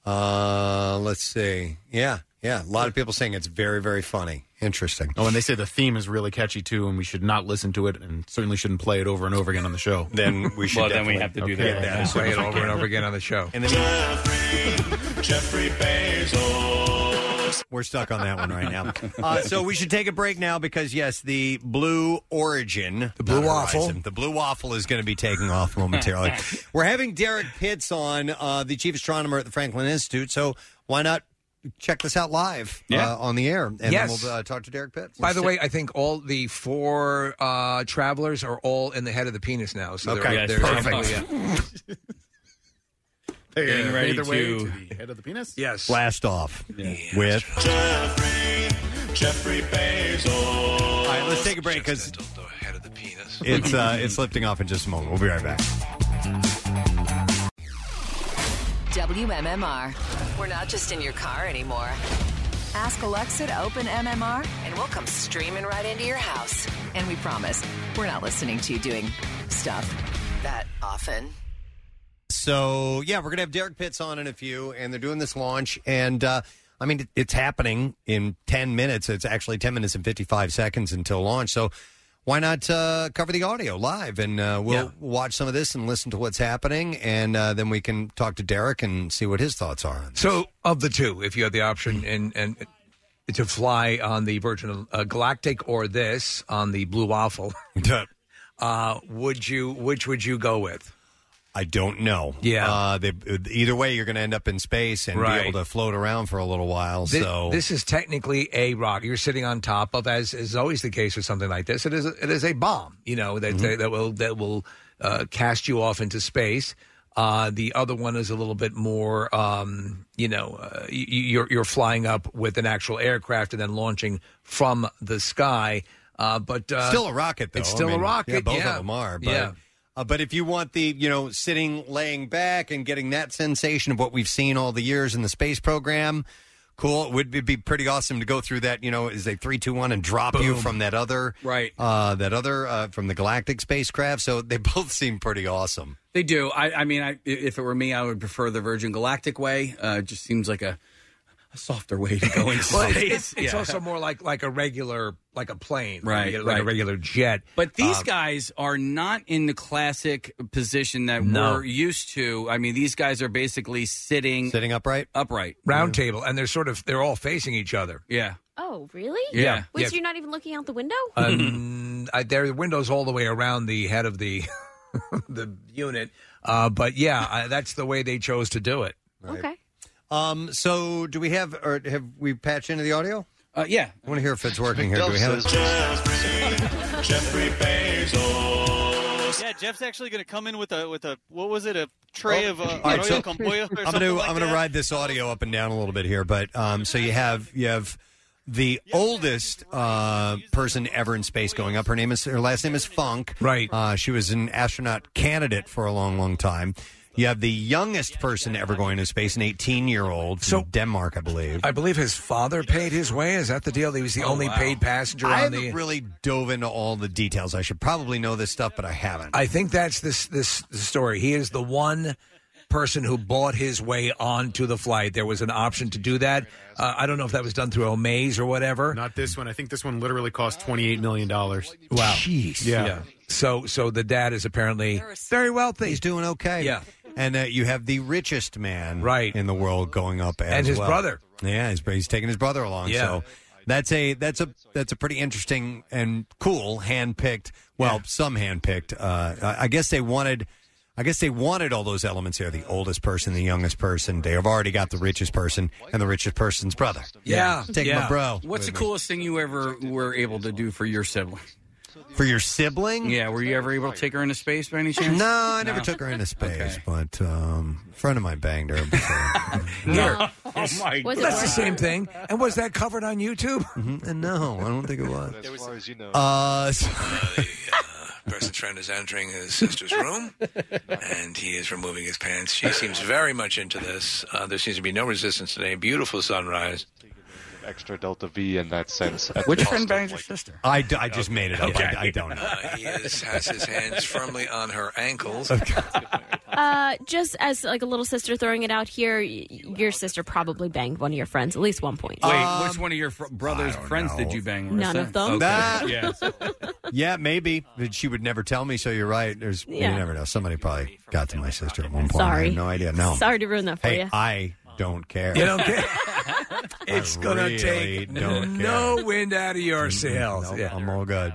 Uh, let's see. Yeah, yeah. A lot of people saying it's very, very funny. Interesting.
Oh, and they say the theme is really catchy too, and we should not listen to it, and certainly shouldn't play it over and over again on the show.
Then we should Well, then we definitely- have to do that right now.
play it over and over
again on the show.
And
then
Jeffrey Bezos.
We're stuck on that one right now. Uh, so we should take a break now because yes, the Blue Origin, the
Blue
waffle, the Blue Waffle is going to be taking off momentarily. We're having Derek Pitts on, uh, the chief astronomer at the Franklin Institute. So why not check this out live
Yeah.
uh, on the air? And
Yes.
then we'll uh, talk to Derek Pitts.
By the way, I think all the four uh, travelers are all in the head of the penis now. So
Okay,
they're,
yes,
they're
perfect.
definitely, yeah.
Getting ready
Either
to,
way,
the head of the penis.
Yes.
blast off with.
Jeffrey Bezos.
All right, let's take a break because it's uh, it's lifting off in just a moment. We'll be right back.
WMMR. We're not just in your car anymore. Ask Alexa to open MMR, and we'll come streaming right into your house. And we promise, we're not listening to you doing stuff that often.
So yeah, we're gonna have Derek Pitts on in a few, and they're doing this launch, and uh, I mean it- it's happening in ten minutes. It's actually ten minutes and fifty five seconds until launch. So why not uh, cover the audio live, and uh, we'll watch some of this and listen to what's happening, and uh, then we can talk to Derek and see what his thoughts are. on it.
So, of the two, if you had the option and and to fly on the Virgin uh, Galactic or this on the Blue Waffle, uh, would you? Which would you go with?
I don't know.
Yeah.
Uh, they, either way, you're going to end up in space and
Right.
be able to float around for a little while.
Thi-
so
this is technically a rock you're sitting on top of, as is always the case with something like this. It is a, it is a bomb, you know that
Mm-hmm.
that, that will that will uh, cast you off into space. Uh, the other one is a little bit more, um, you know, uh, y- y- you're you're flying up with an actual aircraft and then launching from the sky. Uh, but uh,
still a rocket, though.
It's
I
still
mean,
a rocket.
Yeah, both
yeah.
of them are. But,
yeah.
uh, but if you want the, you know, sitting, laying back and getting that sensation of what we've seen all the years in the space program, cool. It would be- be pretty awesome to go through that. You know, is they three, two, one, and drop you
Boom.
from that other
Right.
uh, that other uh, from the galactic spacecraft. So they both seem pretty awesome.
They do. I, I mean, I, i- if it were me, I would prefer the Virgin Galactic way. Uh, it just seems like a, a softer way to go into
Well, it's,
space.
it's- it's
Yeah.
also more like like a regular like a plane,
right,
Like, a- like a
right.
regular jet.
But these
Um,
guys are not in the classic position that
No.
we're used to. I mean, these guys are basically sitting
sitting upright,
upright,
round table, and they're sort of they're all facing each other.
Yeah.
Oh, really?
Yeah.
Wait,
Yeah.
so you're not even looking out the window?
Um, I, there are windows all the way around the head of the the unit. Uh, but yeah, I, that's the way they chose to do it.
Okay.
Um, so do we have or have we patched into the audio?
Uh, yeah,
I want to hear if it's working here. Do we have it?
Jeffrey, Jeffrey Bezos.
Yeah, Jeff's actually going to come in with a with a what was it a tray of uh,
Oh. All right,
arroyo
so-
con pollo or
I'm
something
gonna
like
I'm gonna
that?
ride this audio up and down a little bit here, but um, so you have you have the oldest uh, person ever in space going up. Her name is her last name is Funk. Right. Uh, she was an astronaut candidate for a long, long time. You have the youngest person ever going to space, an 18 year old from Denmark, I believe.
I believe his father paid his way. Is that the deal? He was the only paid passenger
I
on
haven't
the.
really dove into all the details. I should probably know this stuff, but I haven't.
I think that's this this story. He is the one person who bought his way onto the flight. There was an option to do that. Uh, I don't know if that was done through Omaze or whatever.
Not this one. I think this one literally cost twenty eight million dollars.
Wow. Jeez.
Yeah.
So so the dad is apparently very wealthy. He's
doing okay.
Yeah.
And uh, you have the richest man right. in the world going up as
And his
well.
brother.
Yeah, he's, he's taking his brother along.
Yeah.
So that's a that's a that's a pretty interesting and cool handpicked. Well, some handpicked. Uh, I I guess they wanted. I guess they wanted all those elements here: the oldest person, the youngest person. They have already got the richest person and the richest person's brother. take my bro.
What's the coolest thing you ever were able to do for your sibling?
For your sibling?
Yeah, were you ever able to take her into space by any chance?
No, I never took her into space, but um, a friend of mine banged her.
Here.
Oh my
Well, That's the same thing. And was that covered on YouTube?
Mm-hmm. And no, I don't think it was.
As far as you know.
Uh, so-
Person's friend is entering his sister's room, and he is removing his pants. She seems very much into this. Uh, there seems to be no resistance today. Beautiful sunrise.
Extra delta V in that sense.
Which friend bangs your sister?
I, d- I just made it up. I, I don't know.
Uh, he is, has his hands firmly on her ankles.
Uh, just as like a little sister throwing it out here, y- your sister probably banged one of your friends at least one point.
Wait,
Um,
which one of your fr- brother's friends did you bang?
None
Marissa?
of them.
Okay.
Nah.
Yeah.
Yeah, maybe. But she would never tell me, so you're right. There's
Yeah.
you never know. Somebody probably got to my sister at one point. I
Sorry.
have no idea. No.
Sorry to ruin that for
Hey,
you.
I don't care.
You don't care?
I
It's gonna
really
take
don't
no
care.
wind out of your sails.
Nope,
Yeah.
I'm all good.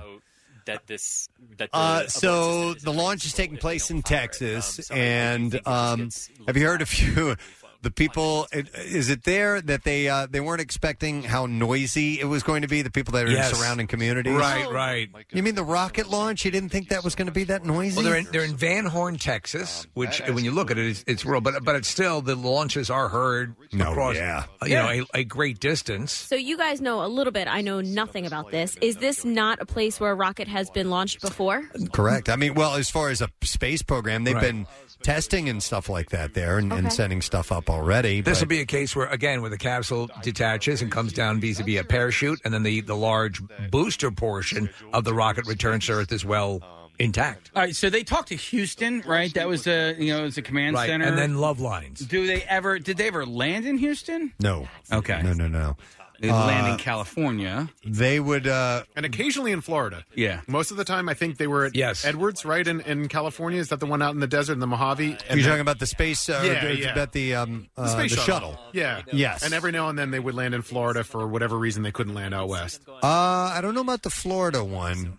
that this that the
Uh, so the launch is taking place in Texas, and um, have you heard a few? The people, it- is it there that they uh, they weren't expecting how noisy it was going to be? The people that are in
Yes.
surrounding communities,
Right, right.
You mean the rocket launch? You didn't think that was going to be that noisy?
Well, they're in, they're in Van Horn,
Um,
Texas, which when you look at it, it's, it's real. But but it's still the launches are heard across uh,
yeah.
you know a, a great distance.
So you guys know a little bit. I know nothing about this. Is this not a place where a rocket has been launched before?
Correct. I mean, well, as far as a space program, they've been testing and stuff like that there and, and
Okay.
sending stuff up already.
This will
but-
be a case where again, where the capsule detaches and comes down vis-a-vis a parachute, and then the the large booster portion of the rocket returns to Earth as well intact.
All right, so they talked to Houston, right? That was a you know, it was a command
Right,
center.
and then love lines.
Do they ever? Did they ever land in Houston?
no.
Okay.
No, no, no.
They land in
Uh,
California.
They would, uh,
and occasionally in Florida.
Yeah.
Most of the time, I think they were at yes. Edwards, right? In, in California, is that the one out in the desert in the Mojave?
You're talking about the space, uh,
yeah,
the-
yeah.
about the, um, uh,
space
the shuttle.
Yeah.
Yes.
And every now and then they would land in Florida for whatever reason they couldn't land out west.
Uh, I don't know about the Florida one.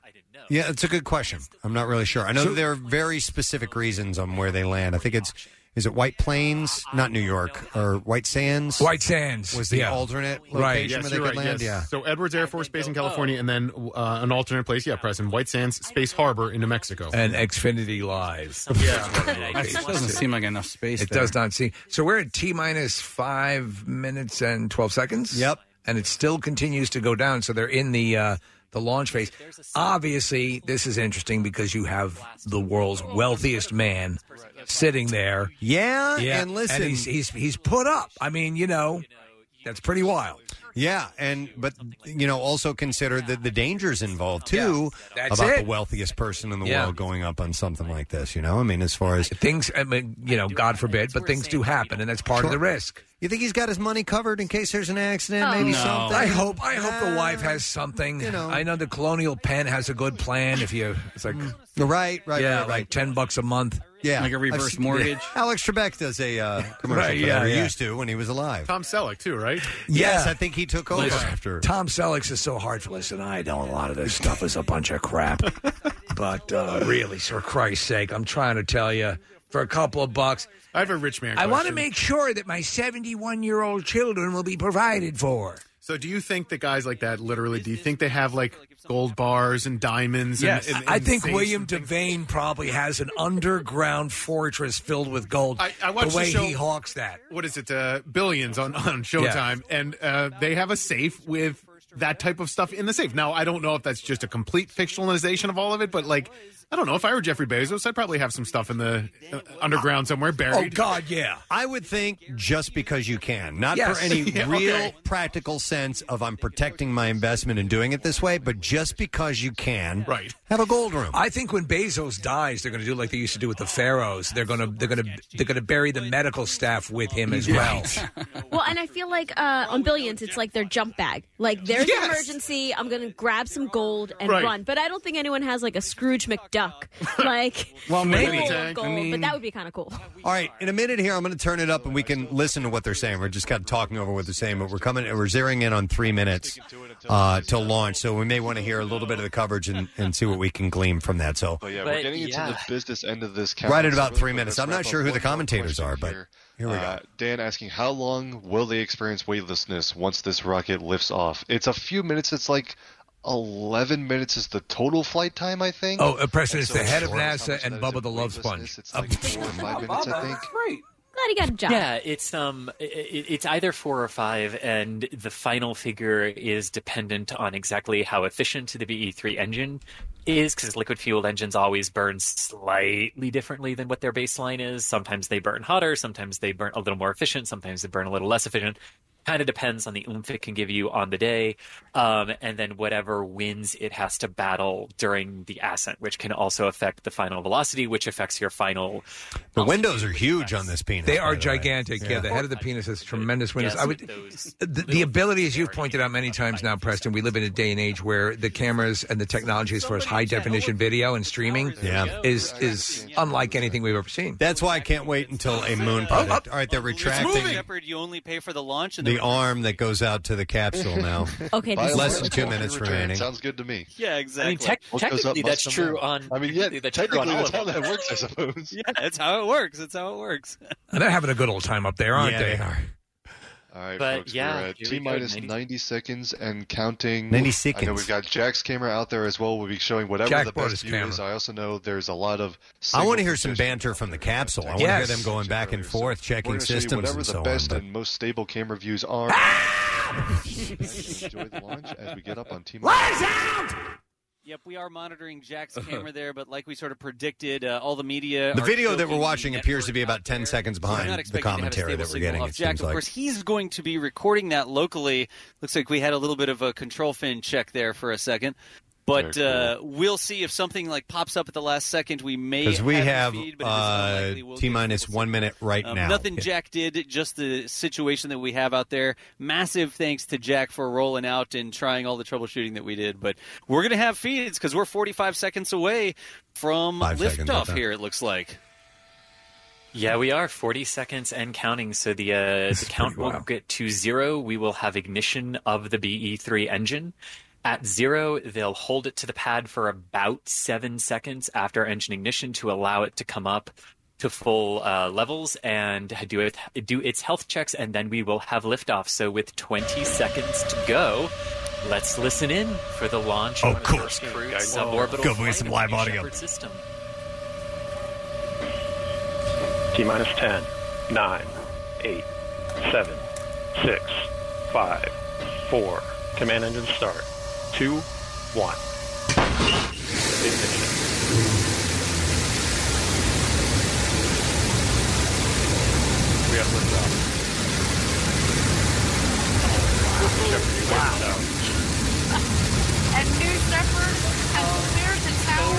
Yeah, it's a good question. I'm not really sure. I know there are very specific reasons on where they land. I think it's is it White Plains, not New York, or White Sands?
White Sands
was the
yeah.
alternate location
Yes,
where they
you're
could
right,
land.
yes.
Yeah.
So Edwards Air Force Base in California, and then uh, an alternate place, yeah, Preston, White Sands Space Harbor in New Mexico,
and Xfinity Live.
Yeah,
It doesn't seem like enough space.
It
there.
does not seem. So we're at T minus five minutes and twelve seconds. Yep. And it still continues to go down. So they're in the uh, the launch phase. Obviously, this is interesting because you have the world's wealthiest man sitting there.
Yeah.
Yeah.
And listen,
he's, he's he's put up. I mean, you know, That's pretty wild.
Yeah, and but you know, also consider the, the dangers involved too
Yeah, that's
about
it.
the wealthiest person in the
Yeah.
world going up on something like this. You know, I mean, as far as
things, I mean, you know, God forbid, but things do happen, and that's part of the risk.
You think he's got his money covered in case there's an accident, maybe
Oh,
something?
I hope. I hope the wife has something.
you know.
I know the Colonial Pen has a good plan. If you, it's like
right, right,
yeah,
right,
like ten bucks a month.
Yeah, I've seen- yeah. Alex Trebek does a uh, commercial.
Right,
for
yeah,
that, or
yeah.
used to when he was alive.
Tom Selleck too, right?
Yes, I think he took over
Listen,
after.
Tom Selleck's is so hard. Listen, I know a lot of this stuff is a bunch of crap, but uh, really, for Christ's sake, I'm trying to tell you, for a couple of bucks,
I have a rich man.
I want to
question.
make sure that my 71 year old children will be provided for.
So, do you think that guys like that literally? Do you think they have like gold bars and diamonds? and-
Yes,
and,
I
and
think
things?
William Devane probably has an underground fortress filled with gold.
I, I watched
the way
show,
he hawks that.
What is it? Uh, billions on on Showtime, and uh, they have a safe with that type of stuff in the safe. Now, I don't know if that's just a complete fictionalization of all of it, but like, I don't know. If I were Jeffrey Bezos, I'd probably have some stuff in the uh, underground somewhere buried.
Oh, God, yeah.
I would think just because you can, not
Yes.
for any
Yeah,
real
okay.
practical sense of I'm protecting my investment and doing it this way, but just because you can,
right?
Have a gold room.
I think when Bezos dies, they're going to do like they used to do with the pharaohs. They're going to they're going to they're going to bury the medical staff with him as well.
Well, and I feel like uh, on Billions, it's like their jump bag. Like there's an emergency, I'm gonna grab some gold and
Right.
run. But I don't think anyone has like a Scrooge McDuck, like
Well, maybe.
full of gold.
I mean-
But that would be kind of cool.
All right, in a minute here, I'm going to turn it up and we can listen to what they're saying. We're just kind of talking over what they're saying, but we're coming, we're zeroing in on three minutes uh, to launch. So we may want to hear a little bit of the coverage and, and see what we can glean from that. So,
But yeah,
But,
we're getting into
yeah.
the business end of this. Count.
right at
So
about
really
three
quick,
minutes.
let's
I'm not
wrap
sure
up
who the
one more
commentators are, but here we go.
Uh, Dan asking, how long will they experience weightlessness once this rocket lifts off? It's a few minutes. It's like 11 minutes is the total flight time, I think.
Oh, uh, Preston,
And
it's
so
the head of
short is how
NASA
much
and
that is
Bubba
of
the Love
weightlessness.
Sponge.
It's like four or five minutes, I think.
Great. Glad he got a job.
Yeah, it's um, i- i it's either four or five, and the final figure is dependent on exactly how efficient the BE3 engine is, because liquid fueled engines always burn slightly differently than what their baseline is. Sometimes they burn hotter, sometimes they burn a little more efficient, sometimes they burn a little less efficient. Kind of depends on the oomph it can give you on the day, um, and then whatever wins it has to battle during the ascent, which can also affect the final velocity, which affects your final
The windows are huge on this penis.
They
by
are
the way.
gigantic. Yeah. the head of the penis has tremendous windows.
Yes,
I would, the, the ability, as you've pointed out many times now, Preston, we live in a day and age where the cameras and the technology as far as high definition video and streaming
Yeah.
is is unlike anything we've ever seen.
That's why I can't wait until a moon product. All right, they're retracting
Shepard, you only pay for the launch and
the arm that goes out to the capsule now.
Okay, this is
less than
really
two
cool.
minutes
Return.
remaining.
Sounds good to me.
Yeah, exactly.
tec-
What goes up
technically
must
that's
come
true
down.
on.
I mean, yeah,
that's true on
technically
all
that's
of
how
them.
that works, I suppose.
yeah, that's how it works. That's how it works.
And they're having a good old time up there, aren't
Yeah,
they?
they All right,
But,
folks,
yeah,
we're at
here
T
we go,
minus
90
90 seconds and counting.
90
I know
seconds.
we've got Jack's camera out there as well. We'll be showing whatever
Jack
the
brought
best
his
view
camera.
is. I also know there's a lot of.
I
single
want to hear some
position.
banter from the capsule. I want
Yes.
to hear them going back and forth,
We're
checking
gonna show you
systems
whatever
and
the
so on.
best
but- Ah!
and most stable camera views are. Enjoy the launch as we get up on T
Lights
minus.
Yep, we are monitoring Jack's camera there, but like we sort of predicted, uh, all the media.
The
are
video that
soaking
we're watching
the
appears to be about 10 seconds
So I'm
behind
not
the
expecting to have a
commentary
stable
that we're
signal
getting.
Off
It
Jack,
seems
of
like.
course, he's going to be recording that locally. Looks like we had a little bit of a control fin check there for a second, but uh, we'll see if something like pops up at the last second. We may
Because we
the
have
feed, but it is
uh,
unlikely we'll
T minus one minute right
um,
now.
Nothing Jack did, just the situation that we have out there. Massive thanks to Jack for rolling out and trying all the troubleshooting that we did. But we're going to have feeds because we're 45 seconds away from
Five seconds, I
liftoff
thought.
here, it looks like.
Yeah, we are 40 seconds and counting. So the uh, the count will get to zero. We will have ignition of the BE3 engine. At zero, they'll hold it to the pad for about seven seconds after engine ignition to allow it to come up to full uh, levels and do it do its health checks, and then we will have liftoff. So with 20 seconds to go, let's listen in for the launch
Oh,
of the
cool.
first crewed
Guys,
suborbital
go, we
flight
get some
of
live
the New
audio.
Shepard system.
T minus 10, 9, 8, 7, 6, 5, 4. Command engine start. 2, 1. Ignition. We have liftoff.
Wow.
and New Shepard and Spears and Tower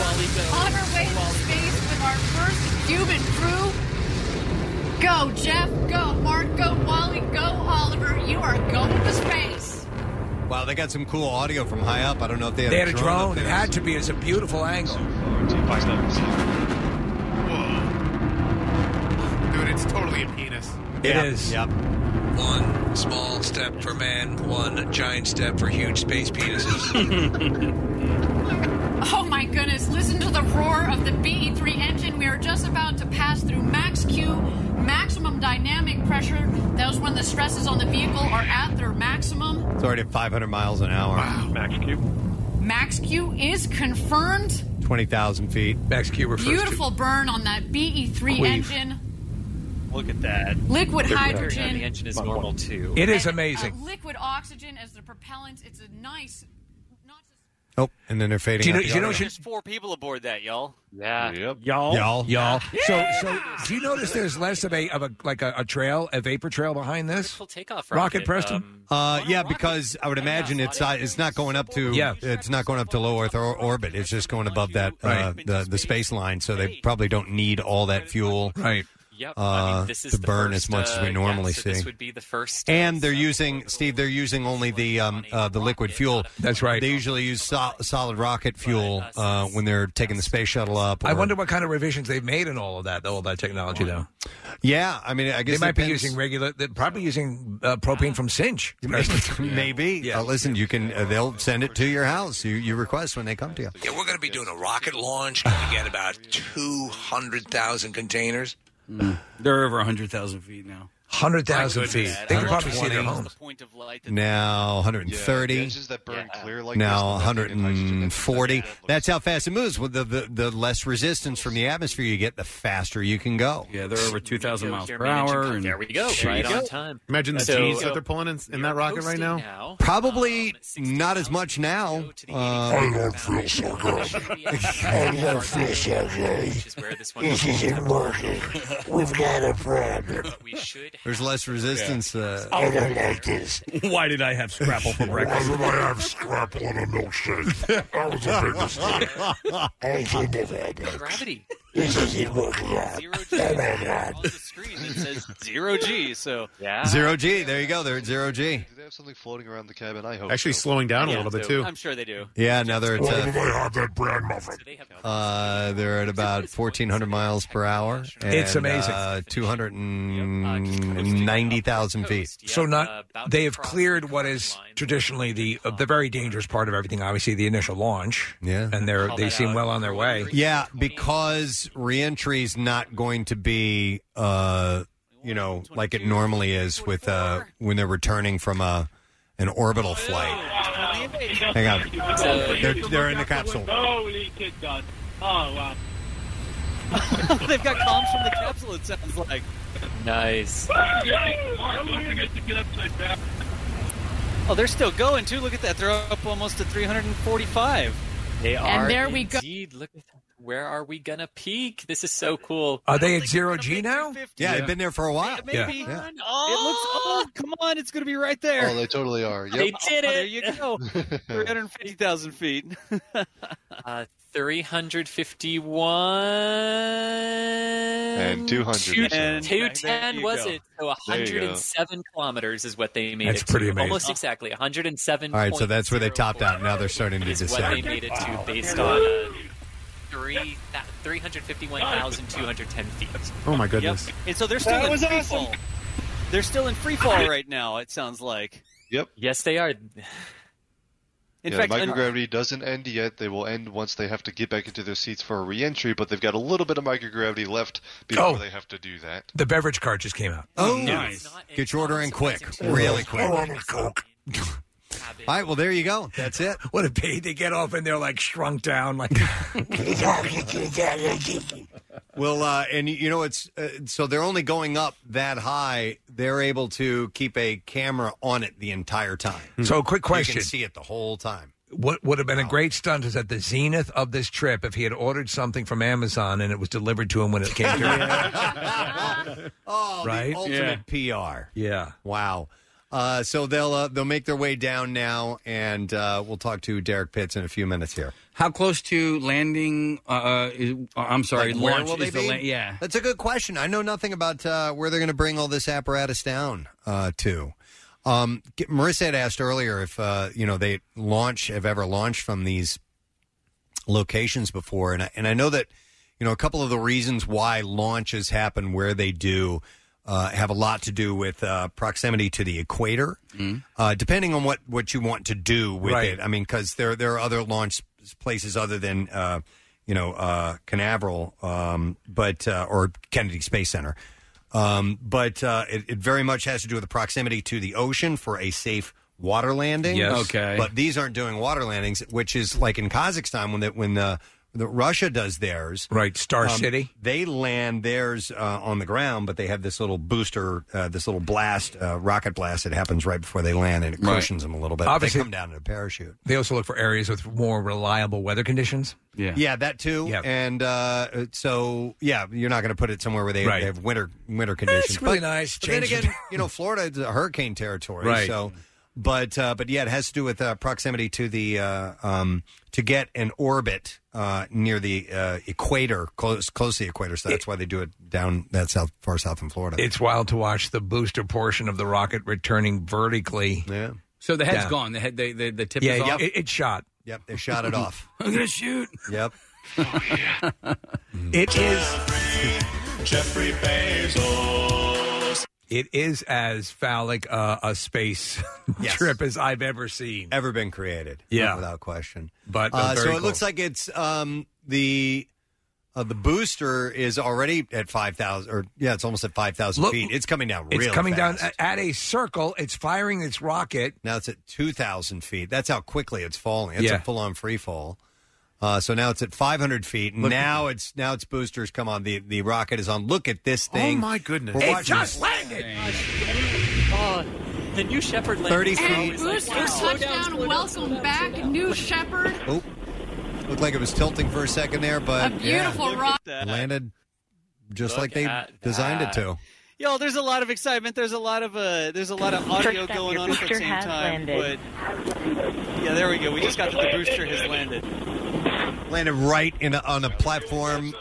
on our way to space with our first human crew. Go, Jeff. Go, Mark. Go, Wally. Go, Oliver. You are going to space.
Wow, they got some cool audio from high up. I don't know if they had,
They had a
up
drone. It
there.
had to be. It's a beautiful angle.
Dude, it's totally a penis.
It is.
Yep.
One small step for man, one giant step for huge space penises.
Oh my goodness, listen to the roar of the BE3 engine. We are just about to pass through max Q, maximum dynamic pressure. Those when the stresses on the vehicle are at their maximum.
It's already at 500 miles an hour. Wow.
Max Cube.
Max Q is confirmed.
20,000 feet.
Max Cube
Beautiful burn on that BE3
Queef.
engine.
Look at that.
Liquid
On
hydrogen.
the engine is normal too.
It is amazing.
Liquid oxygen as the propellant. It's a nice.
Oh, and then they're fading.
Do you know-
out the
do you know
audio.
what you-
There's four people aboard that, y'all.
Yeah.
Y'all, y'all, Oh. y'all. So,
Yeah.
so do you notice there's less of a of a like a, a trail, a vapor trail behind this?
Takeoff
rocket, Preston.
Uh, yeah, because I would imagine it's not, it's not going up to yeah. it's not going up to low Earth or, orbit. It's just going above that uh, the the space line, so they probably don't need all that fuel
right
Yep.
uh,
I mean, this is
to
the
burn
first,
as much as
uh,
we normally
yeah, so
see.
This would be the first.
and they're using Steve. They're using only the um, uh, the liquid fuel.
That's right.
They usually use sol- solid rocket fuel uh, when they're taking the space shuttle up.
I
or-
wonder what kind of revisions they've made in all of that, though, all
uh,
that technology, though.
Yeah, I mean, I guess
they might be
depends-
using regular. They're probably using uh, propane from Cinch.
Maybe. Uh, listen, you can. Uh, they'll send it to your house. You you request when they come to you.
Yeah, we're going to be doing a rocket launch. Gonna get about two hundred thousand containers.
They're over 100,000 feet now.
Hundred thousand feet. They can probably see their
120.
homes.
Now 130.
burn clear like
now 140. That's how fast it moves. With the, the the less resistance from the atmosphere you get, the faster you can go.
Yeah, they're over 2,000 miles
Here,
per
managing
hour.
cost.
And
There we go.
There you
Right
go.
on time. uh,
Imagine the
So-
cheese that they're pulling in, in that rocket right now.
Probably not as much now. uh, I don't feel so
Oh.
good.
I don't feel so good. This isn't working. We've got a problem.
There's less resistance. Uh,
I don't like this.
Why did I have Scrapple for breakfast?
Why did I have scrapple and a milkshake? That was a big mistake. I should have had that.
Gravity.
This isn't working out. Oh my god.
Zero G, so.
Yeah.
Uh-huh.
Zero G. There you go. They're at zero G.
They have something floating around the cabin. I hope
Actually
so.
slowing down a Yeah, little bit, so- too.
I'm sure they do.
Yeah, now they're at
Why do they
uh,
have that brand muffin?
uh, they're at about 1,400 miles per hour.
It's
and,
amazing. Uh,
Uh, 290,000 feet.
So not they have cleared what is traditionally the uh, the very dangerous part of everything. Obviously, the initial launch.
Yeah,
and they're they seem well on their way.
Yeah, because reentry is not going to be, uh, you know, like it normally is with uh, when they're returning from a an orbital flight. Hang on,
uh,
they're, they're in the capsule.
Holy kid God. Oh, wow.
They've got comms from the capsule, it sounds like.
Nice.
Oh, they're still going, too. Look at that. They're up almost to 345.
They
And
are
there we go.
Indeed. Look, at that. where are we gonna peak? This is so cool.
Are they at zero G now?
Yeah, they've been there for a while.
Maybe. It looks. Oh, come on! It's going to be right there.
Oh, they totally are. Yep.
They did
Oh, there
it.
you go. 350,000 feet.
Uh, 351 and
200.
and
There
210
you
was
go.
it so 107 kilometers is what they made
That's
it to.
pretty amazing.
almost exactly 107
All right, so that's where they topped out. Now they're starting to
is what they
descend.
made it to based on uh, three, 351,210 feet
Oh my goodness.
And so they're still
That
in
was
free
awesome.
fall. They're still in free fall right now. It sounds like.
Yep.
Yes, they are.
In
yeah,
fact,
the
un-
microgravity doesn't end yet. They will end once they have to get back into their seats for a re-entry, but they've got a little bit of microgravity left before
Oh.
they have to do that.
The beverage cart just came out. Oh,
Oh, nice. Get your order in quick, really quick. All right, well there you go. That's it.
What a paid they get off and they're like shrunk down. Like
Well, uh, and you know it's uh, so they're only going up that high. They're able to keep a camera on it the entire time.
So, quick
you
question.
can see it the whole time.
what would have been a great stunt is at the zenith of this trip if he had ordered something from Amazon and it was delivered to him when it came to him.
oh,
Right?
the ultimate PR.
Yeah.
Wow. Uh, so they'll uh, they'll make their way down now, and uh, we'll talk to Derek Pitts in a few minutes here.
How close to landing? Uh, uh, is, I'm sorry,
Like, where
launch
will they
is the
be?
la- yeah.
That's a good question. I know nothing about uh, where they're going to bring all this apparatus down uh, to. Um, g- Marissa had asked earlier if uh, you know they launch have ever launched from these locations before, and I, and I know that you know a couple of the reasons why launches happen where they do uh, have a lot to do with uh, proximity to the equator uh, depending on what, what you want to do with
Right.
it. I mean, because there there are other launch s- places other than uh, you know uh, Canaveral, um, but uh, or Kennedy Space Center. Um, but uh, it, it very much has to do with the proximity to the ocean for a safe water landing.
Yes. Okay.
But these aren't doing water landings, which is like in Kazakhstan when the, when the, the Russia does theirs.
Right, Star
Um,
City.
They land theirs uh, on the ground, but they have this little booster, uh, this little blast, uh, rocket blast that happens right before they land, and it
Right.
cushions them a little bit.
Obviously-
they come down in a parachute.
They also look for areas with more reliable weather conditions.
Yeah, that too. And uh, so, yeah, you're not going to put it somewhere where they,
Right.
they have winter winter conditions.
It's really
But-
nice.
But then
Change
again, you know, Florida is a hurricane territory,
Right.
so. But uh, but yeah, it has to do with uh, proximity to the uh, um, to get an orbit uh, near the uh, equator, close close to the equator. So that's why they do it down that south far south in Florida.
It's wild to watch the booster portion of the rocket returning vertically.
Yeah.
So the head's
Down.
gone. The head, the, the, the tip
yeah,
is
yeah,
off.
It, it shot.
Yep, they shot it off.
I'm gonna shoot.
Yep.
It is. Jeffrey Bezos. It is as phallic uh, a space trip as I've ever seen.
Ever been created.
Yeah.
Without question.
But uh,
Uh, so
very
it looks
cool.
like it's um, the uh, the booster is already at five thousand, or yeah, it's almost at five thousand
Look-
feet. It's coming down.
It's
real
coming
fast.
down a- at a circle. It's firing its rocket.
Now it's at two thousand feet. That's how quickly it's falling. It's
Yeah.
a full on free fall. Uh, so now it's at 500 feet. and
Look-
now it's now its boosters come on. The the rocket is on. Look at this thing.
Oh my goodness.
We're
It
watching
just
this-
landed.
Oh, the new Shepherd landing.
30 feet.
And booster touchdown. Welcome back, New Shepherd.
Oh, looked like it was tilting for a second there, but
A beautiful
yeah,
rock.
It landed just
Look
like they
at
designed it to.
Yo, there's a lot of excitement. There's a lot of uh, there's a lot of audio
First up,
going
your
on at the
booster
same
has
time.
landed.
But yeah, there we go. We just got that the booster has landed.
Landed right in a, on a platform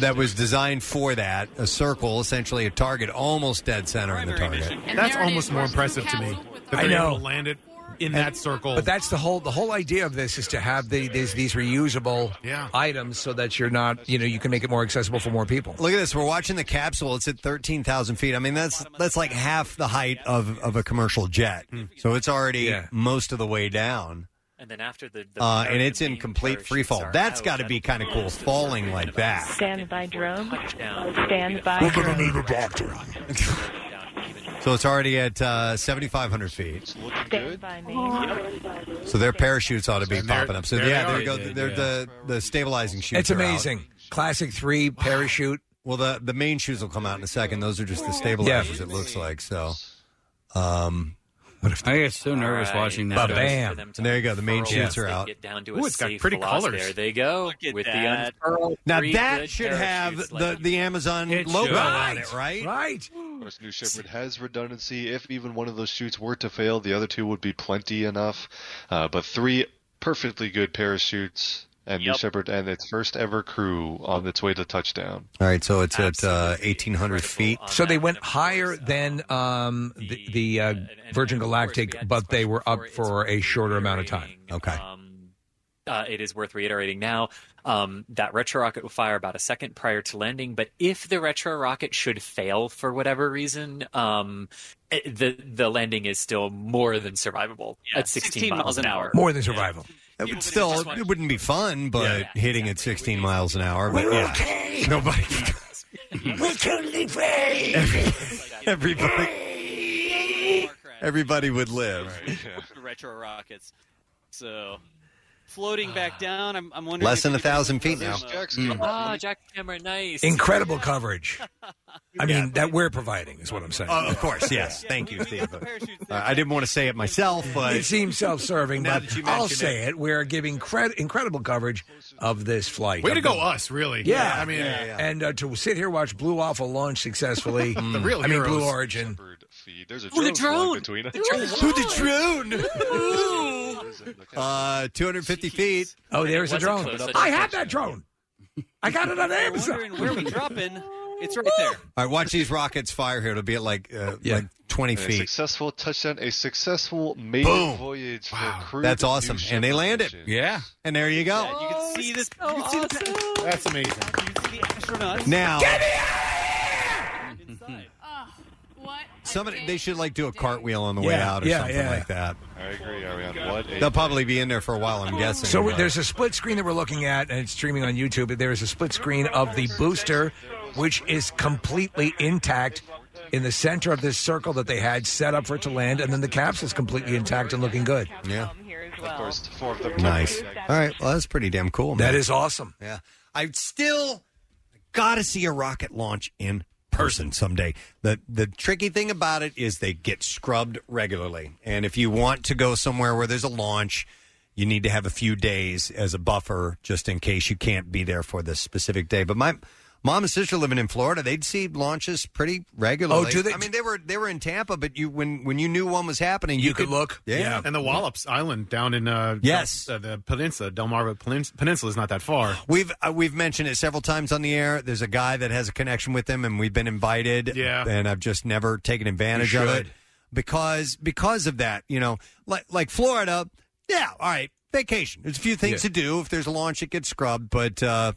that was designed for that, a circle, essentially a target, almost dead center in the target.
That's almost more impressive to me. That
I
they're
know.
able to land it in that circle.
But that's the whole the whole idea of this is to have the, these these reusable items so that you're not you know you can make it more accessible for more people.
Look at this. We're watching the capsule. It's at 13,000 feet. I mean, that's that's like half the height of, of a commercial jet.
Hmm.
So it's already most of the way down.
And then after the, the
Uh, and it's in complete free fall. That's got to be kind of cool, falling like that.
Stand by drone. Stand by drone.
need a doctor. so it's already at uh, 7,500 feet.
Stand by me.
So their parachutes ought to be popping up. So
there
yeah,
they
there
are.
you go.
They did,
They're
yeah.
the the stabilizing shoes.
It's
are out.
amazing. Classic three parachute.
Well, the the main shoes will come out in a second. Those are just the stabilizers. It looks like so. Um,
I get so nervous All right. watching that.
Bam!
For them
And there you go. The main
unfurl
shoots
as
are
they
out.
get down to a safe velocity. There they go with
that.
the unfurl.
Now
three
that
good
should have
parachutes
the, the Amazon logo on it, right?
Right.
Of course, New Shepard has redundancy. If even one of those shoots were to fail, the other two would be plenty enough. Uh, but three perfectly good parachutes, and New
Yep.
Shepard and its first ever crew on its way to touchdown.
All right, so it's at uh, 1,800 feet.
So they went higher than um, the, the uh, Virgin Galactic, but they were up for a shorter amount of time.
Okay.
uh, it is worth reiterating now um, that retro rocket will fire about a second prior to landing. But if the retro rocket should fail for whatever reason, um, it- the the landing is still more than survivable at 16, miles an hour.
More than survival.
It would still, it wouldn't be fun, but hitting at 16 miles an hour. But
We're
yeah.
okay.
Nobody.
We're totally brave.
everybody, everybody would live.
Retro rockets. So floating back down. I'm, I'm wondering.
Less
if
than a
anybody-
thousand feet now.
uh,
Hmm.
Ah, Jack Hammer, nice.
Incredible coverage. I mean, that we're providing is what I'm saying.
Oh, of course, yes. Thank you, Steve. Uh, I didn't want to say it myself, but
It seems self-serving,
Now
but
that you
I'll
mention
say it. We're giving cred- incredible coverage of this flight.
Way to
Of
go,
the-
us, really.
Yeah,
I mean,
and uh, to sit here watch Blue Alpha launch successfully.
The real
I mean, Blue
heroes.
Origin.
feed. There's a drone,
Ooh,
flying
the drone!
between us.
The drone! Ooh, the drone! Ooh! Uh, 250 feet.
Oh, there's a
Wasn't
drone.
close, I
I
didn't
have that drone. I got it on Amazon.
Where we dropping? It's right there.
All right, watch these rockets fire here. It'll be at like uh, like 20
A
feet.
successful touchdown, a successful maiden
Boom.
voyage for crew.
That's awesome. And they land it.
Yeah.
And there you go.
You can see this. you can see the,
That's amazing.
astronauts.
Now- Get me
Oh, what?
Somebody they should like do a cartwheel on the way
Yeah,
out or
yeah,
something
yeah.
like that.
I agree, Ariane. What a
They'll probably be in there for a while, I'm guessing.
So
but-
there's a split screen that we're looking at, and it's streaming on YouTube. But there is a split screen of the booster, which is completely intact in the center of this circle that they had set up for it to land, and then the capsule's completely intact and looking good.
yeah.
Of course, four of them.
Nice. All right. Well, that's pretty damn cool. Man.
That is awesome.
Yeah. I still got to see a rocket launch in person someday. The the tricky thing about it is they get scrubbed regularly. And if you want to go somewhere where there's a launch, you need to have a few days as a buffer just in case you can't be there for this specific day. But my mom and sister living in Florida, they'd see launches pretty regularly.
Oh, do they?
I mean, they were they were in Tampa, but you when when you knew one was happening, you, could, look. Yeah.
And the Wallops Island down in uh,
Yes.
Del- uh, the peninsula, Delmarva Penins- Peninsula is not that far.
We've uh, we've mentioned it several times on the air. There's a guy that has a connection with them, and we've been invited.
Yeah.
and I've just never taken advantage
You
of it
should.
because because of that. You know, like like Florida. Yeah, all right, vacation. There's a few things
Yeah.
to do. If there's a launch, it gets scrubbed. But uh,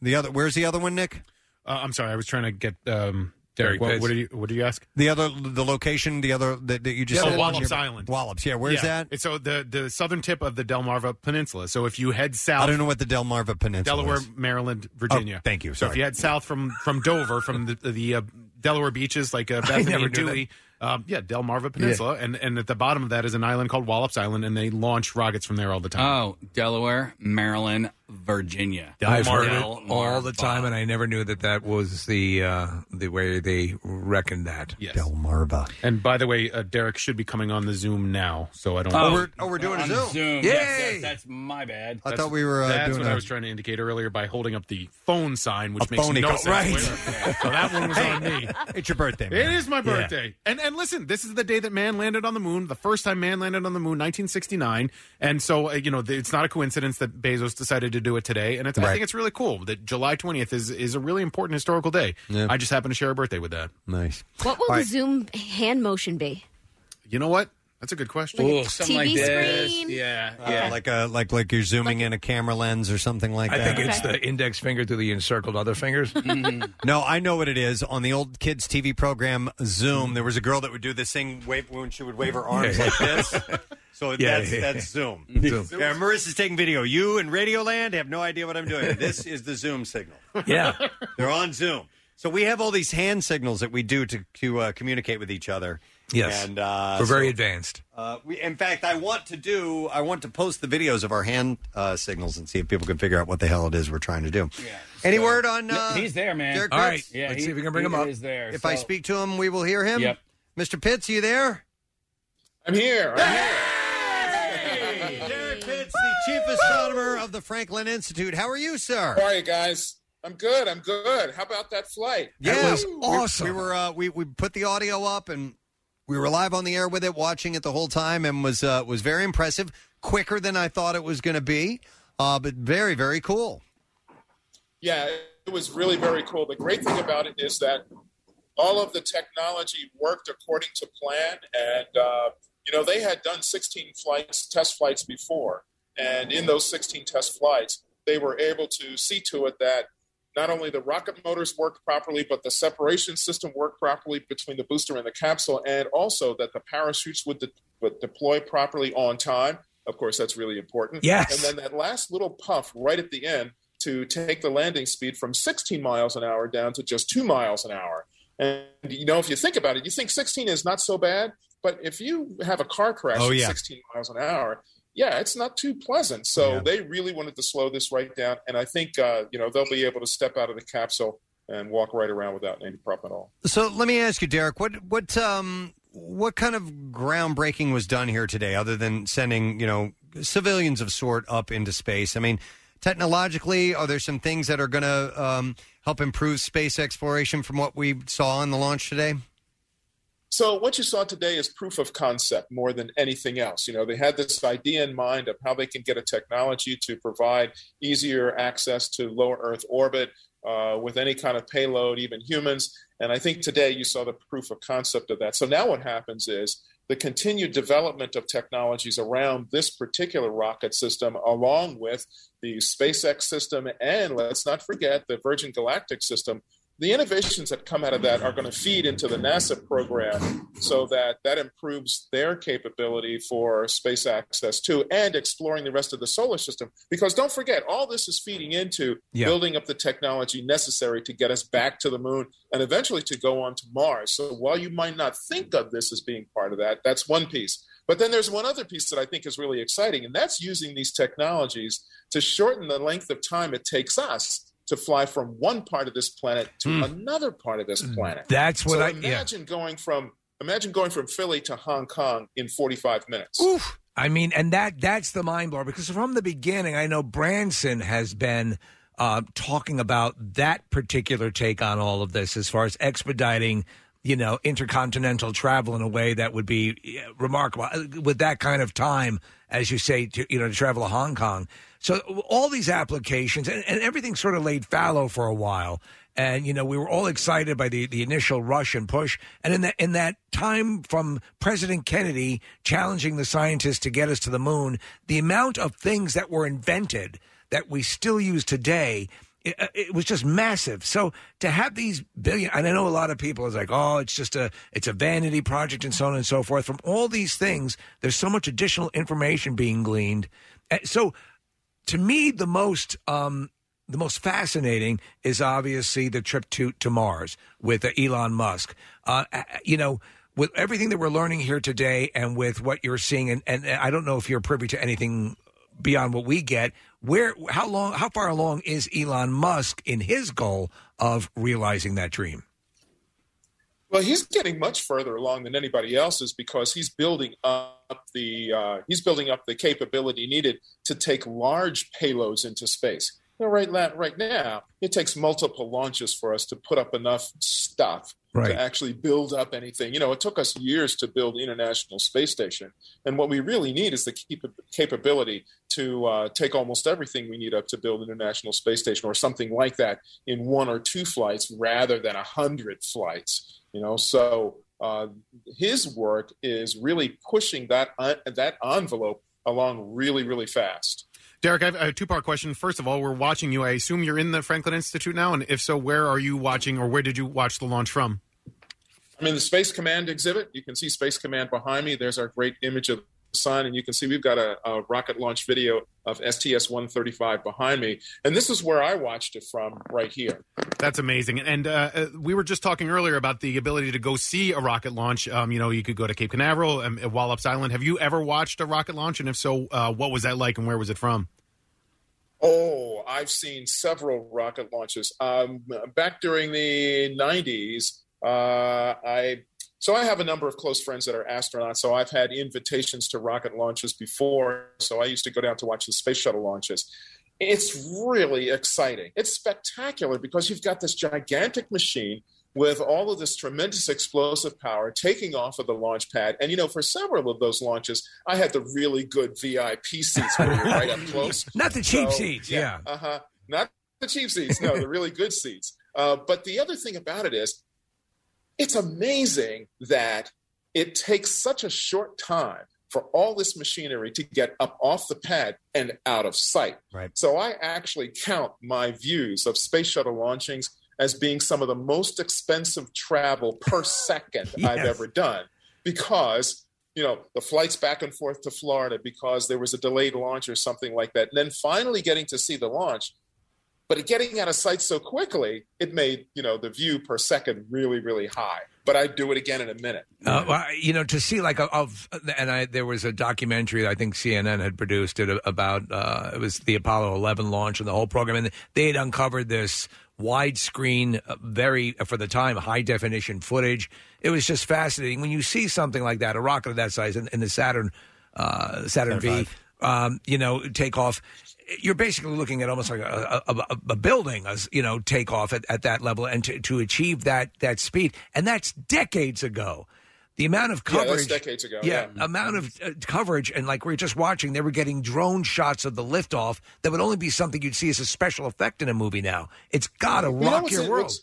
the other, where's the other one, Nick?
Uh, I'm sorry, I was trying to get um, Derek. What,
Pitts.
what did you What did you ask?
The other, the location, the other that, that you just
oh,
said?
Wallops Island.
Wallops, yeah. Where's that?
It's so the the southern tip of the Delmarva Peninsula. So if you head south,
I don't know what the Delmarva Peninsula.
Delaware,
is.
Maryland, Virginia.
Oh, thank you.
So if
Sorry.
you head south from from Dover, from the the uh, Delaware beaches like uh, Bethany
never
and
knew
Dewey, um, yeah, Delmarva Peninsula, and and at the bottom of that is an island called Wallops Island, and they launch rockets from there all the time.
Oh, Delaware, Maryland, Virginia.
I've heard it
Delmarva.
all the time, and I never knew that that was the uh, the way they reckoned that.
Yes.
Delmarva.
And by the way, uh, Derek should be coming on the Zoom now, so I don't.
Oh,
we're- oh, we're doing a
on
Zoom.
Zoom.
Yay!
Yes, yes, that's my bad.
I thought we were, uh,
that's
doing
what
a-
I was trying to indicate earlier by holding up the phone sign, which
A
makes
phony
no
call-
sense.
right.
so that one was on me.
It's your birthday.
It
man.
is my
Yeah.
birthday. And and listen, this is the day that man landed on the moon, the first time man landed on the moon, 1969. And so, uh, you know, th- it's not a coincidence that Bezos decided to do it today. And it's, I
Right.
think it's really cool that July 20th is, is a really important historical day. I just happen to share a birthday with that.
Nice.
What will
All
the
right.
Zoom hand motion be?
You know what? That's a good question.
Like a Ooh, something TV like this. screen?
Yeah.
Uh, like a like like you're zooming in a camera lens or something like
I
that.
think it's the index finger to the encircled other fingers.
No, I know what it is. On the old kids' TV program Zoom, there was a girl that would do this thing wave, when she would wave her arms
Yeah.
like this. So
Yeah,
that's,
yeah,
that's
yeah.
Zoom.
Zoom.
Yeah, Uh, Marissa's taking video. You and Radioland have no idea what I'm doing. This is the Zoom signal.
Yeah.
They're on Zoom. So we have all these hand signals that we do to, to uh, communicate with each other.
Yes.
And, uh,
We're very
so-
advanced.
uh, we, in fact, I want to do. I want to post the videos of our hand uh, signals and see if people can figure out what the hell it is we're trying to do. Any word on? Uh,
he's there, man.
Derek
All
Pitts?
right. Yeah, Let's he- see if we can bring he him up. is there,
if I
so-
speak to him, we will hear him.
Yep.
Mr. Pitts, are you there?
I'm here.
Derek Pitts, the chief astronomer of the Franklin Institute. How are you, sir?
How are you guys? I'm good. I'm good. How about that flight?
Yeah, we- We, were uh, we we put the audio up and we were live on the air with it, watching it the whole time, and was uh, was very impressive. Quicker than I thought it was going to be, uh, but very very cool.
Yeah, it was really very cool. The great thing about it is that all of the technology worked according to plan, and uh, you know they had done 16 flights, test flights before, and in those 16 test flights, they were able to see to it that not only the rocket motors worked properly, but the separation system worked properly between the booster and the capsule, and also that the parachutes would, de- would deploy properly on time. Of course, that's really important.
Yes.
And then that last little puff right at the end to take the landing speed from 16 miles an hour down to just two miles an hour. And you know, if you think about it, you think 16 is not so bad, but if you have a car crash
Oh,
at
yeah.
16 miles an hour, yeah, it's not too pleasant. So they really wanted to slow this right down, and I think uh, you know they'll be able to step out of the capsule and walk right around without any problem at all.
So let me ask you, Derek, what what um what kind of groundbreaking was done here today, other than sending you know civilians of sort up into space? I mean, technologically, are there some things that are going to um, help improve space exploration from what we saw in the launch today?
So what you saw today is proof of concept more than anything else. You know, they had this idea in mind of how they can get a technology to provide easier access to low Earth orbit uh, with any kind of payload, even humans. And I think today you saw the proof of concept of that. So now what happens is the continued development of technologies around this particular rocket system, along with the SpaceX system, and let's not forget the Virgin Galactic system, the innovations that come out of that are going to feed into the NASA program so that that improves their capability for space access too and exploring the rest of the solar system because don't forget all this is feeding into
Yeah.
building up the technology necessary to get us back to the moon and eventually to go on to Mars so while you might not think of this as being part of that that's one piece but then there's one other piece that I think is really exciting and that's using these technologies to shorten the length of time it takes us to fly from one part of this planet to
Hmm.
another part of this planet.
That's what
So
I- yeah.
imagine going from imagine going from Philly to Hong Kong in 45 minutes.
Oof. I mean, and that that's the mind blower because from the beginning, I know Branson has been uh, talking about that particular take on all of this as far as expediting, you know, intercontinental travel in a way that would be yeah, remarkable uh, with that kind of time, as you say, to you know, to travel to Hong Kong. So all these applications and, and everything sort of laid fallow for a while. And you know we were all excited by the, the initial rush and push, and in that in that time from President Kennedy challenging the scientists to get us to the moon, the amount of things that were invented that we still use today, it, uh, it was just massive. So to have these billion, and I know a lot of people is like, oh, it's just a it's a vanity project and so on and so forth. From all these things, there's so much additional information being gleaned. Uh, So to me the most um the most fascinating is obviously the trip to to Mars with uh, Elon Musk. Uh, uh, you know, with everything that we're learning here today, and with what you're seeing, and, and I don't know if you're privy to anything beyond what we get. Where, how long, how far along is Elon Musk in his goal of realizing that dream?
Well, he's getting much further along than anybody else is because he's building up the uh, he's building up the capability needed to take large payloads into space. You know, right, la- right now, it takes multiple launches for us to put up enough stuff
Right.
to actually build up anything. You know, it took us years to build International Space Station, and what we really need is the cap- capability to uh, take almost everything we need up to build International Space Station or something like that in one or two flights rather than a hundred flights. You know, so uh, his work is really pushing that uh, that envelope along really, really fast.
Derek, I have a two part question. First of all, we're watching you. I assume you're in the Franklin Institute now. And if so, where are you watching or where did you watch the launch from?
I'm in the Space Command exhibit. You can see Space Command behind me. There's our great image of the sun, and you can see we've got a, a rocket launch video of STS-135 behind me. And this is where I watched it from, right here.
That's amazing. And uh, uh, we were just talking earlier about the ability to go see a rocket launch. Um, you know, you could go to Cape Canaveral and um, Wallops Island. Have you ever watched a rocket launch? And if so, uh, what was that like and where was it from?
Oh, I've seen several rocket launches. Um, back during the 90s, uh, I so I have a number of close friends that are astronauts. So I've had invitations to rocket launches before. So I used to go down to watch the space shuttle launches. It's really exciting. It's spectacular because you've got this gigantic machine with all of this tremendous explosive power taking off of the launch pad. And you know, for several of those launches, I had the really good VIP seats where you're right up close.
Not the cheap
So,
seats, yeah.
uh huh. Not the cheap seats. No, the really good seats. Uh, but the other thing about it is, it's amazing that it takes such a short time for all this machinery to get up off the pad and out of sight.
Right.
So I actually count my views of space shuttle launchings as being some of the most expensive travel per second I've
Yes.
ever done because you know the flights back and forth to Florida because there was a delayed launch or something like that. And then finally getting to see the launch but it getting out of sight so quickly, it made you know the view per second really, really high. But I'd do it again in a minute.
Uh, well, I- you know, to see like a- of, and I there was a documentary that I think CNN had produced it about uh, it was the Apollo 11 launch and the whole program, and they had uncovered this widescreen, uh, very for the time high definition footage. It was just fascinating when you see something like that, a rocket of that size, and, and the Saturn, uh,
Saturn
Saturn, V, um, you know, take off. You're basically looking at almost like a, a, a, a building, as you know, take off at, at that level, and to, to achieve that that speed, and that's decades ago the amount of
Yeah, that's
coverage
decades ago, yeah.
amount of uh, coverage and like we are just watching, they were getting drone shots of the liftoff that would only be something you'd see as a special effect in a movie. Now it's gotta
You know
rock
what's-
your world.
what's-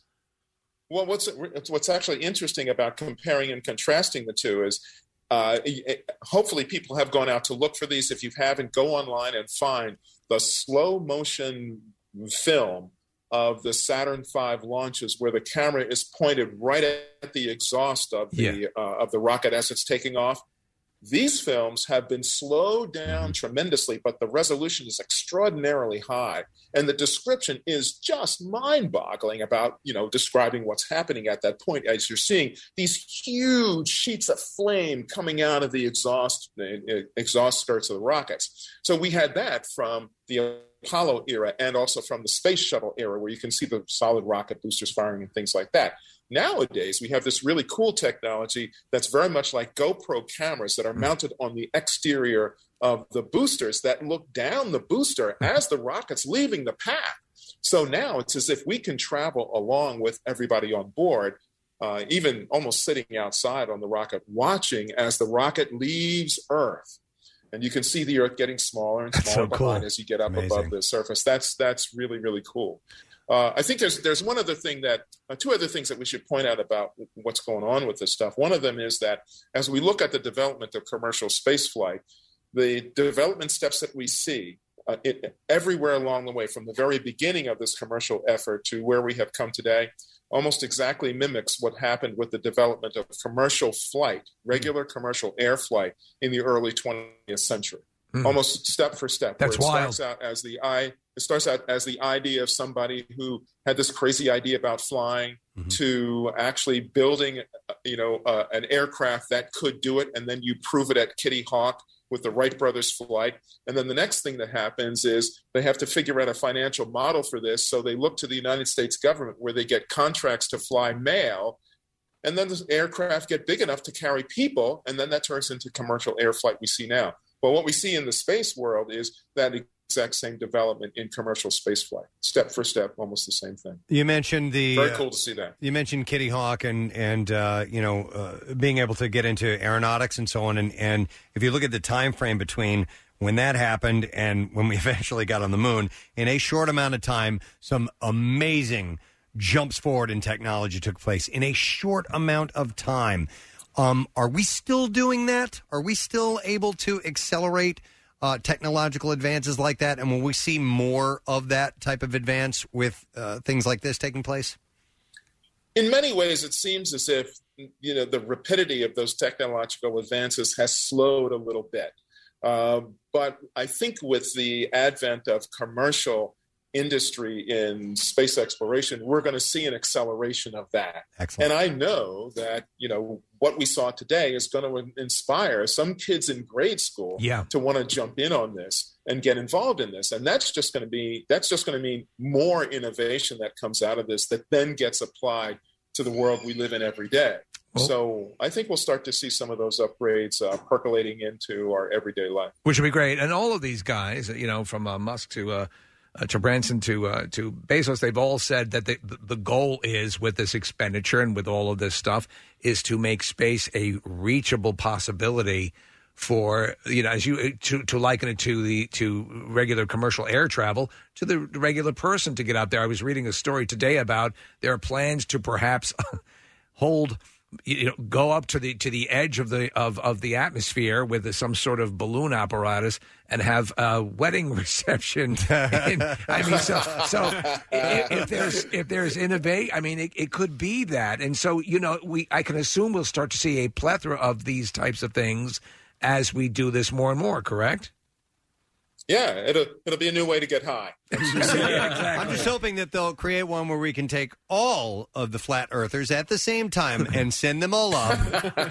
well, what's it's- what's actually interesting about comparing and contrasting the two is, uh, y- eh, hopefully, people have gone out to look for these. If you haven't, go online and find the slow motion film of the Saturn V launches, where the camera is pointed right at the exhaust of the
Yeah.
uh, of the rocket as it's taking off. These films have been slowed down tremendously, but the resolution is extraordinarily high, and the description is just mind-boggling about you know describing what's happening at that point as you're seeing these huge sheets of flame coming out of the exhaust eh, exhaust skirts of the rockets. So we had that from the Apollo era and also from the space shuttle era, where you can see the solid rocket boosters firing and things like that. Nowadays, we have this really cool technology that's very much like GoPro cameras that are mounted on the exterior of the boosters that look down the booster as the rocket's leaving the path. So now it's as if we can travel along with everybody on board, uh, even almost sitting outside on the rocket, watching as the rocket leaves Earth. And you can see the Earth getting smaller and smaller
so cool.
behind as you get up above
Amazing.
the surface. That's that's really really cool. Uh, I think there's there's one other thing that uh, two other things that we should point out about what's going on with this stuff. One of them is that as we look at the development of commercial spaceflight, the development steps that we see uh, it, everywhere along the way, from the very beginning of this commercial effort to where we have come today, almost exactly mimics what happened with the development of commercial flight, regular commercial air flight in the early 20th century.
Hmm.
Almost step for step.
That's
where it
wild.
starts out as the I it starts out as the idea of somebody who had this crazy idea about flying
Mm-hmm.
to actually building, uh, you know, uh, an aircraft that could do it, and then you prove it at Kitty Hawk with the Wright brothers flight. And then the next thing that happens is they have to figure out a financial model for this, so they look to the United States government where they get contracts to fly mail. And then the aircraft get big enough to carry people, and then that turns into commercial air flight we see now. But what we see in the space world is that exact same development in commercial space flight, step for step, almost the same thing.
You mentioned the uh,
Very cool to see that.
You mentioned Kitty Hawk and and uh, you know uh, being able to get into aeronautics and so on. And and if you look at the time frame between when that happened and when we eventually got on the moon, in a short amount of time, some amazing jumps forward in technology took place in a short amount of time. Um, are we still doing that? Are we still able to accelerate? Uh, technological advances like that, and will we see more of that type of advance with uh, things like this taking place?
in many ways it seems as if you know the rapidity of those technological advances has slowed a little bit Um, but i think with the advent of commercial industry in space exploration we're going to see an acceleration of that
Excellent.
and i know that you know what we saw today is going to inspire some kids in grade school
Yeah.
to want to jump in on this and get involved in this and that's just going to be that's just going to mean more innovation that comes out of this that then gets applied to the world we live in every day so i think we'll start to see some of those upgrades uh, percolating into our everyday life
which would be great. And all of these guys, you know, from uh, Musk to uh, uh, to Branson to uh, to Bezos, they've all said that the the goal is with this expenditure and with all of this stuff is to make space a reachable possibility for you know as you uh, to to liken it to the to regular commercial air travel to the regular person to get out there i was reading a story today about there are plans to perhaps hold you know go up to the to the edge of the of of the atmosphere with some sort of balloon apparatus and have a wedding reception in- i mean so so i- i- if there's if there's innovate i mean it, it could be that and so you know we i can assume we'll start to see a plethora of these types of things as we do this more and more correct
yeah it'll it'll be a new way to get high
I'm just hoping that they'll create one where we can take all of the flat earthers at the same time and send them all up,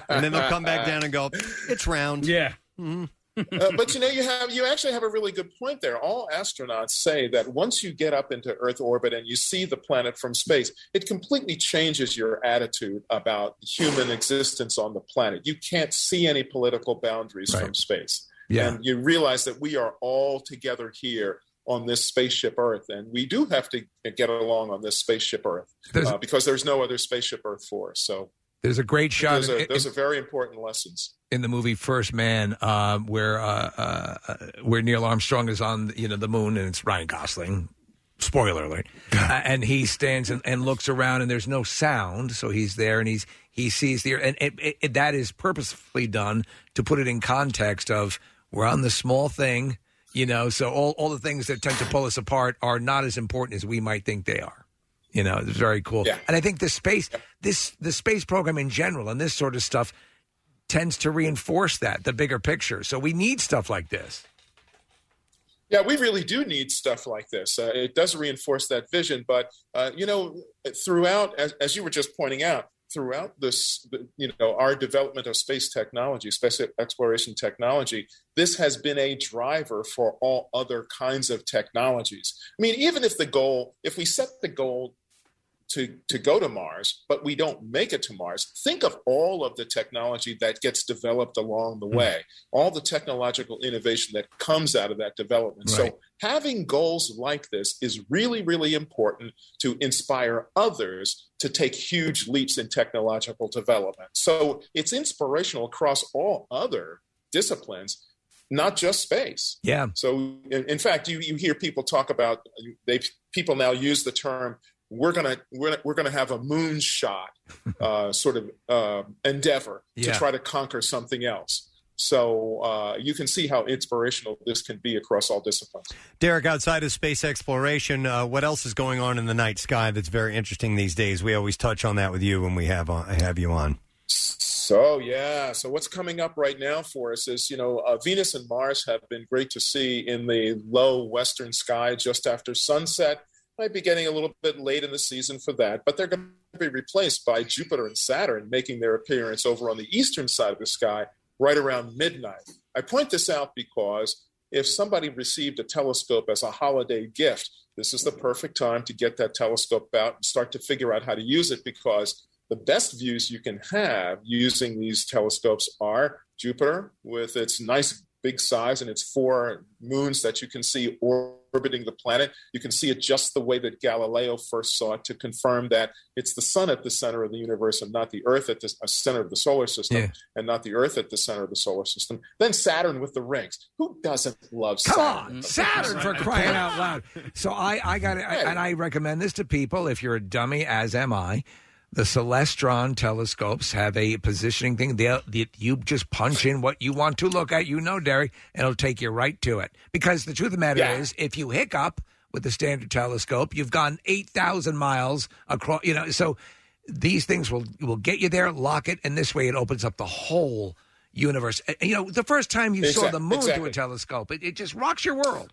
and then they'll come back down and go, "It's round."
Yeah.
Uh, but you know, you have you actually have a really good point there. All astronauts say that once you get up into Earth orbit and you see the planet from space, it completely changes your attitude about human existence on the planet. You can't see any political boundaries from space,
Yeah.
and you realize that we are all together here on this spaceship Earth, and we do have to get along on this spaceship Earth uh, because there's no other spaceship Earth for us. So
There's a great shot
Those
in-
are,
in-
those are very important lessons.
in the movie First Man, uh, where uh, uh, uh, where Neil Armstrong is on you know the moon, and it's Ryan Gosling. Spoiler alert! uh, and he stands and, and looks around, and there's no sound, so he's there, and he's he sees the and it, it, it- that is purposefully done to put it in context of we're on the small thing, you know. So all all the things that tend to pull us apart are not as important as we might think they are. You know, it's very cool. And I think the space this the space program in general and this sort of stuff tends to reinforce that the bigger picture. So we need stuff like this.
Yeah, we really do need stuff like this. Uh, it does reinforce that vision, but uh, you know, throughout, as, as you were just pointing out, throughout this, you know, our development of space technology, space exploration technology, this has been a driver for all other kinds of technologies. I mean, even if the goal, if we set the goal to to go to Mars, but we don't make it to Mars. Think of all of the technology that gets developed along the way, all the technological innovation that comes out of that development. So having goals like this is really, really important to inspire others to take huge leaps in technological development. So it's inspirational across all other disciplines, not just space.
Yeah.
So, in, in fact, you, you hear people talk about they people now use the term we're gonna we're, we're gonna have a moonshot uh, sort of uh, endeavor
Yeah.
to try to conquer something else. So uh, you can see how inspirational this can be across all disciplines.
Derek, outside of space exploration, uh, what else is going on in the night sky that's very interesting these days? We always touch on that with you when we have on, have you on.
So yeah, so what's coming up right now for us is you know uh, Venus and Mars have been great to see in the low western sky just after sunset. Might be getting a little bit late in the season for that, but they're going to be replaced by Jupiter and Saturn making their appearance over on the eastern side of the sky right around midnight. I point this out because if somebody received a telescope as a holiday gift, this is the perfect time to get that telescope out and start to figure out how to use it because the best views you can have using these telescopes are Jupiter with its nice big size and its four moons that you can see orbiting the planet. You can see it just the way that Galileo first saw it to confirm that it's the sun at the center of the universe and not the earth at the uh, center of the solar system
Yeah.
and not the earth at the center of the solar system. Then Saturn with the rings. Who doesn't love
Come
Saturn?
on, Saturn for crying out loud! So I, I got it, and I recommend this to people. If you're a dummy, as am I, the Celestron telescopes have a positioning thing. They, they, you just punch in what you want to look at. You know, Derek, and it'll take you right to it. Because the truth of the matter
Yeah.
is, if you hiccup with the standard telescope, you've gone eight thousand miles across. You know, so these things will will get you there, lock it, and this way it opens up the whole universe. And, You know, the first time you saw
Exact-
the moon through a
exactly.
telescope, it, it just rocks your world.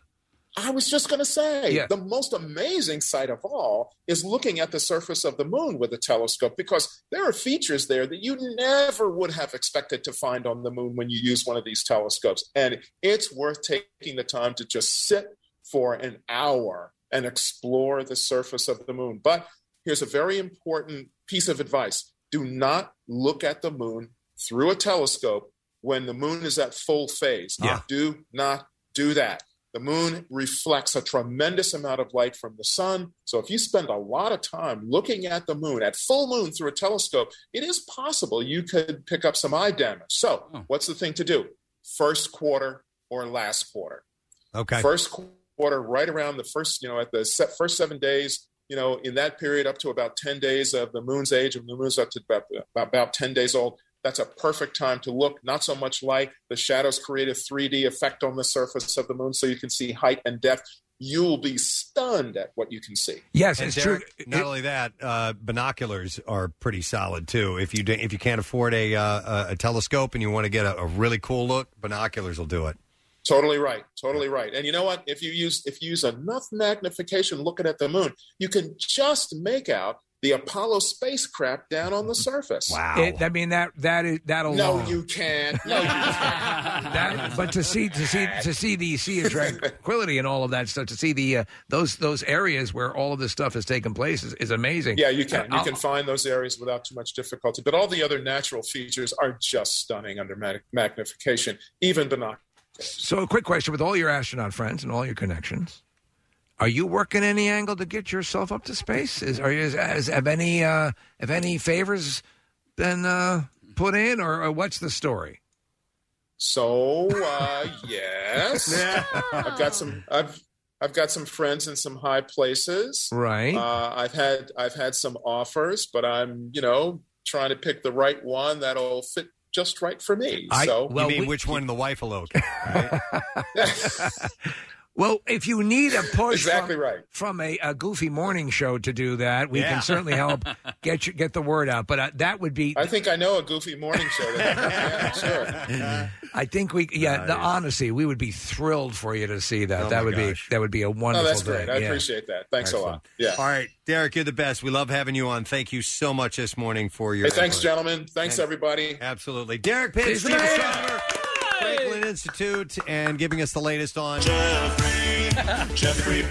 I was just going to say
Yeah.
the most amazing sight of all is looking at the surface of the moon with a telescope because there are features there that you never would have expected to find on the moon when you use one of these telescopes. And it's worth taking the time to just sit for an hour and explore the surface of the moon. But here's a very important piece of advice do not look at the moon through a telescope when the moon is at full phase.
Yeah.
Do not do that. The moon reflects a tremendous amount of light from the sun. So, if you spend a lot of time looking at the moon at full moon through a telescope, it is possible you could pick up some eye damage. So, what's the thing to do? First quarter or last quarter?
Okay.
First quarter, right around the first, you know, at the se- first seven days, you know, in that period up to about 10 days of the moon's age, and the moon's up to about, about, about 10 days old, that's a perfect time to look. Not so much light. The shadows create a 3D effect on the surface of the moon so you can see height and depth. You'll be stunned at what you can see.
And Derek, Not only that, uh, binoculars are pretty solid too. If you do, if you can't afford a uh, a- a telescope and you want to get a, a really cool look, binoculars will do it.
Totally right. Totally right. And you know what? If you use if you use enough magnification looking at the moon, you can just make out the Apollo spacecraft down on the surface. Wow.
It, I mean that that is that
no,
alone.
you can't. No, you can't.
that, but to see to see to see the sea of tranquility and all of that stuff, to see the uh, those those areas where all of this stuff has taken place is, is amazing.
Yeah, you can.
Uh,
You can find those areas without too much difficulty. But all the other natural features are just stunning under mag- magnification, even binoculars.
So, a quick question: with all your astronaut friends and all your connections, are you working any angle to get yourself up to space? Is are you is, have any uh, have any favors than uh, put in, or, or what's the story?
So uh, yes, I've got some. I've I've got some friends in some high places.
Right.
Uh, I've had I've had some offers, but I'm you know trying to pick the right one that'll fit just right for me. so
you mean which one? The wife alone?
Well, if you need a push
Exactly
from,
right.
from a, a goofy morning show to do that, we
Yeah.
can certainly help get you, get the word out. But uh, that would be.
I think I know a goofy morning show. That yeah, sure.
I think we, yeah, the honesty, we would be thrilled for you to see that.
Oh,
that
my
would be
gosh.
that would be a wonderful.
Oh, that's great.
thing.
I
Yeah.
appreciate that. Thanks a lot. Yeah.
All right, Derek, you're the best. We love having you on. Thank you so much this morning for your.
Hey, thanks,
effort.
gentlemen. Thanks, everybody.
Absolutely. Derek Pitts, Steve Stronger, Franklin Institute, and giving us the latest on.
Jeffrey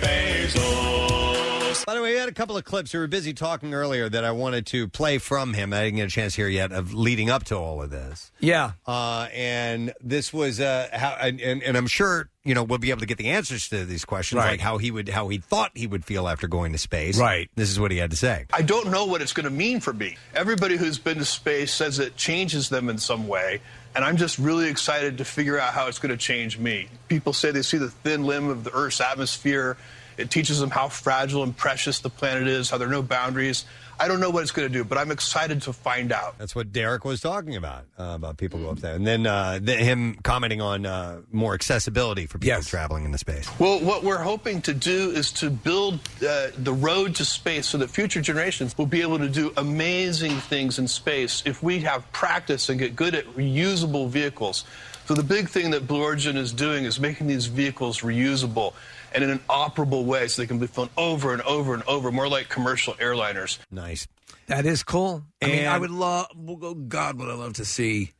Bezos.
By the way, we had a couple of clips. We were busy talking earlier that I wanted to play from him. I didn't get a chance here yet of leading up to all of this.
Yeah.
Uh, and this was uh, how, and, and and I'm sure you know we'll be able to get the answers to these questions,
Right.
like how he would how he thought he would feel after going to space.
Right.
This is what he had to say.
I don't know what it's going to mean for me. Everybody who's been to space says it changes them in some way, and I'm just really excited to figure out how it's going to change me. People say they see the thin limb of the Earth's atmosphere. It teaches them how fragile and precious the planet is, how there are no boundaries. I don't know what it's going to do, but I'm excited to find out.
That's what Derek was talking about uh, about people go up there, and then uh, th- him commenting on uh, more accessibility for people traveling into space.
Well, what we're hoping to do is to build uh, the road to space so that future generations will be able to do amazing things in space if we have practice and get good at reusable vehicles. So, the big thing that Blue Origin is doing is making these vehicles reusable and in an operable way so they can be flown over and over and over, more like commercial airliners.
Nice.
That is cool. I mean, I
And-
would love. oh, God, would I love to see,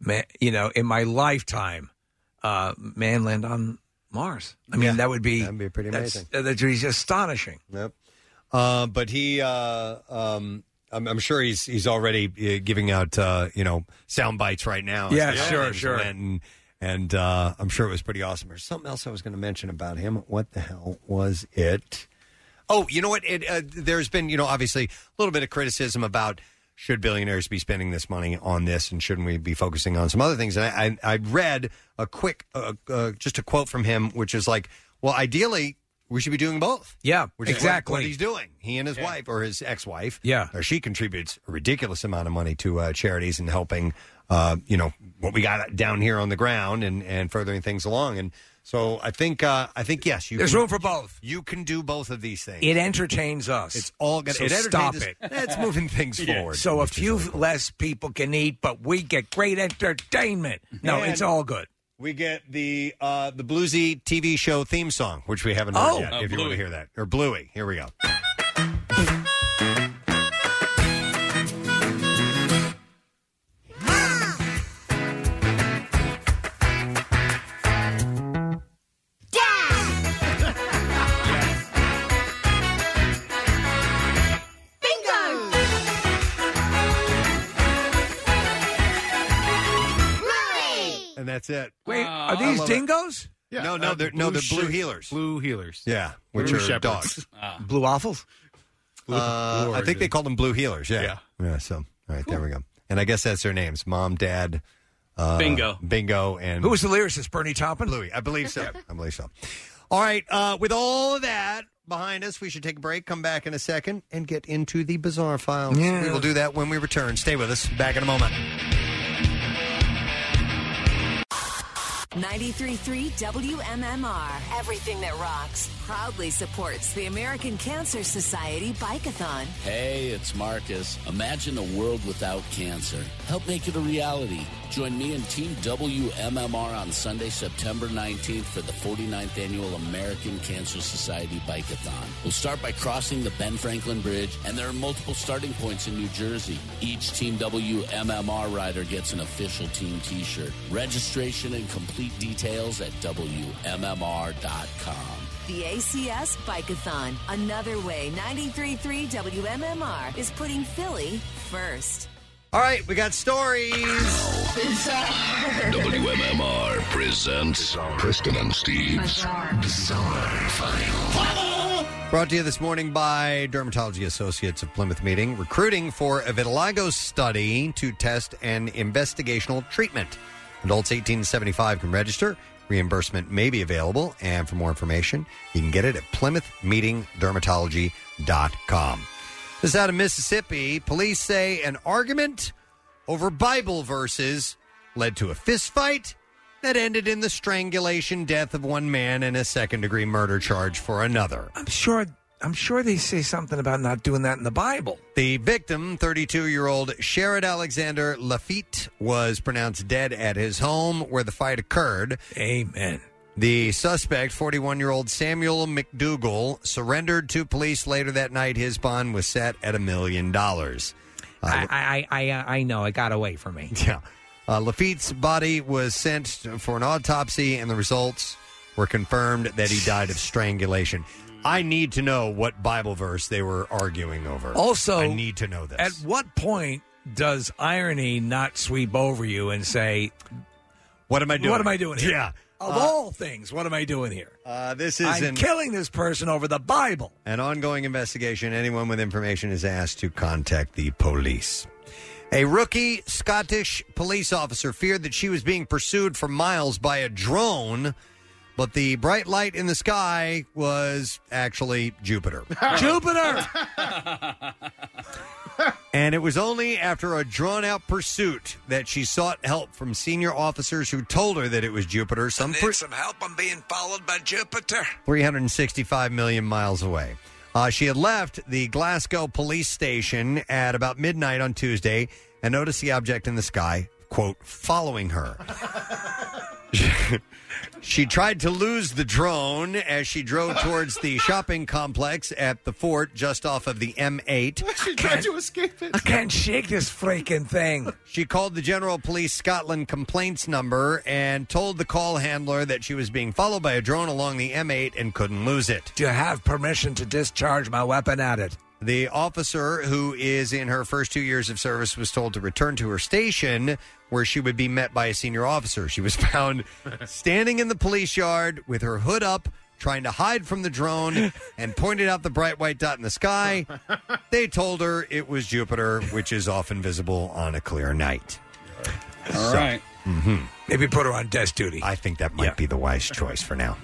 man, you know, in my lifetime, uh, man land on Mars. I mean, that would be that'd
be pretty amazing.
That's, that's really astonishing.
Yep. Uh, but he, uh, um, I'm, I'm sure he's he's already uh, giving out uh, you know sound bites right now.
Yeah,
as to how
sure,
things
sure.
went, And, and, uh, I'm sure it was pretty awesome. There's something else I was going to mention about him. What the hell was it? Oh, you know what? It, uh, there's been you know obviously a little bit of criticism about should billionaires be spending this money on this and shouldn't we be focusing on some other things? And I I, I read a quick uh, uh, just a quote from him, which is like, well, ideally we should be doing both.
Yeah,
Which is what-
exactly.
what he's doing. He and his wife, or his ex-wife,
Yeah.
or she contributes a ridiculous amount of money to uh, charities and helping, uh, you know, what we got down here on the ground and and furthering things along. And so I think uh, I think yes, you
There's
can-
room for both.
You can do both of these things.
It entertains us. It's
all gonna-
so
it entertains
stop
us.
it.
That's moving things Yeah. forward,
So a few less people can eat, but we get great entertainment. No,
And-
it's all good.
We get the uh, the bluesy TV show theme song, which we haven't heard
Oh.
yet.
Uh,
if you want to
Bluey.
hear that, or Bluey, here we go.
Bingo!
And that's it.
Wait, are
Uh, I
these
love it.
dingoes?
No, no, they're no, they're blue healers.
Uh, Blue healers.
Yeah, which
Blue
are
shepherds.
dogs.
Blue offals.
Uh,
Blue
I think they
origin.
call them blue healers. Yeah. Yeah. so, all right, there we go. And I guess that's their names mom, dad, uh,
Bingo.
Bingo, and.
Who was the lyricist? Bernie Taupin?
Bluey. I believe so. I believe so. All right, uh, with all of that behind us, we should take a break, come back in a second, and get into the bizarre files.
Yeah.
We will do that when we return. Stay with us. Back in a moment.
933 WMMR. Everything that rocks proudly supports the American Cancer Society Bikeathon.
Hey, it's Marcus. Imagine a world without cancer. Help make it a reality. Join me and Team WMMR on Sunday, September 19th for the 49th annual American Cancer Society Bikeathon. We'll start by crossing the Ben Franklin Bridge, and there are multiple starting points in New Jersey. Each Team WMMR rider gets an official team t shirt. Registration and complete details at WMMR.com.
The ACS Bikeathon. Another way 933 WMMR is putting Philly first.
All right, we got stories.
WMMR presents Preston and Steve's Bizarre, File.
Brought to you this morning by Dermatology Associates of Plymouth Meeting, recruiting for a vitiligo study to test an investigational treatment. Adults 18 to 75 can register. Reimbursement may be available. And for more information, you can get it at PlymouthMeetingDermatology.com. This is out of Mississippi. Police say an argument over Bible verses led to a fist fight that ended in the strangulation death of one man and a second degree murder charge for another.
I'm sure. I'm sure they say something about not doing that in the Bible.
The victim, 32 year old Sherrod Alexander Lafitte, was pronounced dead at his home where the fight occurred.
Amen.
The suspect, 41 year old Samuel McDougal, surrendered to police later that night. His bond was set at a million dollars. Uh,
I, I, I, I know it got away from me.
Yeah. Uh, Lafitte's body was sent for an autopsy, and the results were confirmed that he died of strangulation. I need to know what Bible verse they were arguing over.
Also,
I need to know that.
At what point does irony not sweep over you and say,
"What am I doing?
What am I doing here?
Yeah.
Of
Uh,
all things, what am I doing here?
Uh, this is
I'm
an-
killing this person over the Bible.
An ongoing investigation. Anyone with information is asked to contact the police. A rookie Scottish police officer feared that she was being pursued for miles by a drone, but the bright light in the sky was actually Jupiter.
Jupiter.
And it was only after a drawn out pursuit that she sought help from senior officers who told her that it was Jupiter, some
Need some help? I'm being followed by Jupiter.
365 million miles away. Uh, she had left the Glasgow police station at about midnight on Tuesday and noticed the object in the sky, quote, following her. she tried to lose the drone as she drove towards the shopping complex at the fort just off of the M8.
She tried to escape it.
I can't shake this freaking thing.
She called the General Police Scotland complaints number and told the call handler that she was being followed by a drone along the M8 and couldn't lose it.
Do you have permission to discharge my weapon at it?
The officer, who is in her first two years of service, was told to return to her station where she would be met by a senior officer. She was found standing in the police yard with her hood up, trying to hide from the drone, and pointed out the bright white dot in the sky. They told her it was Jupiter, which is often visible on a clear night.
All
So-
right.
Mhm.
Maybe put her on desk duty.
I think that might be the wise choice for now.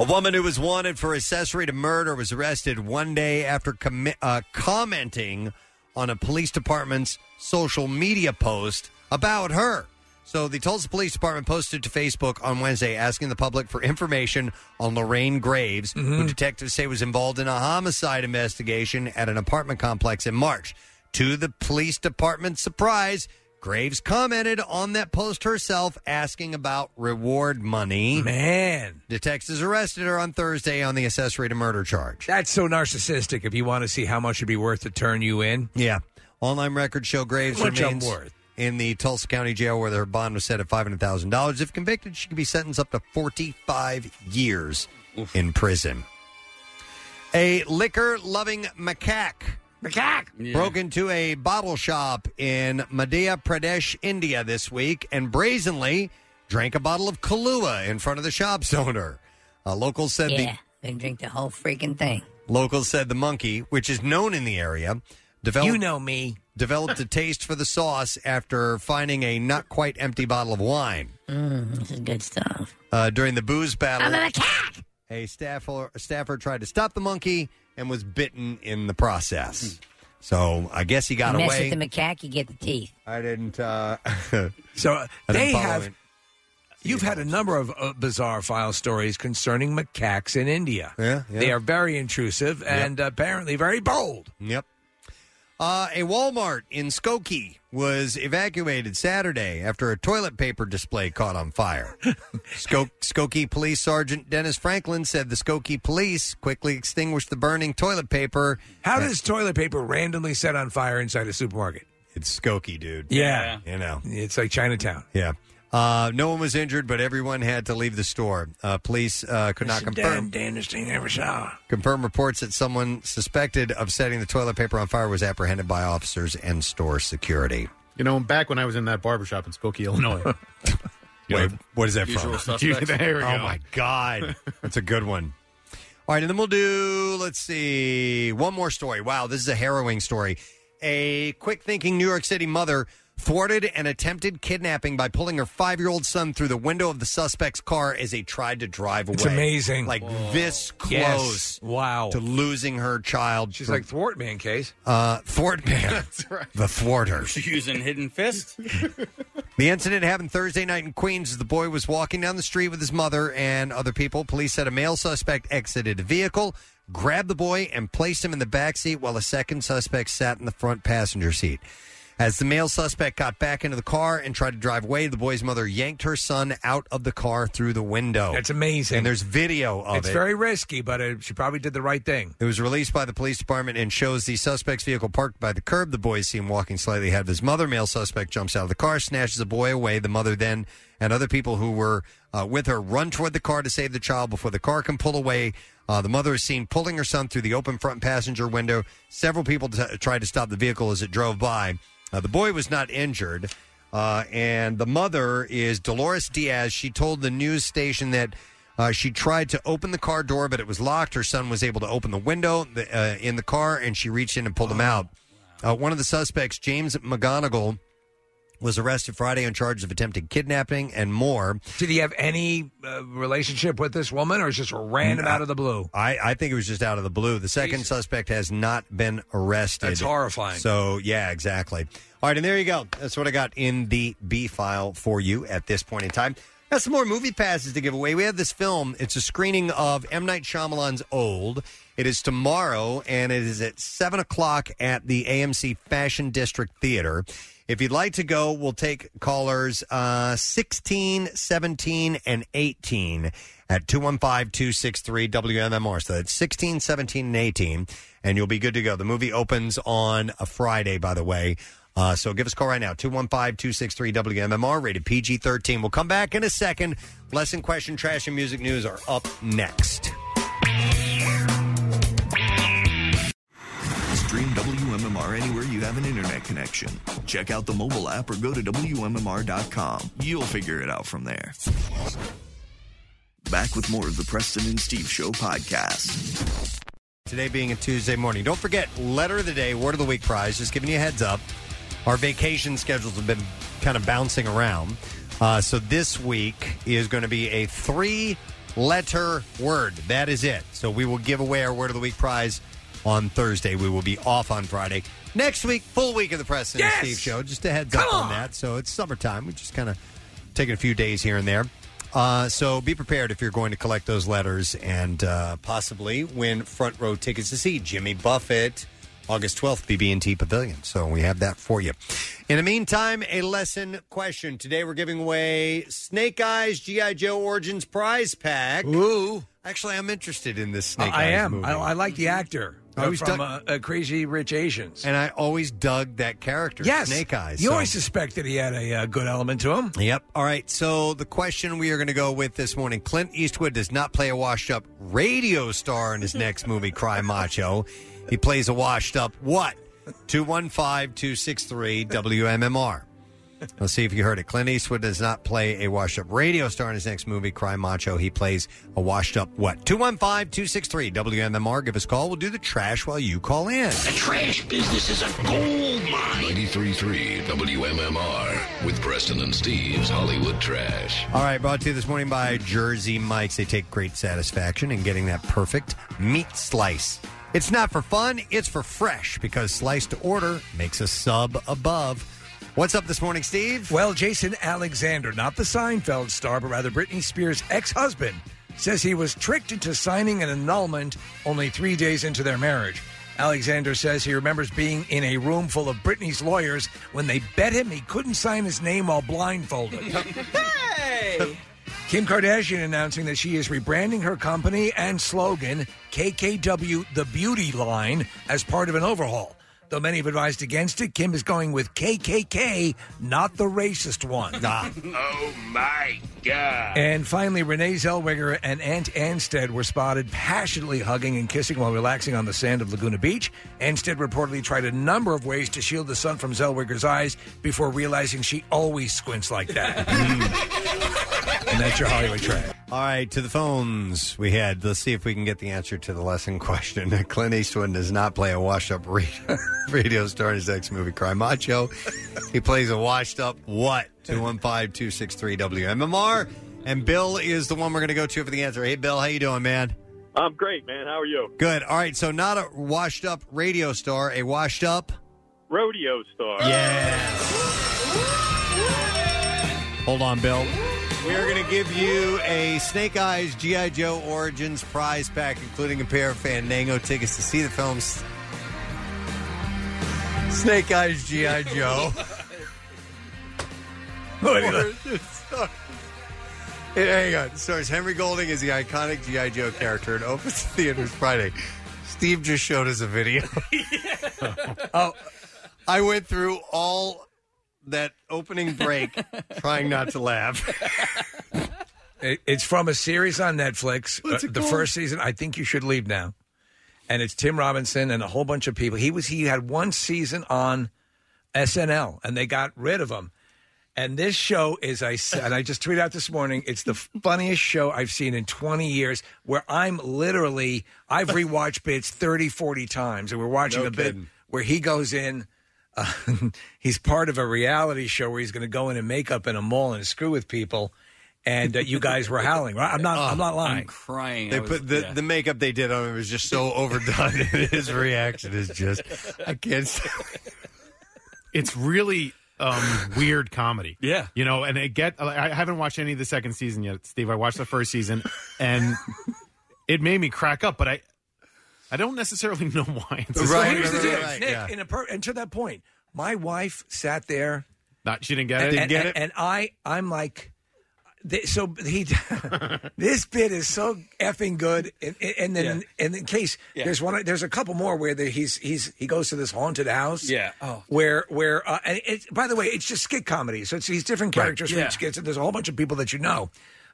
A woman who was wanted for accessory to murder was arrested one day after commi- uh, commenting on a police department's social media post about her. So, the Tulsa Police Department posted to Facebook on Wednesday asking the public for information on Lorraine Graves,
Mm-hmm.
who detectives say was involved in a homicide investigation at an apartment complex in March. To the police department's surprise, Graves commented on that post herself asking about reward money.
Man.
Detectives arrested her on Thursday on the accessory to murder charge.
That's so narcissistic. If you want to see how much it'd be worth to turn you in,
yeah. Online records show Graves
Much I'm
remains
worth.
in the Tulsa County Jail where her bond was set at $500,000. If convicted, she could be sentenced up to 45 years in prison. A liquor loving macaque.
Macaque!
Broke into a bottle shop in Madhya Pradesh, India this week and brazenly drank a bottle of Kahlua in front of the shop's owner. Uh, locals said the
yeah, they drink the whole freaking thing.
Locals said the monkey, which is known in the area, developed
You know me.
developed a taste for the sauce after finding a not quite empty bottle of wine.
Mm, this is good stuff.
Uh, during the booze battle,
I'm a
a staffer staffer tried to stop the monkey and was bitten in the process. So I guess he got
Hmm. Mess
away.
with the macaque, you get the teeth.
I didn't. Uh,
so uh,
I didn't
they
follow
have.
it.
You've had a number of uh, bizarre file stories concerning macaques in India.
Yeah, yeah.
They are very intrusive and apparently very bold.
Yep. Uh, a Walmart in Skokie was evacuated Saturday after a toilet paper display caught on fire. Skok- Skokie Police Sergeant Dennis Franklin said the Skokie police quickly extinguished the burning toilet paper.
How does toilet paper randomly set on fire inside a supermarket?
It's Skokie, dude.
Yeah.
You know.
It's like Chinatown.
Yeah. Uh, no one was injured, but everyone had to leave the store. Uh, police uh, could not
It's the
confirm.
damn damnedest thing I ever saw.
Confirmed reports that someone suspected of setting the toilet paper on fire was apprehended by officers and store security.
You know, back when I was in that barbershop in Skokie, Illinois.
Wait, what is that
Usual
from?
Suspects. There we
Oh
go.
my god, that's a good one. All right, and then we'll do, let's see, one more story. Wow, this is a harrowing story. A quick thinking New York City mother thwarted an attempted kidnapping by pulling her five year old son through the window of the suspect's car as they tried to drive away.
It's amazing.
Like this close
Yes. Wow.
to losing her child.
She's like thwart me in case.
uh, Thwart Man, the thwarter.
Using hidden fist.
The incident happened Thursday night in Queens. as The boy was walking down the street with his mother and other people. Police said a male suspect exited a vehicle, grabbed the boy, and placed him in the back seat while a second suspect sat in the front passenger seat. As the male suspect got back into the car and tried to drive away, the boy's mother yanked her son out of the car through the window.
That's amazing.
And there's video of
it's
it.
very risky, but uh, she probably did the right thing.
It was released by the police department and shows the suspect's vehicle parked by the curb. The boy is seen walking slightly ahead of his mother. Male suspect jumps out of the car, snatches the boy away. The mother then and other people who were uh, with her run toward the car to save the child before the car can pull away. Uh, the mother is seen pulling her son through the open front passenger window. Several people t- tried to stop the vehicle as it drove by. Uh, the boy was not injured. Uh, and the mother is Dolores Diaz. She told the news station that uh, she tried to open the car door, but it was locked. Her son was able to open the window the, uh, in the car, and she reached in and pulled him out. Uh, one of the suspects, James McGonigal, was arrested Friday on charges of attempted kidnapping and more.
Did he have any uh, relationship with this woman, or is just a random out of the blue?
I, I think it was just out of the blue. The second suspect has not been arrested.
That's horrifying.
So, yeah, exactly. All right, and there you go. That's what I got in the B file for you at this point in time. Got some more movie passes to give away. We have this film. It's a screening of M. Night Shyamalan's Old. It is tomorrow, and it is at 7 o'clock at the AMC Fashion District Theater. If you'd like to go, we'll take callers uh, 16, 17, and 18 at 215-263-WMMR. So that's 16, 17, and 18, and you'll be good to go. The movie opens on a Friday, by the way. Uh, so give us a call right now, 215-263-WMMR, rated PG-13. We'll come back in a second. Lesson, question, trash, and music news are up next.
Stream WMMR anywhere you have an internet connection. Check out the mobile app or go to WMMR.com. You'll figure it out from there. Back with more of the Preston and Steve Show podcast.
Today being a Tuesday morning. Don't forget, letter of the day, word of the week prize. Just giving you a heads up. Our vacation schedules have been kind of bouncing around. Uh, so this week is going to be a three letter word. That is it. So we will give away our word of the week prize on Thursday. We will be off on Friday. Next week, full week of the Preston and Steve show. Just a heads up on. that. So it's summertime. We just kind of taking a few days here and there. Uh, so be prepared if you're going to collect those letters and uh, possibly win front row tickets to see Jimmy Buffett August 12th, BB&T Pavilion. So we have that for you. In the meantime, a lesson question. Today we're giving away Snake Eyes G.I. Joe Origins Prize Pack.
Ooh.
Actually, I'm interested in this Snake
I
Eyes
am.
movie.
I, I like the actor.
I
Uh,
always
from uh,
dug-
uh, Crazy Rich Asians.
And I always dug that character,
Yes.
Snake Eyes.
You
so-
always suspected he had a uh, good element to him.
Yep. All right. So the question we are going to go with this morning: Clint Eastwood does not play a washed-up radio star in his next movie, Cry Macho. He plays a washed-up what? Two one five two six three WMMR. Let's see if you heard it. Clint Eastwood does not play a washed-up radio star in his next movie, Cry Macho. He plays a washed-up what? 215-263-WMMR. Give us a call. We'll do the trash while you call in.
The trash business is a gold mine.
93.3 WMMR with Preston and Steve's Hollywood Trash.
All right, brought to you this morning by Jersey Mike's. They take great satisfaction in getting that perfect meat slice. It's not for fun, it's for fresh because slice to order makes a sub above. What's up this morning, Steve?
Well, Jason Alexander, not the Seinfeld star, but rather Britney Spears' ex husband, says he was tricked into signing an annulment only three days into their marriage. Alexander says he remembers being in a room full of Britney's lawyers when they bet him he couldn't sign his name while blindfolded. hey! Kim Kardashian announcing that she is rebranding her company and slogan, KKW The Beauty Line, as part of an overhaul. Though many have advised against it, Kim is going with KKK, not the racist one.
Ah.
Oh my god.
Eh.
And finally, Renee Zellweger and Aunt Anstead were spotted passionately hugging and kissing while relaxing on the sand of Laguna Beach. Anstead reportedly tried a number of ways to shield the sun from Zellweger's eyes before realizing she always squints like that. and that's your Hollywood track.
All right, to the phones we had. Let's see if we can get the answer to the lesson question. Clint Eastwood does not play a washed-up radio, radio star in his next movie, Cry Macho. He plays a washed-up what? 215-263-WMMR. And Bill is the one we're going to go to for the answer. Hey, Bill, how you doing, man?
I'm great, man. How are you?
Good. All right, so not a washed-up radio star, a washed-up...
Rodeo star.
Hold on, Bill. We are going to give you a Snake Eyes G.I. Joe Origins prize pack, including a pair of Fandango tickets to see the film S- Snake Eyes G.I. Joe. What do you like? Hey, Hang on. Stars Henry Golding is the iconic G.I. Joe character and opens the theaters Friday. Steve just showed us a video. oh, I went through all that opening break trying not to laugh.
It, it's from a series on Netflix.
What's it
uh, the
called?
first season, I think you should leave now. And it's Tim Robinson and a whole bunch of people. He was he had one season on SNL, and they got rid of him. And this show is I said I just tweeted out this morning. It's the funniest show I've seen in 20 years. Where I'm literally I've rewatched bits 30, 40 times, and we're watching
No
a bit
kidding.
where he goes in. Uh, he's part of a reality show where he's going to go in and make up in a mall and screw with people. And uh, you guys were howling. Right? I'm not. I'm not lying.
I'm crying.
They put the, the makeup they did on him was just so oh, overdone. His reaction is just I can't. Stop.
It's really um, weird comedy.
Yeah,
you know, and it get. I haven't watched any of the second season yet, Steve. I watched the first season, and it made me crack up. But I, I don't necessarily know why. It's
So here's the deal, Nick. in a per- and to that point, my wife sat there.
Not she didn't get
and,
it.
and- and- and I, I'm like, th- so he, this bit is so effing good. And, and then, and in case
Yeah.
there's one, there's a couple more where the, he's he's he goes to this haunted house.
Yeah. Oh.
Where where uh, and it's by the way, it's just skit comedy, so it's these different characters
Right.
for each skit. So there's a whole bunch of people that you know,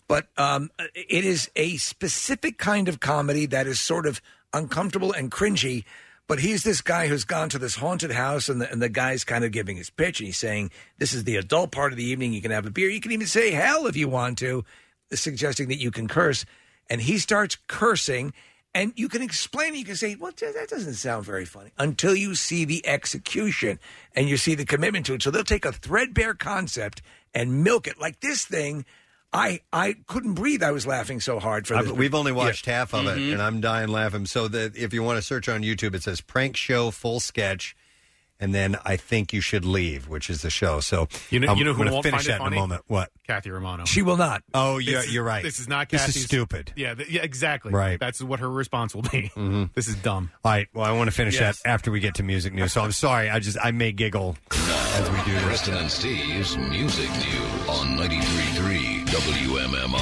but um, it is a specific kind of comedy that is sort of uncomfortable and cringy. But he's this guy who's gone to this haunted house, and the, and the guy's kind of giving his pitch, and he's saying, "This is the adult part of the evening. You can have a beer. You can even say hell if you want to," suggesting that you can curse. And he starts cursing, and you can explain. it. You can say, "Well, that that doesn't sound very funny." until you see the execution and you see the commitment to it. So they'll take a threadbare concept and milk it. Like this thing, I I couldn't breathe. I was laughing so hard for
I've-
this.
we've only
Yeah.
watched half of
Mm-hmm.
it, and I'm dying laughing. So that if you want to search on YouTube, it says prank show full sketch, and then I think you should leave, which is the show. So
You know,
I'm,
you know
I'm
who
gonna
won't
finish
find
that
it funny?
in a moment. What?
Kathy Romano.
She will not.
Oh, yeah,
This is-
you're right.
This is not.
This is
Kathy's,
stupid.
Yeah, th- yeah, exactly.
Right.
That's what her response will be. Mm-hmm. This is dumb.
All right. Well, I want to finish
Yes.
that after we get to music news. So I'm sorry. I just I may giggle as we do this.
Preston and Steve's Music News on 93.3 WMMR.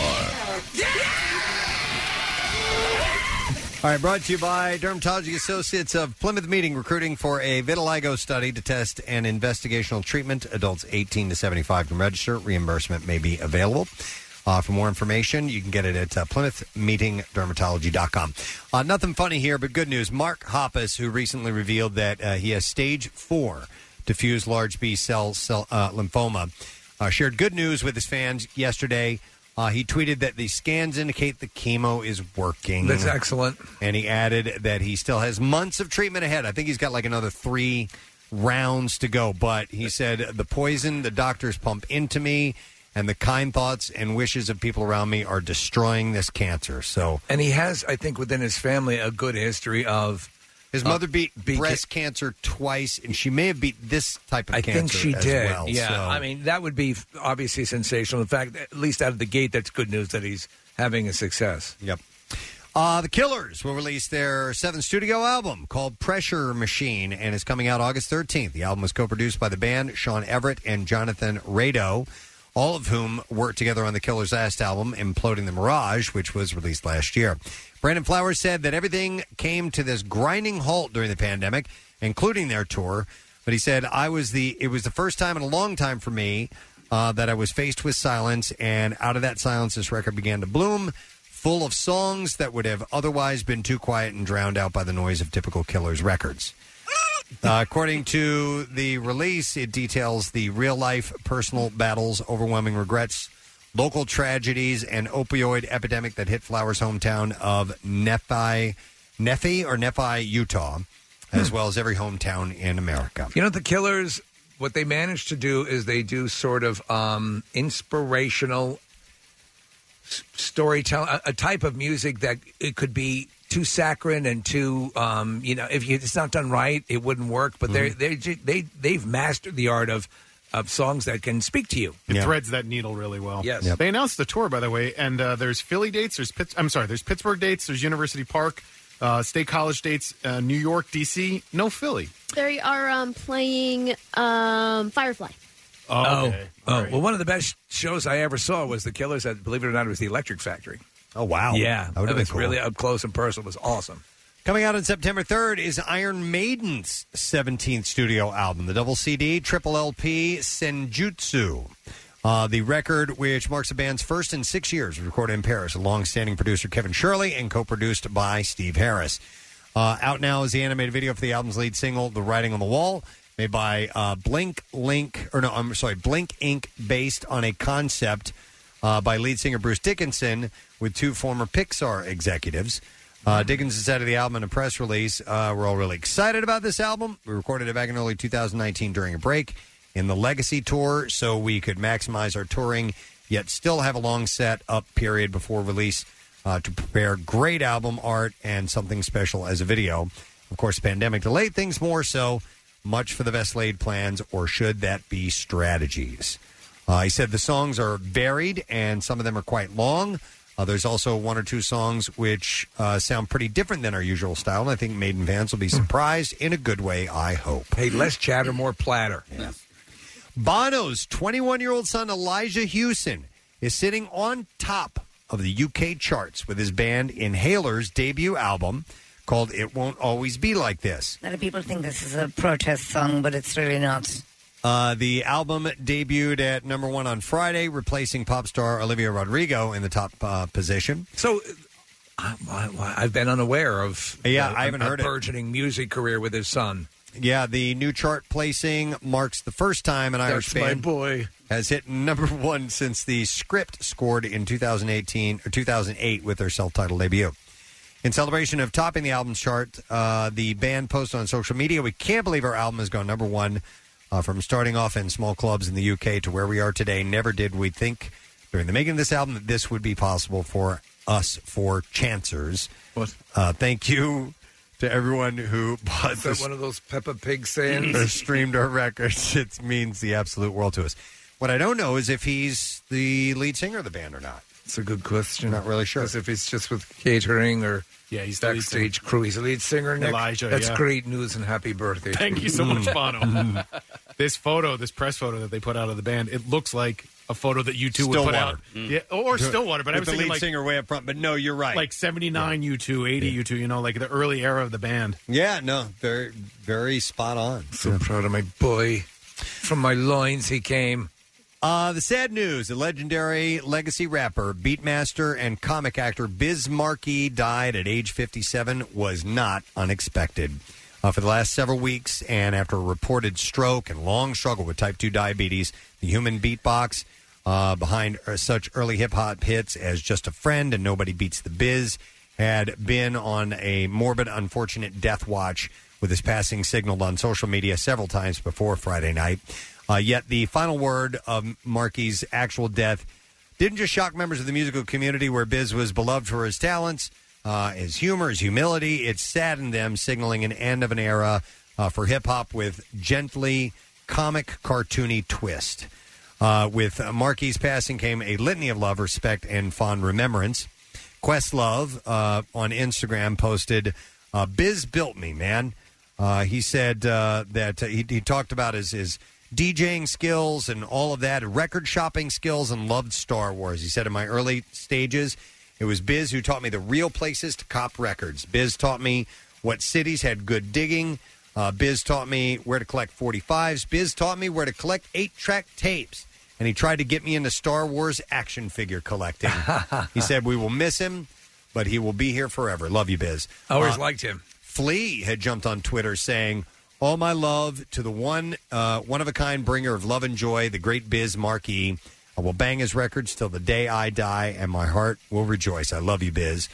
All right, brought to you by Dermatology Associates of Plymouth Meeting, recruiting for a vitiligo study to test an investigational treatment. Adults 18 to 75 can register. Reimbursement may be available. Uh, for more information, you can get it at uh, PlymouthMeetingDermatology.com. Uh, nothing funny here, but good news. Mark Hoppus, who recently revealed that uh, he has stage four diffuse large B cell, cell uh, lymphoma, uh, shared good news with his fans yesterday. Uh, he tweeted that the scans indicate the chemo is working.
That's excellent.
And he added that he still has months of treatment ahead. I think he's got like another three rounds to go. But he said, the poison the doctors pump into me and the kind thoughts and wishes of people around me are destroying this cancer. So
And he has, I think, within his family, a good history of
his
uh,
mother beat
beat
breast cancer twice, and she may have beat this type of
I
cancer
think she
as
did.
well.
yeah,
So-
I mean that would be obviously sensational. In fact, at least out of the gate, that's good news that he's having a success.
Yep. Uh, the Killers will release their seventh studio album called Pressure Machine and is coming out August 13th. The album was co produced by the band, Sean Everett and Jonathan Rado, all of whom worked together on the Killers' last album, Imploding the Mirage, which was released last year. Brandon Flowers said that everything came to this grinding halt during the pandemic, including their tour. But he said, "I was the. It was the first time in a long time for me uh, that I was faced with silence, and out of that silence, this record began to bloom, full of songs that would have otherwise been too quiet and drowned out by the noise of typical Killers records." Uh, according to the release, it details the real life personal battles, overwhelming regrets, local tragedies, and opioid epidemic that hit Flowers' hometown of Nephi, Nephi or Nephi, Utah, as well as every hometown in America.
You know, the Killers, what they manage to do is they do sort of um, inspirational s- storytelling, a, a type of music that it could be too saccharine and too, um, you know, if you, it's not done right, it wouldn't work. But
Mm-hmm.
they're, they're ju- they, they've mastered the art of, of songs that can speak to you.
It threads that needle really well.
Yes.
They announced the tour, by the way, and uh, there's Philly dates. There's Pitts. I'm sorry. There's Pittsburgh dates. There's University Park, uh, State College dates. Uh, New York, D.C. No Philly.
They are um, playing um, Firefly.
Oh, oh. well, one of the best shows I ever saw was The Killers at, believe it or not, it was The Electric Factory.
Oh, wow.
Yeah.
That would've
it
been
was
cool.
really up close and personal. It was awesome.
Coming out on September 3rd is Iron Maiden's 17th studio album, the double CD, triple LP, Senjutsu. Uh, the record, which marks the band's first in six years, was recorded in Paris, long-standing producer Kevin Shirley and co-produced by Steve Harris. Uh, out now is the animated video for the album's lead single, "The Writing on the Wall," made by uh, Blink Link, or no, I'm sorry, Blink Inc., based on a concept uh, by lead singer Bruce Dickinson with two former Pixar executives. Uh, Dickinson said of the album in a press release, uh, "We're all really excited about this album. We recorded it back in early 2019 during a break in the Legacy Tour, so we could maximize our touring, yet still have a long set up period before release uh, to prepare great album art and something special as a video. Of course, pandemic delayed things more, so much for the best laid plans, or should that be strategies? Uh, he said the songs are varied and some of them are quite long. Uh, there's also one or two songs which uh, sound pretty different than our usual style, and I think Maiden fans will be surprised in a good way, I hope.
Hmm. Hey, less chatter, more platter.
Bono's 21 year old son Elijah Hewson is sitting on top of the UK charts with his band Inhaler's debut album called It Won't Always Be Like This.
A lot of people think this is a protest song, but it's really not.
Uh, the album debuted at number one on Friday, replacing pop star Olivia Rodrigo in the top uh, position.
So, I, have been unaware of
Uh, Yeah,
uh,
I haven't
a
heard it.
burgeoning music career with his son.
Yeah, the new chart placing marks the first time an Irish
That's my
band
boy.
has hit number one since the script scored in 2018 or 2008 with their self-titled debut. In celebration of topping the album's chart, uh, the band posted on social media, "We can't believe our album has gone number one uh, from starting off in small clubs in the UK to where we are today. Never did we think during the making of this album that this would be possible for us for chancers." Uh, thank you to everyone who bought
Is that
Uh, this
one of those Peppa Pig
or
sayings?
streamed our records. It means the absolute world to us. What I don't know is if he's the lead singer of the band or not.
It's a good question.
Not really sure.
Because if it's just with catering or yeah, he's
the lead
backstage crew, he's the lead singer. Nick.
Elijah,
that's
yeah.
great news and happy birthday.
Thank you so much,
Mm.
Bono. this photo, this press photo that they put out of the band, it looks like a photo that you two would put
Stillwater.
out.
Mm.
Yeah, or Stillwater, but I
With
was
the
thinking
lead
like,
singer way up front. But no, you're right.
Like 79 U2, 80 U2, you know, like the early era of the band.
yeah, no, very, very spot on.
So proud of my boy. From my loins, he came.
Uh, the sad news: the legendary legacy rapper, beatmaster, and comic actor Biz Markie died at age 57. Was not unexpected. Uh, for the last several weeks, and after a reported stroke and long struggle with type 2 diabetes, the human beatbox uh, behind uh, such early hip hop hits as "Just a Friend" and "Nobody Beats the Biz" had been on a morbid, unfortunate death watch with his passing signaled on social media several times before Friday night. Uh, yet the final word of Markey's actual death didn't just shock members of the musical community where Biz was beloved for his talents, uh, his humor, his humility. It saddened them, signaling an end of an era uh, for hip hop with gently comic, cartoony twist. Uh, with uh, Markey's passing came a litany of love, respect, and fond remembrance. Questlove uh, on Instagram posted, uh, "Biz built me, man." Uh, he said uh, that uh, he, he talked about his his DJing skills and all of that, record shopping skills, and loved Star Wars. He said, "In my early stages, it was Biz who taught me the real places to cop records. Biz taught me what cities had good digging." Uh, Biz taught me where to collect 45s. Biz taught me where to collect eight track tapes. And he tried to get me into Star Wars action figure collecting. he said, We will miss him, but he will be here forever. Love you, Biz.
I always
Uh,
liked him.
Flea had jumped on Twitter saying, "All my love to the one, uh, one of a kind bringer of love and joy, the great Biz Markie. I will bang his records till the day I die, and my heart will rejoice. I love you, Biz.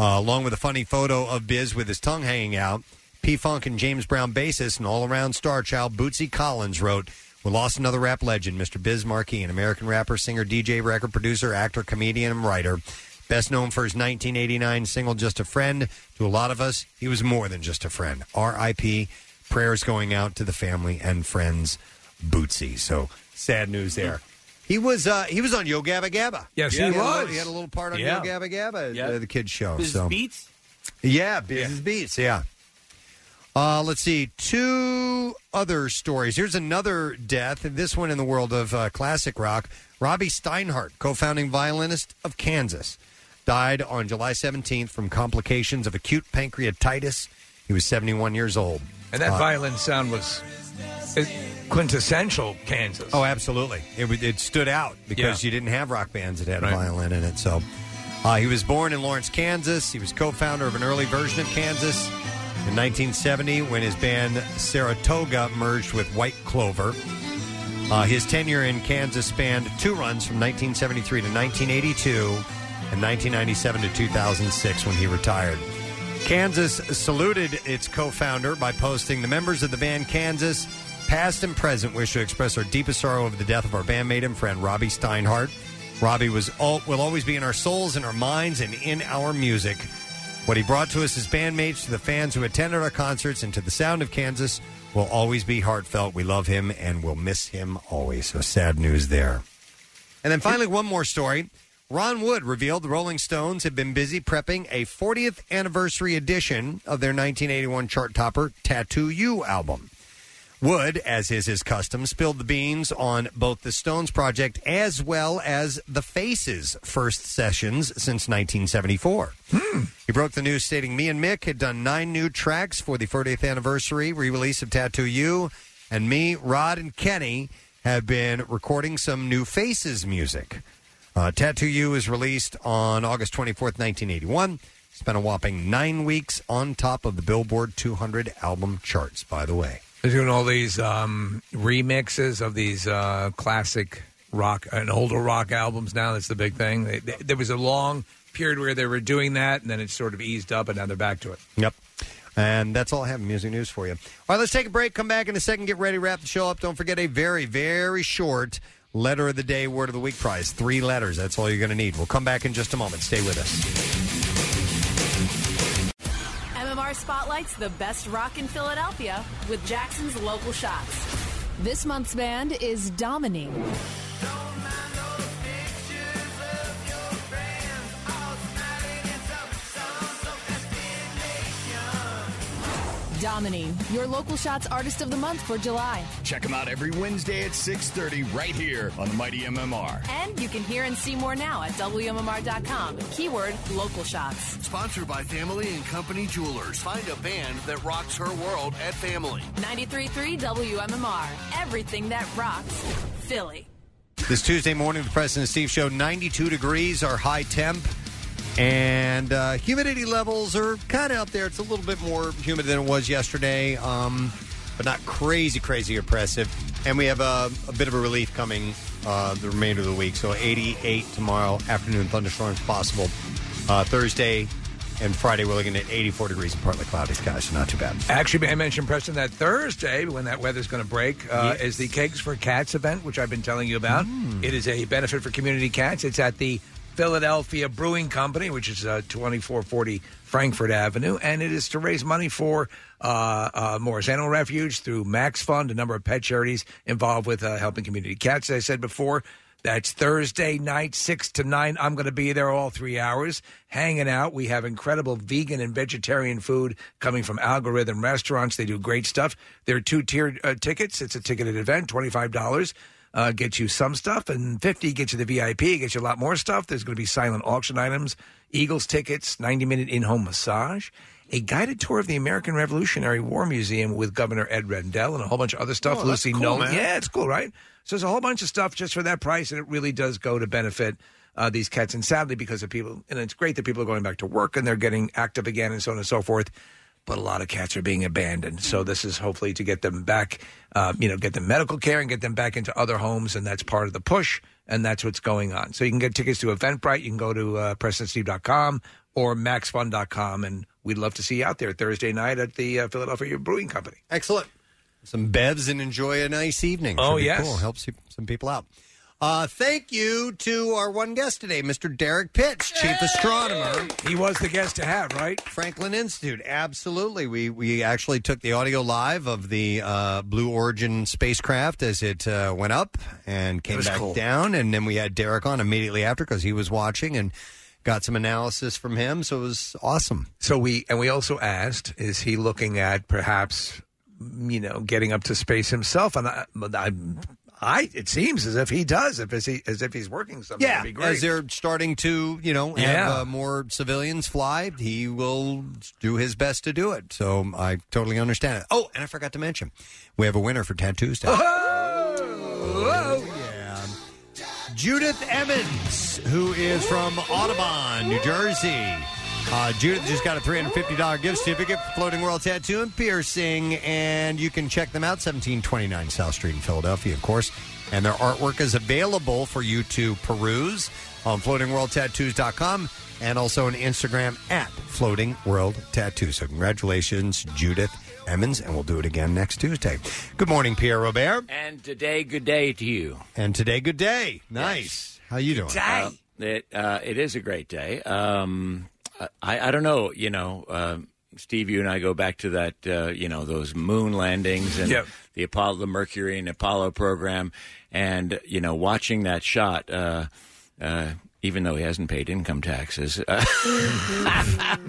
Uh, along with a funny photo of Biz with his tongue hanging out, P. Funk and James Brown bassist and all around star child Bootsy Collins wrote, We lost another rap legend, Mr. Biz Markie, an American rapper, singer, DJ, record producer, actor, comedian, and writer. Best known for his 1989 single Just a Friend. To a lot of us, he was more than just a friend. R.I.P. Prayers going out to the family and friends, Bootsy. So sad news there. He was uh, he was on Yo Gabba Gabba.
Yes,
had
he
a little-
was.
he had a little part on
Yeah.
Yo Gabba Gabba,
Yeah.
uh, the kids show.
Biz
so.
Beats?
Yeah, Biz's Beats. Yeah. Uh, let's see two other stories. Here's another death. This one in the world of uh, classic rock. Robbie Steinhardt, co-founding violinist of Kansas, died on July 17th from complications of acute pancreatitis. He was 71 years old.
And that
Uh,
violin sound was uh, quintessential Kansas.
Oh, absolutely. It, w- it stood out because you didn't have rock bands that had
Right.
a violin in it. So uh, he was born in Lawrence, Kansas. He was co founder of an early version of Kansas in 1970 when his band Saratoga merged with White Clover. Uh, his tenure in Kansas spanned two runs from 1973 to 1982 and 1997 to 2006 when he retired. Kansas saluted its co founder by posting the members of the band Kansas, past and present, wish to express our deepest sorrow over the death of our bandmate and friend, Robbie Steinhardt. Robbie was all, will always be in our souls, in our minds, and in our music. What he brought to us as bandmates, to the fans who attended our concerts, and to the sound of Kansas will always be heartfelt. We love him and will miss him always. So sad news there. And then finally, one more story. Ron Wood revealed the Rolling Stones had been busy prepping a 40th anniversary edition of their 1981 chart topper Tattoo You album. Wood, as is his custom, spilled the beans on both the Stones project as well as the Faces' first sessions since 1974. He broke the news stating, Me and Mick had done nine new tracks for the 40th anniversary re release of Tattoo You, and me, Rod, and Kenny have been recording some new Faces music. Uh, Tattoo You is released on August 24th, 1981. Spent a whopping nine weeks on top of the Billboard 200 album charts, by the way.
They're doing all these um, remixes of these uh, classic rock and older rock albums now. That's the big thing. They, they, there was a long period where they were doing that, and then it sort of eased up, and now they're back to it.
Yep. And that's all I have in music news for you. All right, let's take a break. Come back in a second. Get ready, wrap the show up. Don't forget a very, very short letter of the day, word of the week prize. Three letters. That's all you're going to need. We'll come back in just a moment. Stay with us.
MMR spotlights the best rock in Philadelphia with Jackson's local shots. This month's band is Dominique. Dominique, your local shots artist of the month for July.
Check them out every Wednesday at 6.30 right here on the Mighty MMR.
And you can hear and see more now at WMMR.com. Keyword local shots.
Sponsored by Family and Company Jewelers. Find a band that rocks her world at Family.
93.3 WMMR. Everything that rocks. Philly.
This Tuesday morning, the Preston and Steve Show, 92 degrees, our high temp. And uh, humidity levels are kind of up there. It's a little bit more humid than it was yesterday, um, but not crazy, crazy oppressive. And we have uh, a bit of a relief coming uh, the remainder of the week. So 88 tomorrow, afternoon thunderstorms possible. Uh, Thursday and Friday, we're looking at 84 degrees and partly cloudy skies, so not too bad.
Actually, I mentioned Preston that Thursday, when that weather's going to break, uh, is the Cakes for Cats event, which I've been telling you about. It is a benefit for community cats. It's at the Philadelphia Brewing Company, which is uh, 2440 Frankfurt Avenue, and it is to raise money for uh, uh, Morris Animal Refuge through Max Fund, a number of pet charities involved with uh, helping community cats. As I said before, that's Thursday night, 6 to 9. I'm going to be there all three hours hanging out. We have incredible vegan and vegetarian food coming from algorithm restaurants. They do great stuff. There are two tiered uh, tickets. It's a ticketed event, $25. Uh, gets you some stuff, and 50 gets you the VIP, gets you a lot more stuff. There's going to be silent auction items, Eagles tickets, 90 minute in home massage, a guided tour of the American Revolutionary War Museum with Governor Ed Rendell, and a whole bunch of other stuff.
Oh, that's
Lucy
cool,
Nolan.
man.
Yeah, it's cool, right? So there's a whole bunch of stuff just for that price, and it really does go to benefit uh, these cats. And sadly, because of people, and it's great that people are going back to work and they're getting active again, and so on and so forth. But a lot of cats are being abandoned, so this is hopefully to get them back, uh, you know, get them medical care and get them back into other homes, and that's part of the push. and that's what's going on. So you can get tickets to Eventbrite. You can go to uh, PrestonSteve.com or MaxFun.com, and we'd love to see you out there Thursday night at the uh, Philadelphia Brewing Company.
Excellent. Some bevs and enjoy a nice evening.
Oh,
Should be
yes.
cool. Help some some people out. Uh, thank you to our one guest today, Mr. Derek Pitts, chief astronomer.
He was the guest to have, right?
Franklin Institute. Absolutely. We we actually took the audio live of the uh, Blue Origin spacecraft as it uh, went up and came
was
back
cool.
down, and then we had Derek on immediately after because he was watching and got some analysis from him. So it was awesome.
So we and we also asked, is he looking at perhaps you know getting up to space himself? And I, but I, I it seems as if he does, if as he as if he's working something. That'd be great.
as they're starting to, you know, have
Yeah.
uh, more civilians fly, he will do his best to do it. So I totally understand it. Oh, and I forgot to mention, we have a winner for Tattoos Day.
Oh,
Yeah. Judith Evans, who is from Audubon, New Jersey. Uh, Judith just got a $350 gift certificate for Floating World Tattoo and Piercing, and you can check them out, 1729 South Street in Philadelphia, of course. And their artwork is available for you to peruse on floatingworldtattoos.com and also on Instagram at Floating World Tattoo. So, congratulations, Judith Emmons, and we'll do it again next Tuesday. Good morning, Pierre Robert.
And today, good day to you.
And today, good day. Nice. How you doing?
Uh, it, uh, it is a great day. Um, I, I don't know, you know, um Steve, you and I go back to that, uh, you know, those moon landings and
Yep.
the Apollo, the Mercury and Apollo program. And, you know, watching that shot, uh, uh, even though he hasn't paid income taxes. uh,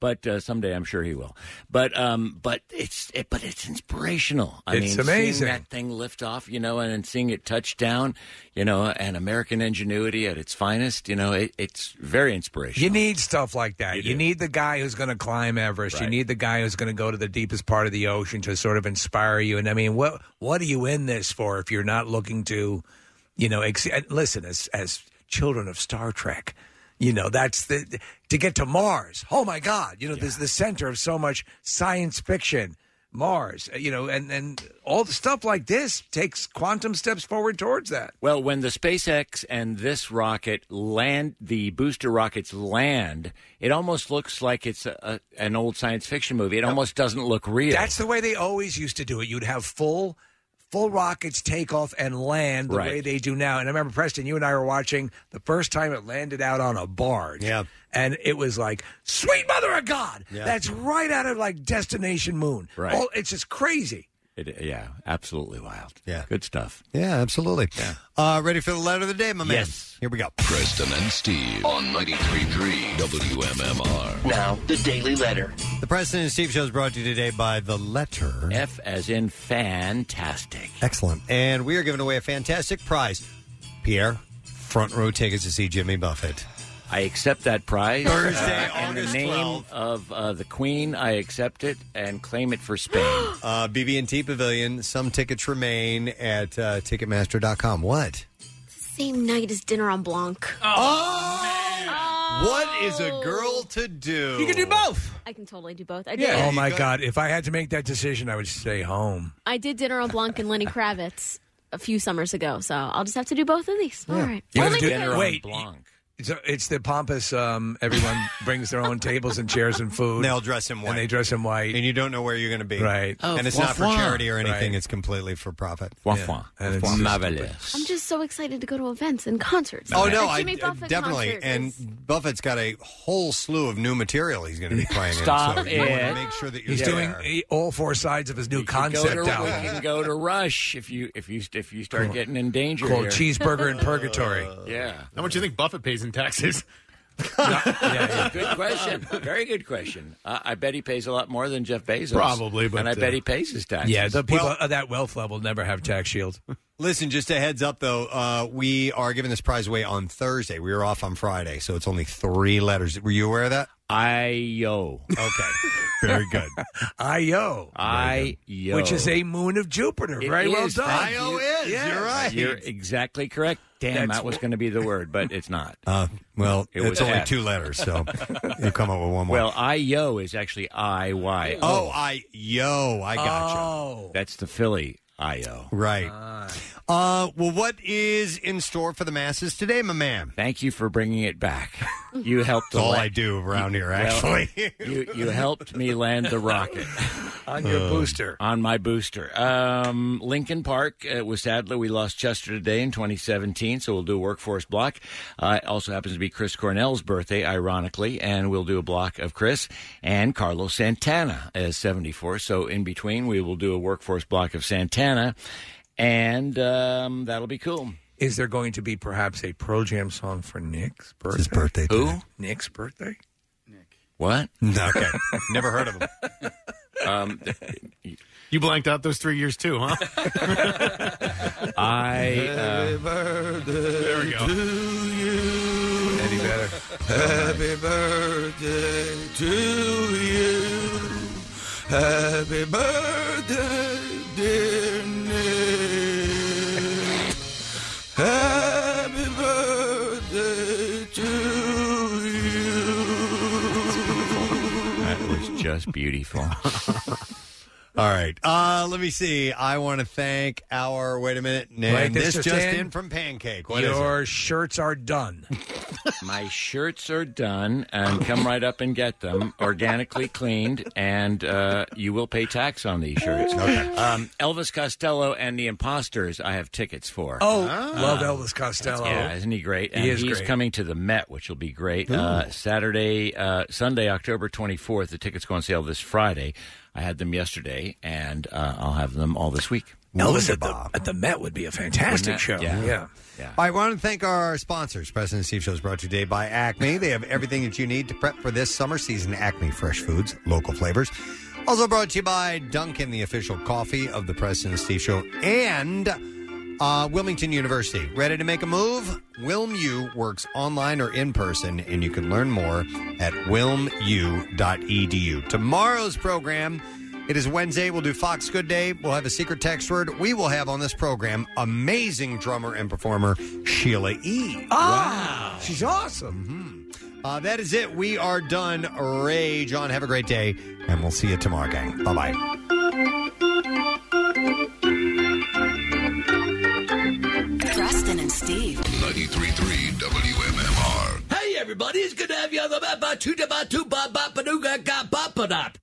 but uh, someday I'm sure he will. But um, but it's it, but it's inspirational. I
It's
mean,
amazing.
seeing that thing lift off, you know, and, and seeing it touch down, you know, and American ingenuity at its finest, you know, it, it's very inspirational.
You need stuff like that. You, need the guy who's going to climb Everest. You
Right.
need the guy who's going to go to the deepest part of the ocean to sort of inspire you. And I mean, what what are you in this for if you're not looking to, you know, ex- and listen as as children of Star Trek, you know, that's the to get to Mars. Oh my God, you know, this is the center of so much science fiction. Mars, you know, and and all the stuff like this takes quantum steps forward towards that.
Well, when the SpaceX and this rocket land, the booster rockets land, it almost looks like it's a, a, an old science fiction movie. It almost doesn't look real.
That's the way they always used to do it. You'd have full full rockets take off and land the
Right.
way they do now. And I remember Preston, you and I were watching the first time it landed out on a barge. Yeah. And it was like, sweet mother of God.
Yeah.
That's right out of like Destination Moon.
Right.
Oh, it's just crazy.
It, yeah, absolutely wild.
Yeah.
Good stuff.
Yeah, absolutely. Uh, ready for the letter of the day, my man?
Yes.
Here we go.
Preston and Steve on 93.3 WMMR.
Now, the Daily Letter.
The President and Steve Show is brought to you today by The Letter.
F as in fantastic.
Excellent. And we are giving away a fantastic prize. Pierre, front row tickets to see Jimmy Buffett.
I accept that prize.
Thursday,
in the
August
name
12th.
of uh, the Queen, I accept it and claim it for Spain.
Uh, BB&T Pavilion. Some tickets remain at uh, Ticketmaster.com. What?
Same night as dinner on Blanc.
Oh.
Oh.
What is a girl to do?
both.
I can totally do both. I did.
Yeah. Oh my God! If I had to make that decision, I would stay home.
I did dinner on Blanc and Lenny Kravitz a few summers ago, so I'll just have to do both of these. All right.
You
Oh
gotta
my
do-
God.
wait, So it's the pompous. Um, everyone brings their own tables and chairs and food.
They'll dress in white.
And they dress in white. And
you don't know where you're going to be.
Right.
Oh,
and it's not for charity or anything. It's completely for profit.
Foie foie.
And it's
Foie
just-
marvelous.
I'm just so excited to go to events and concerts.
Oh
The
no, I,
Jimmy Buffett
definitely.
concert
And
is-
Buffett's got a whole slew of new material he's going to be playing.
Stop
in, so you wanna
it.
Make sure that you're
He's
there.
doing eh, all four sides of his new
Go
concept
to,
album.
we can go to Rush if you if you if you start
Cool.
getting in danger.
Called
here.
Cheeseburger in Purgatory.
Yeah.
How much do you think Buffett pays in taxes?
Good question. Very good question. Uh, I bet he pays a lot more than Jeff Bezos.
Probably, but,
and I
uh,
bet he pays his taxes.
Yeah, the people of that wealth level never have tax shield.
Listen, just a heads up though, uh, we are giving this prize away on Thursday. We were off on Friday, so it's only three letters. Were you aware of that?
I yo.
Okay. Very good.
Io.
Io.
Oh. Which is a moon of Jupiter.
It
Very well
is.
done.
Thank you.
Yes.
You're exactly correct. Damn,
That's-
that was going to be the word, but it's not.
Uh, well,
It
it's
was
only
F.
two letters, so you come up with one more.
Well, I yo is actually I Y.
oh, I yo, I got
That's the Philly. Io.
Right. Uh, well, what is in store for the masses today, my man?
Thank you for bringing it back. You helped.
That's all I do around here, actually.
you you helped me land the rocket Uh,
On your Um, booster.
On my booster. Um, Lincoln Park uh, was sadly we lost Chester today in 2017, so we'll do a workforce block. Uh, it also happens to be Chris Cornell's birthday, ironically, and we'll do a block of Chris and Carlos Santana as 74. So in between, we will do a workforce block of Santana, and um, that'll be cool.
Is there going to be perhaps a Pearl Jam song for Nick's birthday?
his birthday
Who?
today.
Nick's birthday?
What?
Okay. Never heard of him.
Um,
you blanked out those three years too, huh?
I.
uh,
there
we go.
Any better? Happy birthday to you. Happy birthday, dear Nick. Happy birthday to you.
That was just beautiful.
All right. Uh, let me see. I want to thank our. Wait a minute. Now,
Wait,
this, just in.
in
from Pancake. What is it?
Your shirts are done.
My shirts are done, and come right up and get them organically cleaned, and uh, you will pay tax on these shirts. Okay. Um, Elvis Costello and the Imposters, I have tickets for.
Oh,
Ah.
Um,
love Elvis Costello.
Yeah, isn't he great?
He
And
is
he's
great.
coming to the Met, which will be great.
Ooh.
Uh, Saturday, uh, Sunday, October 24th. The tickets go on sale this Friday. I had them yesterday, and uh, I'll have them all this week.
Elvis at the, at the Met would be a fantastic
Wouldn't
show.
that- yeah.
yeah.
All right, I want to thank our sponsors. President Steve Show is brought to you today by Acme. They have everything that you need to prep for this summer season. Acme fresh foods, local flavors. Also brought to you by Dunkin', the official coffee of the President Steve Show, and uh, Wilmington University. Ready to make a move? WilmU works online or in person, and you can learn more at wilmu.edu. E Tomorrow's program. It is Wednesday. We'll do Fox Good Day. We'll have a secret text word. We will have on this program amazing drummer and performer Sheila E.
Ah, she's awesome.
Uh, that is it. We are done. Ray John, have a great day, and we'll see you tomorrow, gang. Bye bye.
Preston and Steve.
93.3 WMMR.
Hey, everybody, it's good to have you on the map. Ba- Two da- ba- two ba- ba- ba- doo- ga- ga- ba- ba- dop.